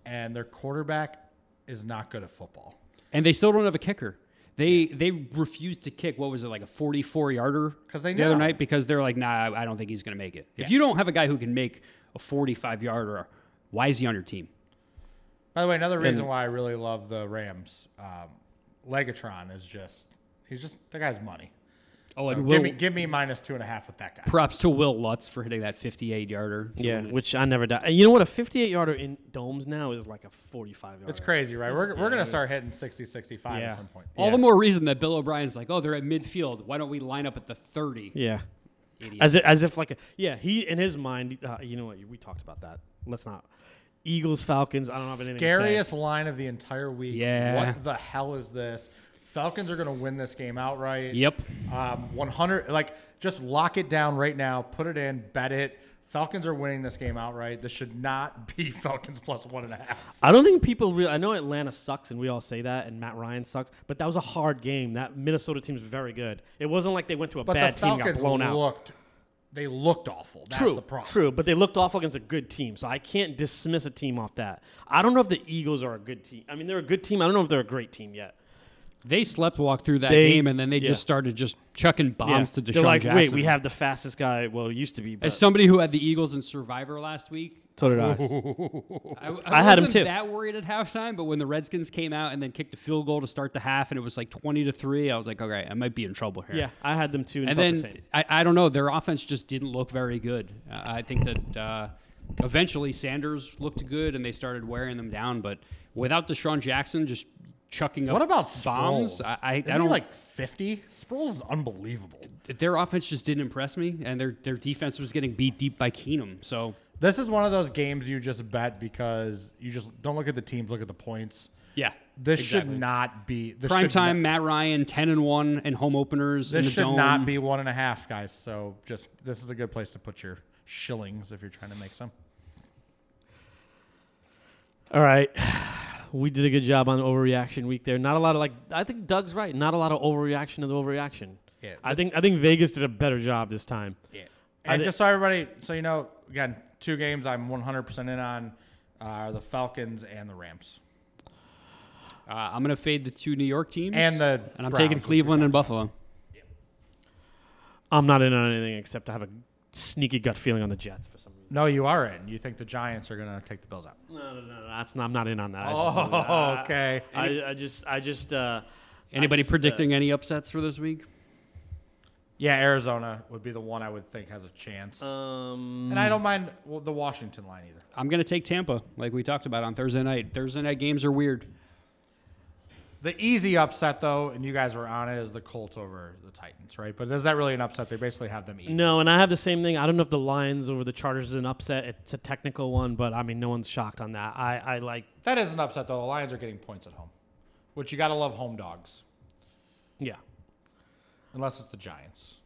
[SPEAKER 2] and their quarterback is not good at football.
[SPEAKER 3] and they still don't have a kicker. They they refused to kick. What was it like a forty four yarder?
[SPEAKER 2] 'Cause they
[SPEAKER 3] the other
[SPEAKER 2] know.
[SPEAKER 3] night because they're like, nah, I don't think he's gonna make it. If you don't have a guy who can make a forty five yarder, why is he on your team?
[SPEAKER 2] By the way, another reason why I really love the Rams, um, Legatron is just he's just the guy's money.
[SPEAKER 3] Oh,
[SPEAKER 2] So
[SPEAKER 3] and
[SPEAKER 2] give
[SPEAKER 3] Will,
[SPEAKER 2] me give me minus two and a half with that guy.
[SPEAKER 3] props to Will Lutz for hitting that fifty eight yarder. to
[SPEAKER 1] Yeah,
[SPEAKER 3] win it.
[SPEAKER 1] which I never doubt. And you know what? A 58 yarder in domes now is like a 45 yarder.
[SPEAKER 2] It's crazy, right? We're, we're gonna start hitting 60, 65
[SPEAKER 1] Yeah.
[SPEAKER 2] at some point.
[SPEAKER 3] All the more reason that Bill O'Brien's like, oh, they're at midfield. Why don't we line up at the thirty?
[SPEAKER 1] Yeah.
[SPEAKER 3] Idiot.
[SPEAKER 1] As if, as if like a, yeah he in his mind uh, you know what we talked about that let's not Eagles Falcons I don't have anything
[SPEAKER 2] Scariest line of the entire week.
[SPEAKER 3] Yeah.
[SPEAKER 2] What the hell is this? Falcons are gonna win this game outright.
[SPEAKER 3] Yep.
[SPEAKER 2] Um, 100. Like, just lock it down right now. Put it in. Bet it. Falcons are winning this game outright. This should not be Falcons plus one and a half.
[SPEAKER 1] I don't think people real I know Atlanta sucks and we all say that and Matt Ryan sucks but that was a hard game that Minnesota team's very good it wasn't like they went to a
[SPEAKER 2] But
[SPEAKER 1] bad
[SPEAKER 2] the
[SPEAKER 1] team and got
[SPEAKER 2] Falcons
[SPEAKER 1] blown out
[SPEAKER 2] looked. They looked awful. That's
[SPEAKER 1] True,
[SPEAKER 2] The problem.
[SPEAKER 1] true, but they looked awful against a good team, so I can't dismiss a team off that. I don't know if the Eagles are a good team. I mean, they're a good team. I don't know if they're a great team yet.
[SPEAKER 3] They slept walk through that
[SPEAKER 1] They-
[SPEAKER 3] game, and then they
[SPEAKER 1] yeah.
[SPEAKER 3] just started just chucking bombs to
[SPEAKER 1] they're
[SPEAKER 3] Deshaun
[SPEAKER 1] like,
[SPEAKER 3] Jackson.
[SPEAKER 1] wait, we have the fastest guy. Well, it used to be, but
[SPEAKER 3] As somebody who had the Eagles in Survivor last week,
[SPEAKER 1] so did I.
[SPEAKER 3] I, I,
[SPEAKER 1] I had 'em
[SPEAKER 3] wasn't
[SPEAKER 1] too.
[SPEAKER 3] That worried at halftime, but when the Redskins came out and then kicked a field goal to start the half, and it was like twenty to three, I was like, okay, I might be in trouble here.
[SPEAKER 1] yeah, I had them too. And,
[SPEAKER 3] and
[SPEAKER 1] about the
[SPEAKER 3] then
[SPEAKER 1] same.
[SPEAKER 3] I, I don't know, their offense just didn't look very good. Uh, I think that uh, eventually Sanders looked good, and they started wearing them down. But without Deshaun Jackson, just chucking up
[SPEAKER 2] What about
[SPEAKER 3] bombs?
[SPEAKER 2] Sproles?
[SPEAKER 3] I, I, I
[SPEAKER 2] Isn't he,
[SPEAKER 3] don't
[SPEAKER 2] like 50. Sproles is unbelievable.
[SPEAKER 3] Their offense just didn't impress me, and their their defense was getting beat deep by Keenum. So
[SPEAKER 2] This is one of those games you just bet because you just don't look at the teams, look at the points.
[SPEAKER 3] yeah,
[SPEAKER 2] This
[SPEAKER 3] exactly.
[SPEAKER 2] should not be this
[SPEAKER 3] Prime
[SPEAKER 2] should
[SPEAKER 3] time,
[SPEAKER 2] not-
[SPEAKER 3] Matt Ryan, ten and one, and home openers in
[SPEAKER 2] this
[SPEAKER 3] the
[SPEAKER 2] should
[SPEAKER 3] dome.
[SPEAKER 2] not be one and a half, guys. So just this is a good place to put your shillings if you're trying to make some.
[SPEAKER 1] All right. We did a good job on overreaction week there. Not a lot of like I think Doug's right. Not a lot of overreaction to the overreaction.
[SPEAKER 2] Yeah.
[SPEAKER 1] I think I think Vegas did a better job this time.
[SPEAKER 2] Yeah.
[SPEAKER 1] I
[SPEAKER 2] And
[SPEAKER 1] thi-
[SPEAKER 2] just so everybody, so you know, again, two games I'm 100% in on uh, are the Falcons and the Rams.
[SPEAKER 3] Uh, I'm going to fade the two New York teams
[SPEAKER 2] And the
[SPEAKER 3] and I'm
[SPEAKER 2] Browns,
[SPEAKER 3] taking
[SPEAKER 2] which we
[SPEAKER 3] Cleveland and Buffalo.
[SPEAKER 1] I'm not in on anything except I have a sneaky gut feeling on the Jets for some reason.
[SPEAKER 2] No, you are in. You think the Giants are going to take the Bills out.
[SPEAKER 1] No, no, no, no that's not, I'm not in on that.
[SPEAKER 2] Oh, okay.
[SPEAKER 1] I, just, I, I just I just uh
[SPEAKER 3] Anybody
[SPEAKER 1] just, uh,
[SPEAKER 3] predicting any upsets for this week?
[SPEAKER 2] Yeah, Arizona would be the one I would think has a chance.
[SPEAKER 1] um
[SPEAKER 2] and I don't mind well, the Washington line either.
[SPEAKER 3] I'm going to take Tampa, like we talked about on Thursday night. Thursday night games are weird.
[SPEAKER 2] The easy upset, though, and you guys were on it, is the Colts over the Titans, right? But is that really an upset? They basically have them eat.
[SPEAKER 1] no, and I have the same thing. I don't know if the Lions over the Chargers is an upset. It's a technical one, but I mean, no one's shocked on that. I, I like,
[SPEAKER 2] That is an upset, though. The Lions are getting points at home, which you got to love home dogs,
[SPEAKER 1] yeah.
[SPEAKER 2] unless it's the Giants.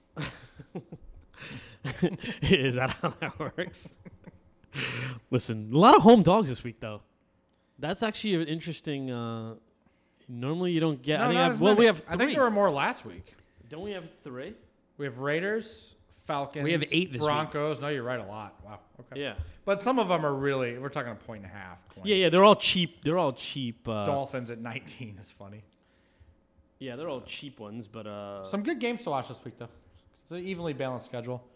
[SPEAKER 1] Is that how that works? Listen, a lot of home dogs this week, though. That's actually an interesting. Uh, normally, you don't get. I
[SPEAKER 2] No,
[SPEAKER 1] think
[SPEAKER 2] not
[SPEAKER 1] I have,
[SPEAKER 2] as
[SPEAKER 1] well, we
[SPEAKER 2] many.
[SPEAKER 1] have. Three.
[SPEAKER 2] I think there were more last week.
[SPEAKER 1] Don't we have three?
[SPEAKER 2] We have Raiders, Falcons.
[SPEAKER 3] We have eight this week.
[SPEAKER 2] Broncos. No, you're right, a lot. Wow. Okay.
[SPEAKER 1] Yeah.
[SPEAKER 2] But some of them are really. We're talking a point and a half. Point.
[SPEAKER 1] Yeah, yeah. They're all cheap. They're all cheap. Uh,
[SPEAKER 2] Dolphins at 19 is funny.
[SPEAKER 1] yeah, they're all cheap ones, but uh,
[SPEAKER 2] Some good games to watch this week, though. It's an evenly balanced schedule.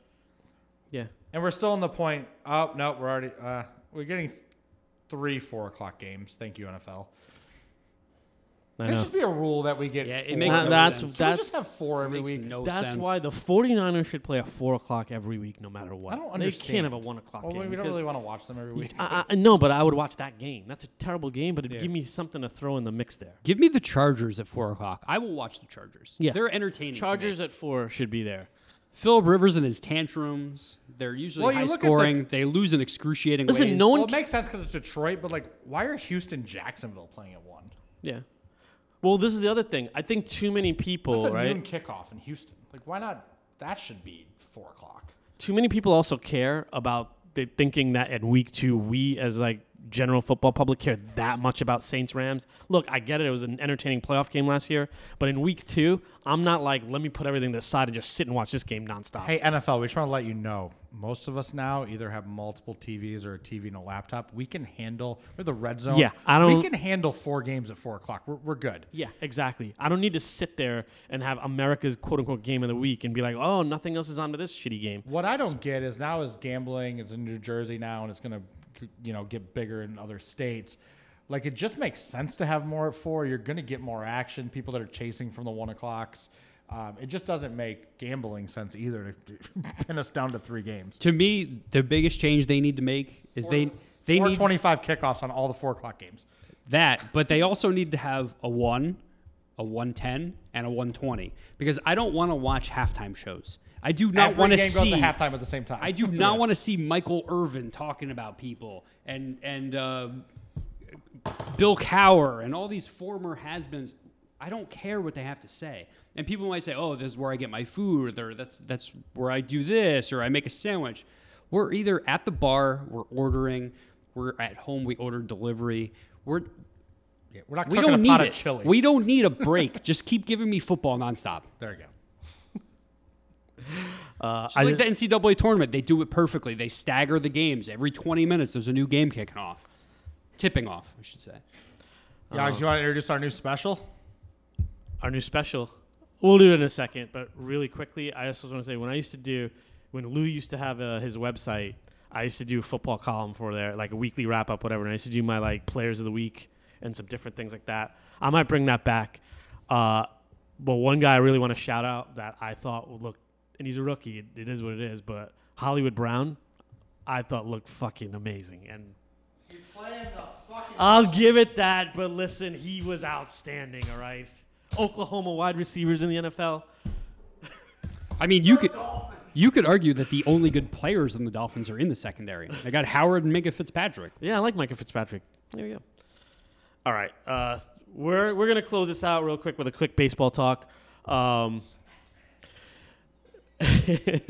[SPEAKER 1] yeah.
[SPEAKER 2] And we're still in the point. Oh no, we're already. Uh, we're getting th- three four o'clock games. Thank you, NFL.
[SPEAKER 1] I
[SPEAKER 2] There
[SPEAKER 1] know.
[SPEAKER 2] should be a rule that we get.
[SPEAKER 3] Yeah, it
[SPEAKER 2] four.
[SPEAKER 3] makes
[SPEAKER 1] That-
[SPEAKER 3] no
[SPEAKER 1] that's
[SPEAKER 3] sense.
[SPEAKER 2] Can we
[SPEAKER 1] that's
[SPEAKER 2] just have four every
[SPEAKER 3] Makes
[SPEAKER 2] week.
[SPEAKER 3] no
[SPEAKER 1] that's
[SPEAKER 3] sense.
[SPEAKER 1] why the 49ers should play at four o'clock every week, no matter what.
[SPEAKER 2] I don't
[SPEAKER 1] They
[SPEAKER 2] understand.
[SPEAKER 1] can't have a one o'clock
[SPEAKER 2] Well,
[SPEAKER 1] game.
[SPEAKER 2] we, we don't
[SPEAKER 1] because-
[SPEAKER 2] really want to watch them every week.
[SPEAKER 1] I, I, no, but I would watch that game. That's a terrible game, but it'd give me something to throw in the mix there.
[SPEAKER 3] Give me the Chargers at four o'clock. I will watch the Chargers.
[SPEAKER 1] Yeah.
[SPEAKER 3] they're entertaining. to me.
[SPEAKER 1] Chargers at four should be there.
[SPEAKER 3] Philip Rivers and his tantrums. They're usually
[SPEAKER 2] Well, you
[SPEAKER 3] high
[SPEAKER 2] look at the-
[SPEAKER 3] scoring. they lose in excruciating
[SPEAKER 1] Listen,
[SPEAKER 3] ways.
[SPEAKER 1] no one
[SPEAKER 2] Well, it makes sense because it's Detroit, but like, why are Houston, Jacksonville playing at one?
[SPEAKER 1] Yeah. Well, this is the other thing. I think too many people,
[SPEAKER 2] It's a
[SPEAKER 1] right?
[SPEAKER 2] noon kickoff in Houston. Like, why not? That should be four o'clock.
[SPEAKER 1] Too many people also care about they thinking that in week two we as like general football public care that much about Saints Rams. Look, I get it. It was an entertaining playoff game last year, but in week two, I'm not like let me put everything to the side and just sit and watch this game nonstop.
[SPEAKER 2] Hey, NFL, we just want to let you know most of us now either have multiple TVs or a TV and a laptop. We can handle, we're the red zone.
[SPEAKER 1] Yeah, I don't-
[SPEAKER 2] We can handle four games at four o'clock. We're, we're good.
[SPEAKER 1] Yeah, exactly. I don't need to sit there and have America's quote unquote game of the week and be like, oh, nothing else is on to this shitty game.
[SPEAKER 2] What I don't get is now is gambling is in New Jersey now, and it's gonna, you know, get bigger in other states. Like it just makes sense to have more at four. You're gonna get more action. People that are chasing from the one o'clocks. Um, it just doesn't make gambling sense either to to pin us down to three games.
[SPEAKER 3] To me, the biggest change they need to make is they they
[SPEAKER 2] Four
[SPEAKER 3] need
[SPEAKER 2] twenty-five kickoffs on all the four o'clock games.
[SPEAKER 3] that, but they also need to have a one, a one ten, and a one twenty because I don't want to watch halftime shows. I do not
[SPEAKER 2] Every
[SPEAKER 3] want to
[SPEAKER 2] game
[SPEAKER 3] see
[SPEAKER 2] goes to halftime at the same time.
[SPEAKER 3] I do not want to see Michael Irvin talking about people and and uh, Bill Cower and all these former has-beens. I don't care what they have to say. And people might say, "Oh, this is where I get my food," or "That's that's where I do this," or "I make a sandwich." We're either at the bar, we're ordering, we're at home, we order delivery. We're
[SPEAKER 2] Yeah, we're not
[SPEAKER 3] we
[SPEAKER 2] cooking
[SPEAKER 3] don't
[SPEAKER 2] a pot
[SPEAKER 3] need
[SPEAKER 2] of
[SPEAKER 3] it.
[SPEAKER 2] chili.
[SPEAKER 3] We don't need a break. Just keep giving me football nonstop.
[SPEAKER 2] there you go.
[SPEAKER 1] Uh,
[SPEAKER 3] Just like the NCAA tournament, they do it perfectly. They stagger the games. Every 20 minutes, there's a new game kicking off, tipping off, I should say.
[SPEAKER 2] Alex, you want to introduce our new special?
[SPEAKER 1] our new special. We'll do it in a second, but really quickly, I just want to say when I used to do, when Lou used to have uh, his website, I used to do a football column for there, like a weekly wrap up, whatever. And I used to do my like players of the week and some different things like that. I might bring that back. Uh, but one guy I really want to shout out that I thought would look, and he's a rookie, it, it is what it is, but Hollywood Brown, I thought looked fucking amazing. And I'll give it that, but listen, he was outstanding, all right? Oklahoma wide receivers in the NFL.
[SPEAKER 3] I mean, you could you could argue that the only good players in the Dolphins are in the secondary. They got Howard and Mega Fitzpatrick.
[SPEAKER 1] Yeah, I like Micah Fitzpatrick. There you go. All right. Uh, we're we're going to close this out real quick with a quick baseball talk. Um, the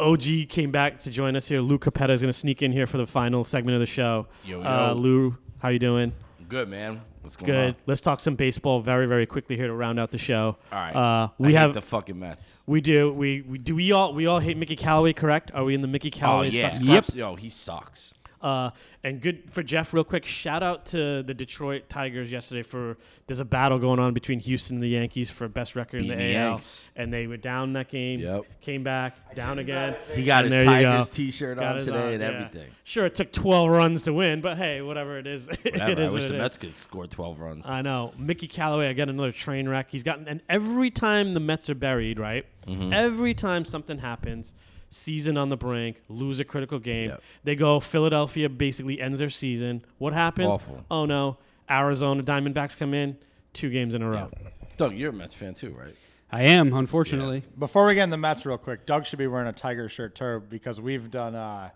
[SPEAKER 1] OG came back to join us here. Lou Capetta is going to sneak in here for the final segment of the show.
[SPEAKER 4] Yo,
[SPEAKER 1] Uh,
[SPEAKER 4] yo.
[SPEAKER 1] Lou, how you doing?
[SPEAKER 4] Good man. What's going
[SPEAKER 1] Good.
[SPEAKER 4] on?
[SPEAKER 1] Let's talk some baseball very, very quickly here to round out the show.
[SPEAKER 4] All right.
[SPEAKER 1] Uh, we
[SPEAKER 4] I hate
[SPEAKER 1] have
[SPEAKER 4] the fucking Mets.
[SPEAKER 1] We do. We, we do. We all we all hate Mickey Callaway, correct? Are we in the Mickey
[SPEAKER 4] Oh
[SPEAKER 1] Callaway?
[SPEAKER 4] yeah.
[SPEAKER 1] sucks?
[SPEAKER 3] Yep.
[SPEAKER 4] Yo, he sucks.
[SPEAKER 1] Uh, and good for Jeff, real quick. Shout out to the Detroit Tigers yesterday for there's a battle going on between Houston and the Yankees for best record in
[SPEAKER 4] Beating
[SPEAKER 1] the,
[SPEAKER 4] the
[SPEAKER 1] AL,
[SPEAKER 4] Yanks.
[SPEAKER 1] and they were down that game.
[SPEAKER 4] Yep.
[SPEAKER 1] Came back down again.
[SPEAKER 4] He got
[SPEAKER 1] And
[SPEAKER 4] his
[SPEAKER 1] there you go.
[SPEAKER 4] Tigers T-shirt
[SPEAKER 1] Got
[SPEAKER 4] on
[SPEAKER 1] his
[SPEAKER 4] today
[SPEAKER 1] on,
[SPEAKER 4] and
[SPEAKER 1] yeah.
[SPEAKER 4] everything.
[SPEAKER 1] Sure, it took 12 runs to win, but hey, whatever it is, it
[SPEAKER 4] Whatever.
[SPEAKER 1] is
[SPEAKER 4] I
[SPEAKER 1] what
[SPEAKER 4] wish
[SPEAKER 1] it
[SPEAKER 4] the
[SPEAKER 1] is. Uh,
[SPEAKER 4] Mets could score 12 runs.
[SPEAKER 1] I know. Mickey Callaway, I got another train wreck. He's gotten, and every time the Mets are buried, right?
[SPEAKER 4] Mm-hmm.
[SPEAKER 1] Every time something happens, season on the brink, lose a critical game,
[SPEAKER 4] Yep.
[SPEAKER 1] they go, Philadelphia basically ends their season. What happens?
[SPEAKER 4] Awful.
[SPEAKER 1] Oh no, Arizona Diamondbacks come in, two games in a row.
[SPEAKER 4] Doug, you're a Mets fan too, right?
[SPEAKER 3] I am, unfortunately.
[SPEAKER 2] Before we get in the Mets real quick, Doug should be wearing a Tiger shirt too because we've done uh,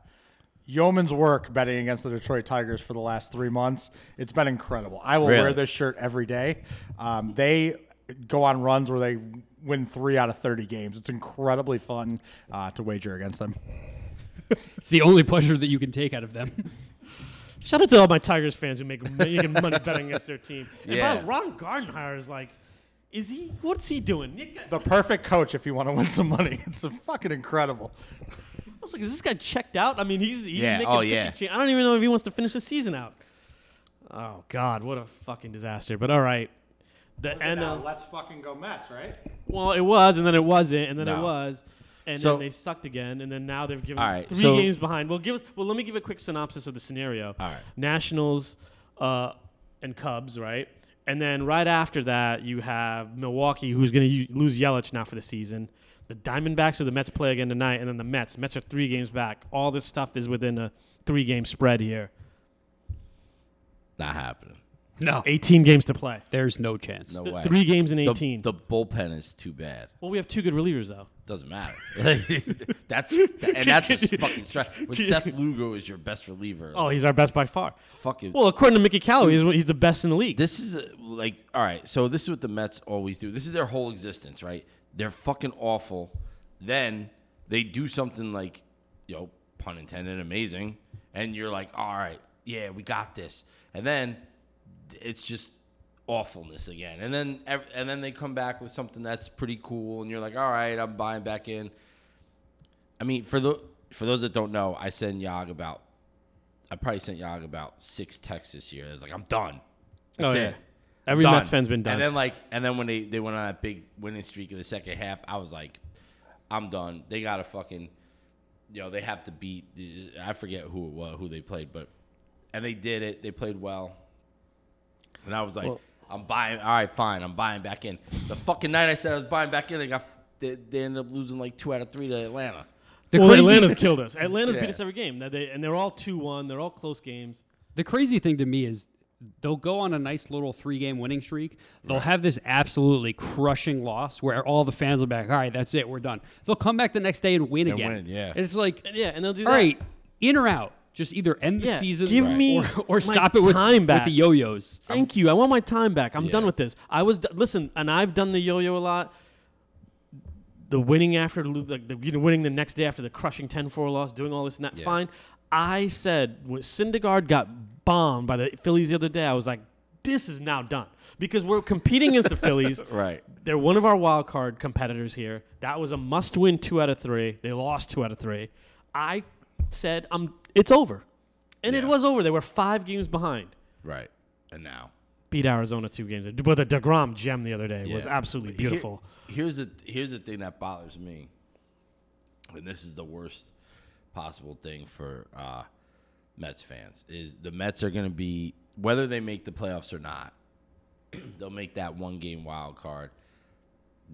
[SPEAKER 2] yeoman's work betting against the Detroit Tigers for the last three months. It's been incredible. I will wear
[SPEAKER 4] Really?
[SPEAKER 2] this shirt every day. Um, they go on runs where they win three out of 30 games. It's incredibly fun uh, to wager against them.
[SPEAKER 3] It's the only pleasure that you can take out of them.
[SPEAKER 1] Shout out to all my Tigers fans who make making money betting against their team. And by
[SPEAKER 4] Yeah.
[SPEAKER 1] the way, Ron Gardenhire is like, is he? What's he doing? Nick, I
[SPEAKER 2] The perfect coach if you want to win some money. It's a fucking incredible.
[SPEAKER 1] was like, is this guy checked out? I mean, he's, he's
[SPEAKER 4] Yeah,
[SPEAKER 1] making
[SPEAKER 4] oh,
[SPEAKER 1] pitching
[SPEAKER 4] yeah.
[SPEAKER 1] change. I don't even know if he wants to finish the season out. Oh God, what a fucking disaster! But all right, the NL.
[SPEAKER 2] let's fucking go Mets, right?
[SPEAKER 1] Well, it was, and then it wasn't, and then it
[SPEAKER 4] No.
[SPEAKER 1] was, and
[SPEAKER 4] So-
[SPEAKER 1] then they sucked again, and then now they've given
[SPEAKER 4] All right,
[SPEAKER 1] three
[SPEAKER 4] so-
[SPEAKER 1] games behind. Well, give us. Well, let me give a quick synopsis of the scenario. All
[SPEAKER 4] right.
[SPEAKER 1] Nationals uh, and Cubs, right? And then right after that, you have Milwaukee, who's going to lose Yelich now for the season. The Diamondbacks or the Mets play again tonight, and then the Mets. Mets are three games back. All this stuff is within a three-game spread here.
[SPEAKER 4] Not happening.
[SPEAKER 3] No,
[SPEAKER 1] 18 games to play.
[SPEAKER 3] there's no chance.
[SPEAKER 4] No
[SPEAKER 1] Th-
[SPEAKER 4] way.
[SPEAKER 1] Three games in
[SPEAKER 4] The-
[SPEAKER 1] 18.
[SPEAKER 4] The, bullpen is too bad.
[SPEAKER 1] well, we have two good relievers though.
[SPEAKER 4] Doesn't matter. that's and that's a fucking stretch. When Seth Lugo is your best reliever,
[SPEAKER 1] Oh, he's our best by far.
[SPEAKER 4] fucking.
[SPEAKER 1] Well, according to Mickey Callaway, he's, he's the best in the league.
[SPEAKER 4] This is uh, like all right. So this is what the Mets always do. This is their whole existence, right? They're fucking awful. Then they do something like, yo, pun intended, amazing, and you're like, all right, yeah, we got this. And then it's just awfulness again. And then ev- and then they come back with something that's pretty cool, and you're like, all right, I'm buying back in. I mean, for the for those that don't know, I send Yag about. I probably sent Yag about six texts this year. It's like I'm done. That's
[SPEAKER 1] Oh, yeah.
[SPEAKER 4] it.
[SPEAKER 1] Every
[SPEAKER 4] Done.
[SPEAKER 1] Mets fan's been done.
[SPEAKER 4] And then like, and then when they they went on that big winning streak in the second half, I was like, I'm done. They got to fucking, you know, they have to beat. the- I forget who it was, who they played, but and they did it. They played well. And I was like, I'm buying. All right, fine. I'm buying back in. The fucking night I said I was buying back in, they got they, they ended up losing like two out of three to Atlanta.
[SPEAKER 3] The
[SPEAKER 1] well,
[SPEAKER 3] crazy-
[SPEAKER 1] Atlanta's killed us. Atlanta's
[SPEAKER 4] Yeah.
[SPEAKER 1] beat us every game. Now they- and they're all 2 1. They're all close games.
[SPEAKER 3] The crazy thing to me is they'll go on a nice little three game winning streak. They'll have this absolutely crushing loss where all the fans will be like, all right, that's it, we're done. They'll come back the next day and win again.
[SPEAKER 4] win, yeah.
[SPEAKER 3] And it's like,
[SPEAKER 1] Yeah, and they'll do
[SPEAKER 3] all
[SPEAKER 1] that.
[SPEAKER 3] right, in or out. Just either end the
[SPEAKER 1] Yeah,
[SPEAKER 3] season
[SPEAKER 1] give
[SPEAKER 3] or,
[SPEAKER 1] me
[SPEAKER 3] or,
[SPEAKER 1] my
[SPEAKER 3] stop it with,
[SPEAKER 1] time
[SPEAKER 3] with
[SPEAKER 1] back.
[SPEAKER 3] the yo yos.
[SPEAKER 1] Thank you. I want my time back. I'm done with this. I was d- listen, and I've done the yo-yo a lot. The winning after lo- like the you know, winning the next day after the crushing 10-4 loss, doing all this and that. Fine. I said when Syndergaard got bombed by the Phillies the other day, I was like, this is now done because we're competing against the Phillies.
[SPEAKER 4] Right.
[SPEAKER 1] They're one of our wild card competitors here. That was a must-win two out of three. They lost two out of three. I said, "I'm. It's over," and it
[SPEAKER 4] Yeah.
[SPEAKER 1] was over. They were five games behind
[SPEAKER 4] Right. And now.
[SPEAKER 1] beat Arizona two games. But the Degrom gem the other day was
[SPEAKER 4] Yeah.
[SPEAKER 1] absolutely
[SPEAKER 4] But here-
[SPEAKER 1] beautiful.
[SPEAKER 4] here's the here's the thing that bothers me, and this is the worst possible thing for uh, Mets fans is the Mets are going to be whether they make the playoffs or not. they'll make that one game wild card.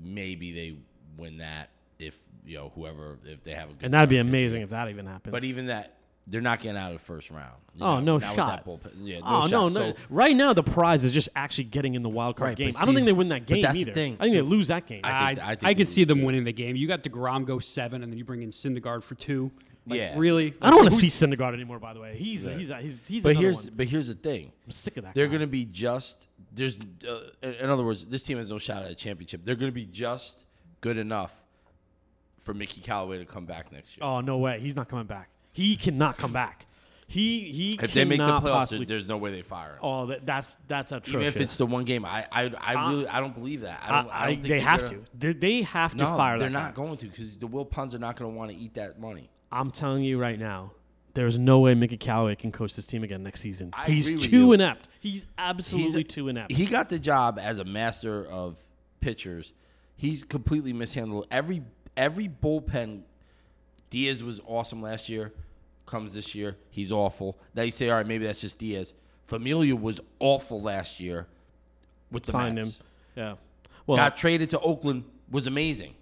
[SPEAKER 4] Maybe they win that if you know whoever if they have a good
[SPEAKER 1] and that'd be
[SPEAKER 4] start against
[SPEAKER 1] amazing if that even happens.
[SPEAKER 4] But even that, they're not getting out of the first round. you
[SPEAKER 1] Oh, no
[SPEAKER 4] not with
[SPEAKER 1] shot.
[SPEAKER 4] that bullpen. Yeah, no
[SPEAKER 1] oh
[SPEAKER 4] shot.
[SPEAKER 1] no, no!
[SPEAKER 4] So-
[SPEAKER 1] right now the prize is just actually getting in the wild card
[SPEAKER 4] Right,
[SPEAKER 1] game.
[SPEAKER 4] but
[SPEAKER 1] I don't think
[SPEAKER 4] see-
[SPEAKER 1] they win that
[SPEAKER 4] but
[SPEAKER 1] game
[SPEAKER 4] that's the
[SPEAKER 1] either.
[SPEAKER 4] thing.
[SPEAKER 1] I think
[SPEAKER 4] So
[SPEAKER 1] they lose that game.
[SPEAKER 4] I think- I think
[SPEAKER 3] I
[SPEAKER 4] they
[SPEAKER 3] could see
[SPEAKER 4] lose,
[SPEAKER 3] them
[SPEAKER 4] yeah.
[SPEAKER 3] winning the game. You got DeGrom go seven, and then you bring in Syndergaard for two. Like,
[SPEAKER 4] Yeah.
[SPEAKER 3] Really?
[SPEAKER 1] I don't want to see Syndergaard anymore. By the way, he's he's he's he's.
[SPEAKER 4] but
[SPEAKER 1] another
[SPEAKER 4] here's
[SPEAKER 1] one.
[SPEAKER 4] but here's the thing.
[SPEAKER 1] I'm sick of that.
[SPEAKER 4] They're
[SPEAKER 1] guy.
[SPEAKER 4] going to be just there's uh, in in other words, this team has no shot at a championship. They're going to be just good enough for Mickey Callaway to come back next year.
[SPEAKER 1] Oh no way! He's not coming back. He cannot come back. He he.
[SPEAKER 4] if they make the
[SPEAKER 1] Oh, cannot
[SPEAKER 4] playoffs,
[SPEAKER 1] possibly-
[SPEAKER 4] there's no way they fire him.
[SPEAKER 1] oh that, that's that's
[SPEAKER 4] Even
[SPEAKER 1] atrocious.
[SPEAKER 4] if it's the one game, I I, I really I don't believe that. I
[SPEAKER 1] Uh, I,
[SPEAKER 4] don't.
[SPEAKER 1] I,
[SPEAKER 4] I, don't think
[SPEAKER 1] they
[SPEAKER 4] they're
[SPEAKER 1] have
[SPEAKER 4] gonna-
[SPEAKER 1] to. They, they have to
[SPEAKER 4] No,
[SPEAKER 1] fire
[SPEAKER 4] they're
[SPEAKER 1] that guy.
[SPEAKER 4] not going to because the Will Puns are not going to want to eat that money.
[SPEAKER 1] I'm telling you right now, there's no way Mickey Callaway can coach this team again next season.
[SPEAKER 4] I
[SPEAKER 1] He's
[SPEAKER 4] agree with
[SPEAKER 1] too
[SPEAKER 4] you.
[SPEAKER 1] inept. He's absolutely
[SPEAKER 4] a-
[SPEAKER 1] too inept.
[SPEAKER 4] He got the job as a master of pitchers. He's completely mishandled every every bullpen. Diaz was awesome last year. Comes this year, he's awful. Now you say, all right, maybe that's just Diaz. Familia was awful last year with the
[SPEAKER 1] Signed him.
[SPEAKER 4] Mets.
[SPEAKER 1] Yeah. Well,
[SPEAKER 4] Got traded to Oakland, was amazing,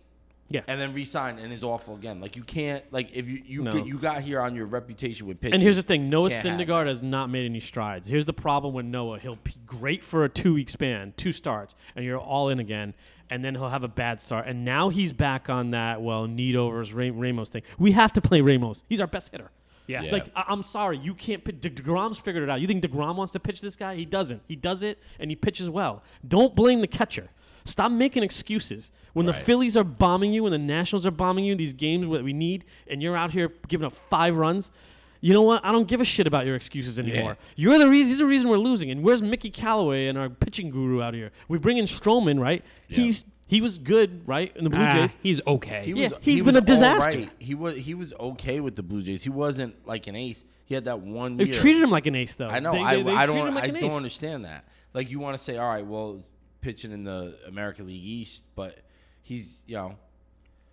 [SPEAKER 1] yeah. And,
[SPEAKER 4] and then re-signed and is awful again. Like you can't like if you you
[SPEAKER 1] No.
[SPEAKER 4] get, you got here on your reputation with pitchers.
[SPEAKER 1] here's the thing: Noah
[SPEAKER 4] Can't have
[SPEAKER 1] Syndergaard has not made any strides. Here's the problem with Noah: he'll be great for a two-week span, two starts, and you're all in again. And then he'll have a bad start. And now he's back on that well need overs Ra- Ramos thing. We have to play Ramos. He's our best hitter.
[SPEAKER 3] Yeah.
[SPEAKER 4] Yeah.
[SPEAKER 1] Like I- I'm sorry, you can't pitch. De- Degrom's figured it out. You think Degrom wants to pitch this guy? He doesn't. He does it, and he pitches well. Don't blame the catcher. Stop making excuses. When the
[SPEAKER 4] Right.
[SPEAKER 1] Phillies are bombing you, when the Nationals are bombing you, these games that we need, and you're out here giving up five runs. You know what? I don't give a shit about your excuses anymore. You're the reason. He's the reason we're losing. And where's Mickey Callaway and our pitching guru out here? We bring in Stroman, right? He's he was good, right, in the Blue
[SPEAKER 3] Ah,
[SPEAKER 1] Jays.
[SPEAKER 3] he's okay.
[SPEAKER 4] He
[SPEAKER 1] Yeah,
[SPEAKER 4] was,
[SPEAKER 1] he's
[SPEAKER 4] he
[SPEAKER 1] been a
[SPEAKER 4] was
[SPEAKER 1] disaster.
[SPEAKER 4] alright. He was he was okay with the Blue Jays. He wasn't like an ace. He had that one
[SPEAKER 1] They've
[SPEAKER 4] year.
[SPEAKER 1] treated him like an ace, though.
[SPEAKER 4] I know.
[SPEAKER 1] They-
[SPEAKER 4] I,
[SPEAKER 1] they- they
[SPEAKER 4] I
[SPEAKER 1] treat
[SPEAKER 4] don't.
[SPEAKER 1] him like
[SPEAKER 4] I
[SPEAKER 1] an
[SPEAKER 4] don't
[SPEAKER 1] ace.
[SPEAKER 4] understand that. Like you want to say, all right, well, pitching in the American League East, but he's you know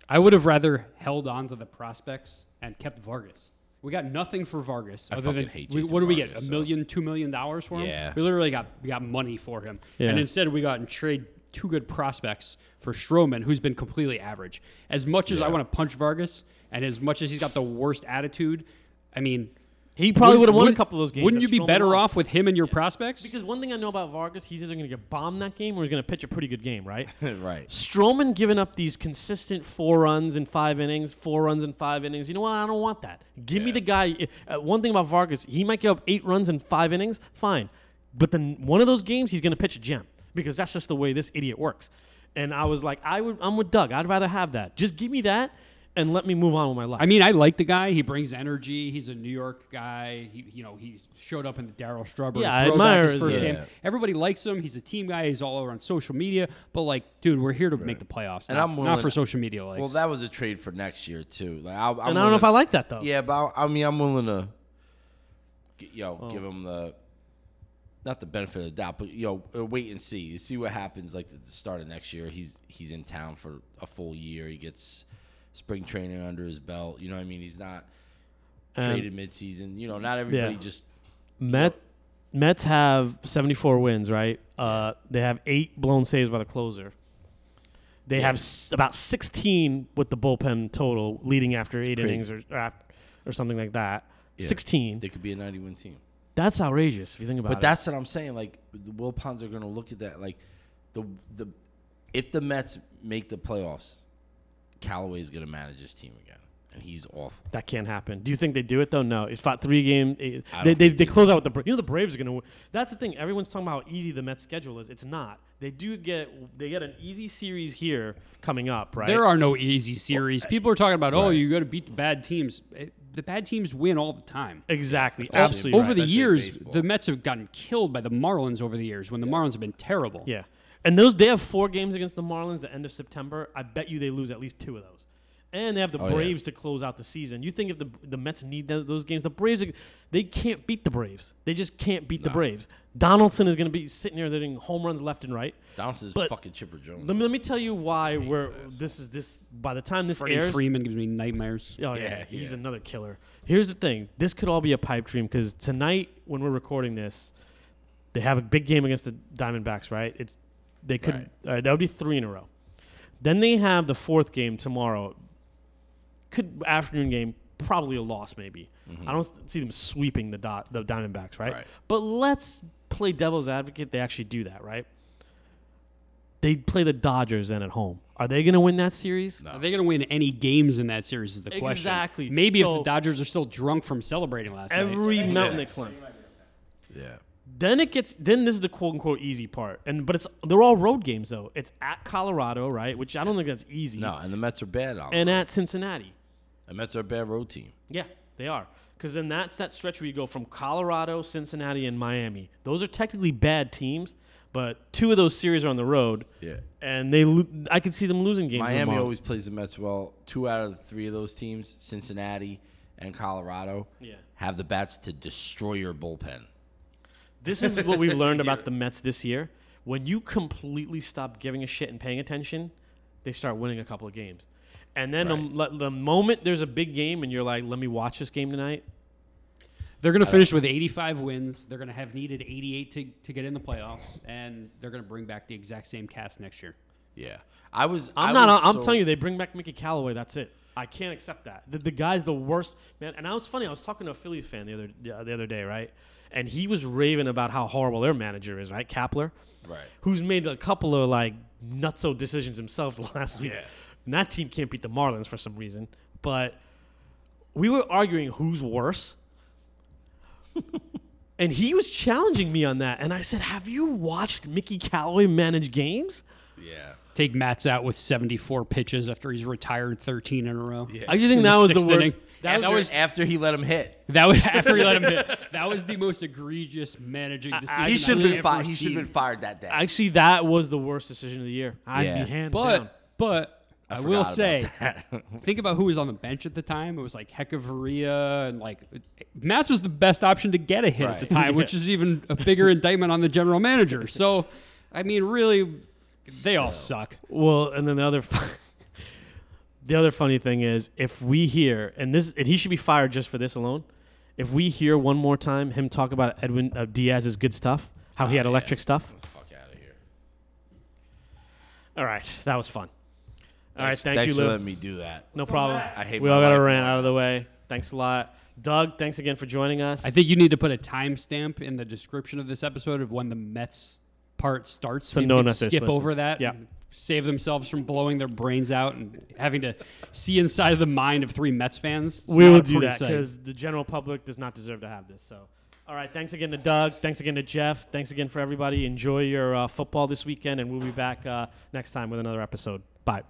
[SPEAKER 3] I would have rather held on to the prospects and kept Vargas. We got nothing for Vargas.
[SPEAKER 4] I
[SPEAKER 3] other than
[SPEAKER 4] fucking hate
[SPEAKER 3] we,
[SPEAKER 4] Jason
[SPEAKER 3] what do we get?
[SPEAKER 4] Vargas,
[SPEAKER 3] A
[SPEAKER 4] so-
[SPEAKER 3] million, two million dollars for him?
[SPEAKER 4] Yeah.
[SPEAKER 3] We literally got we got money for him.
[SPEAKER 1] Yeah.
[SPEAKER 3] And instead we got and trade two good prospects for Stroman, who's been completely average. As much as I want to punch Vargas and as much as he's got the worst attitude, I mean
[SPEAKER 1] He probably would have won a
[SPEAKER 3] Wouldn't-
[SPEAKER 1] couple of those games.
[SPEAKER 3] Wouldn't
[SPEAKER 1] that
[SPEAKER 3] you be
[SPEAKER 1] Strowman
[SPEAKER 3] better
[SPEAKER 1] lost.
[SPEAKER 3] off with him and your prospects?
[SPEAKER 1] Because one thing I know about Vargas, he's either going to get bombed that game or he's going to pitch a pretty good game, right?
[SPEAKER 4] right.
[SPEAKER 1] Strowman giving up these consistent four runs in five innings, four runs in five innings. You know what? I don't want that. Give me the guy. Uh, one thing about Vargas, he might give up eight runs in five innings. Fine, but then one of those games he's going to pitch a gem because that's just the way this idiot works. And I was like, I would. I'm with Doug. I'd rather have that. Just give me that and let me move on with my life.
[SPEAKER 3] I mean, I like the guy. He brings energy. He's a New York guy. He, you know, he showed up in the Daryl Strawberry.
[SPEAKER 1] Yeah, I
[SPEAKER 3] throwback
[SPEAKER 1] admire
[SPEAKER 3] his
[SPEAKER 1] his- uh,
[SPEAKER 3] first
[SPEAKER 4] yeah.
[SPEAKER 3] game. Everybody likes him. He's a team guy. He's all over on social media. But like, dude, we're here to make the playoffs.
[SPEAKER 4] And
[SPEAKER 3] not,
[SPEAKER 4] I'm
[SPEAKER 3] not
[SPEAKER 4] willing-
[SPEAKER 3] for social media likes.
[SPEAKER 4] Well, that was a trade for next year too. Like I, I'm
[SPEAKER 1] and I don't know if I like that though.
[SPEAKER 4] Yeah, but I, I mean, I'm willing to, g- yo, give him the, not the benefit of the doubt, but yo, uh, wait and see. You see what happens. Like at the start of next year, he's he's in town for a full year. He gets spring training under his belt. You know what I mean? He's not
[SPEAKER 1] And-
[SPEAKER 4] traded midseason. You know, not everybody
[SPEAKER 1] Yeah.
[SPEAKER 4] just
[SPEAKER 1] Met, Mets have 74 wins, right? Uh, they have eight blown saves by the closer. They have s- about 16 with the bullpen total, leading after eight
[SPEAKER 4] crazy.
[SPEAKER 1] innings or or, af- or something like that.
[SPEAKER 4] Yeah.
[SPEAKER 1] 16.
[SPEAKER 4] they could be a 91 team.
[SPEAKER 1] That's outrageous if you think about
[SPEAKER 4] But
[SPEAKER 1] it.
[SPEAKER 4] that's what I'm saying. Like the Wilpons are going to look at that. Like the the if the Mets make the playoffs, Callaway's going to manage his team again, and he's awful.
[SPEAKER 1] that can't happen. Do you think they do it though? No. It's about three game. They
[SPEAKER 4] I
[SPEAKER 1] they,
[SPEAKER 4] don't
[SPEAKER 1] they,
[SPEAKER 4] think he's-
[SPEAKER 1] close out with the Bra- you know the Braves are gonna. win. That's the thing. Everyone's talking about how easy the Mets schedule is. It's not. They do get they get an easy series here coming up, right?
[SPEAKER 3] there are no easy series. People are talking about, oh, you got to beat the bad teams. Eh, The bad teams win all the time.
[SPEAKER 1] exactly.
[SPEAKER 4] Especially-
[SPEAKER 1] Absolutely.
[SPEAKER 3] Over
[SPEAKER 4] right.
[SPEAKER 3] the
[SPEAKER 4] Especially
[SPEAKER 3] years,
[SPEAKER 4] baseball.
[SPEAKER 3] the Mets have gotten killed by the Marlins over the years when the Marlins have been terrible.
[SPEAKER 1] Yeah. And those they have four games against the Marlins the end of September. I bet you they lose at least two of those. And they have the
[SPEAKER 4] Oh, yeah.
[SPEAKER 1] Braves to close out the season. You think if the the Mets need those, those games, the Braves are- they can't beat the Braves. They just can't beat the Braves. Donaldson is going to be sitting there hitting home runs left and right.
[SPEAKER 4] Donaldson's
[SPEAKER 1] But-
[SPEAKER 4] fucking Chipper Jones.
[SPEAKER 1] Let me, let me tell you why we're this is this by the time this
[SPEAKER 3] Freddie
[SPEAKER 1] airs.
[SPEAKER 3] Freeman gives me nightmares.
[SPEAKER 1] Oh yeah, he's another killer. Here's the thing: this could all be a pipe dream because tonight, when we're recording this, they have a big game against the Diamondbacks. Right? It's they could uh, that would be three in a row. Then they have the fourth game tomorrow. Could afternoon game probably a loss maybe. I don't s- see them sweeping the dot the Diamondbacks. Mm-hmm. Right?
[SPEAKER 4] Right.
[SPEAKER 1] But let's play devil's advocate. They actually do that, right? They play the Dodgers then at home. Are they going to win that series?
[SPEAKER 3] Are they going to win any games in that series? Is the question.
[SPEAKER 1] Exactly.
[SPEAKER 3] Maybe if
[SPEAKER 1] So-
[SPEAKER 3] the Dodgers are still drunk from celebrating last night.
[SPEAKER 1] Every mountain they climb.
[SPEAKER 4] yeah.
[SPEAKER 1] Then it gets. Then this is the quote unquote easy part, and but it's they're all road games though. It's at Colorado, right? Which I don't think that's easy.
[SPEAKER 4] No, and the Mets are bad. On
[SPEAKER 1] And at Cincinnati,
[SPEAKER 4] the Mets are a bad road team.
[SPEAKER 1] yeah, they are. Because then that's that stretch where you go from Colorado, Cincinnati, and Miami. Those are technically bad teams, but two of those series are on the road.
[SPEAKER 4] Yeah.
[SPEAKER 1] And they, lo- I could see them losing games.
[SPEAKER 4] Miami
[SPEAKER 1] tomorrow.
[SPEAKER 4] always plays the Mets well. Two out of the three of those teams, Cincinnati and Colorado,
[SPEAKER 1] Yeah.
[SPEAKER 4] have the bats to destroy your bullpen.
[SPEAKER 1] This is what we've learned about the Mets this year. When you completely stop giving a shit and paying attention, they start winning a couple of games. And then the- the, the moment there's a big game and you're like, let me watch this game tonight,
[SPEAKER 3] They're going to finish with 85 wins. They're going to have needed 88 to, to get in the playoffs, and they're going to bring back the exact same cast next year.
[SPEAKER 4] Yeah, I was.
[SPEAKER 1] I'm not. I'm telling you, they bring back Mickey Callaway. That's it. I can't accept that. The, the guy's the worst man. And I was funny. I was talking to a Phillies fan the other the other day, right? And he was raving about how horrible their manager is, right? Kapler,
[SPEAKER 4] Right.
[SPEAKER 1] Who's made a couple of like nutso decisions himself last week. And that team can't beat the Marlins for some reason. But we were arguing who's worse. and he was challenging me on that. And I said, Have you watched Mickey Callaway manage games?
[SPEAKER 4] Yeah.
[SPEAKER 3] Take Matts out with 74 pitches after he's retired 13 in a row. Yeah.
[SPEAKER 1] I just think
[SPEAKER 3] In the
[SPEAKER 1] that was the
[SPEAKER 3] sixth
[SPEAKER 1] worst.
[SPEAKER 3] inning.
[SPEAKER 1] That
[SPEAKER 4] That
[SPEAKER 1] was
[SPEAKER 4] was after he let him hit.
[SPEAKER 3] That was after he let him hit. That was the most egregious managing decision.
[SPEAKER 4] He should have
[SPEAKER 3] I've
[SPEAKER 4] been fired.
[SPEAKER 3] ever
[SPEAKER 4] He should
[SPEAKER 3] seen.
[SPEAKER 4] have been fired that day.
[SPEAKER 1] actually that was the worst decision of the year. I'd
[SPEAKER 4] Yeah.
[SPEAKER 1] be hands
[SPEAKER 3] But
[SPEAKER 1] down.
[SPEAKER 3] but I, will
[SPEAKER 4] forgot about
[SPEAKER 3] say, think about who was on the bench at the time. It was like Hecaveria and like Matts was the best option to get a hit at the
[SPEAKER 4] Right.
[SPEAKER 3] time, which is even a bigger indictment on the general manager. So, I mean, really, they all suck.
[SPEAKER 1] Well, and then the other, fu- the other funny thing is if we hear and this and he should be fired just for this alone. If we hear one more time him talk about Edwin uh, Diaz's good stuff, how
[SPEAKER 4] Ah,
[SPEAKER 1] he had electric stuff.
[SPEAKER 4] Fuck out of here.
[SPEAKER 1] All right, that was fun. All right,
[SPEAKER 4] Thanks-
[SPEAKER 1] thank
[SPEAKER 4] Thanks
[SPEAKER 1] you,
[SPEAKER 4] for
[SPEAKER 1] Lou.
[SPEAKER 4] letting me do that.
[SPEAKER 1] No problem.
[SPEAKER 4] I hate
[SPEAKER 1] we all
[SPEAKER 4] my
[SPEAKER 1] got a
[SPEAKER 4] life
[SPEAKER 1] rant
[SPEAKER 4] more.
[SPEAKER 1] out of the way. Thanks a lot. Doug, thanks again for joining us.
[SPEAKER 3] I think you need to put a timestamp in the description of this episode of when the Mets part starts.
[SPEAKER 1] So
[SPEAKER 3] People
[SPEAKER 1] no one
[SPEAKER 3] can
[SPEAKER 1] has to
[SPEAKER 3] skip
[SPEAKER 1] listen.
[SPEAKER 3] over that.
[SPEAKER 1] Yeah.
[SPEAKER 3] and Save themselves from blowing their brains out and having to see inside of the mind of three Mets fans. It's
[SPEAKER 1] we
[SPEAKER 3] not
[SPEAKER 1] will
[SPEAKER 3] a
[SPEAKER 1] do
[SPEAKER 3] pretty
[SPEAKER 1] that
[SPEAKER 3] sight.
[SPEAKER 1] because the general public does not deserve to have this. So, all right. Thanks again to Doug. Thanks again to Jeff. Thanks again for everybody. Enjoy your uh, football this weekend, and we'll be back uh, next time with another episode. Bye.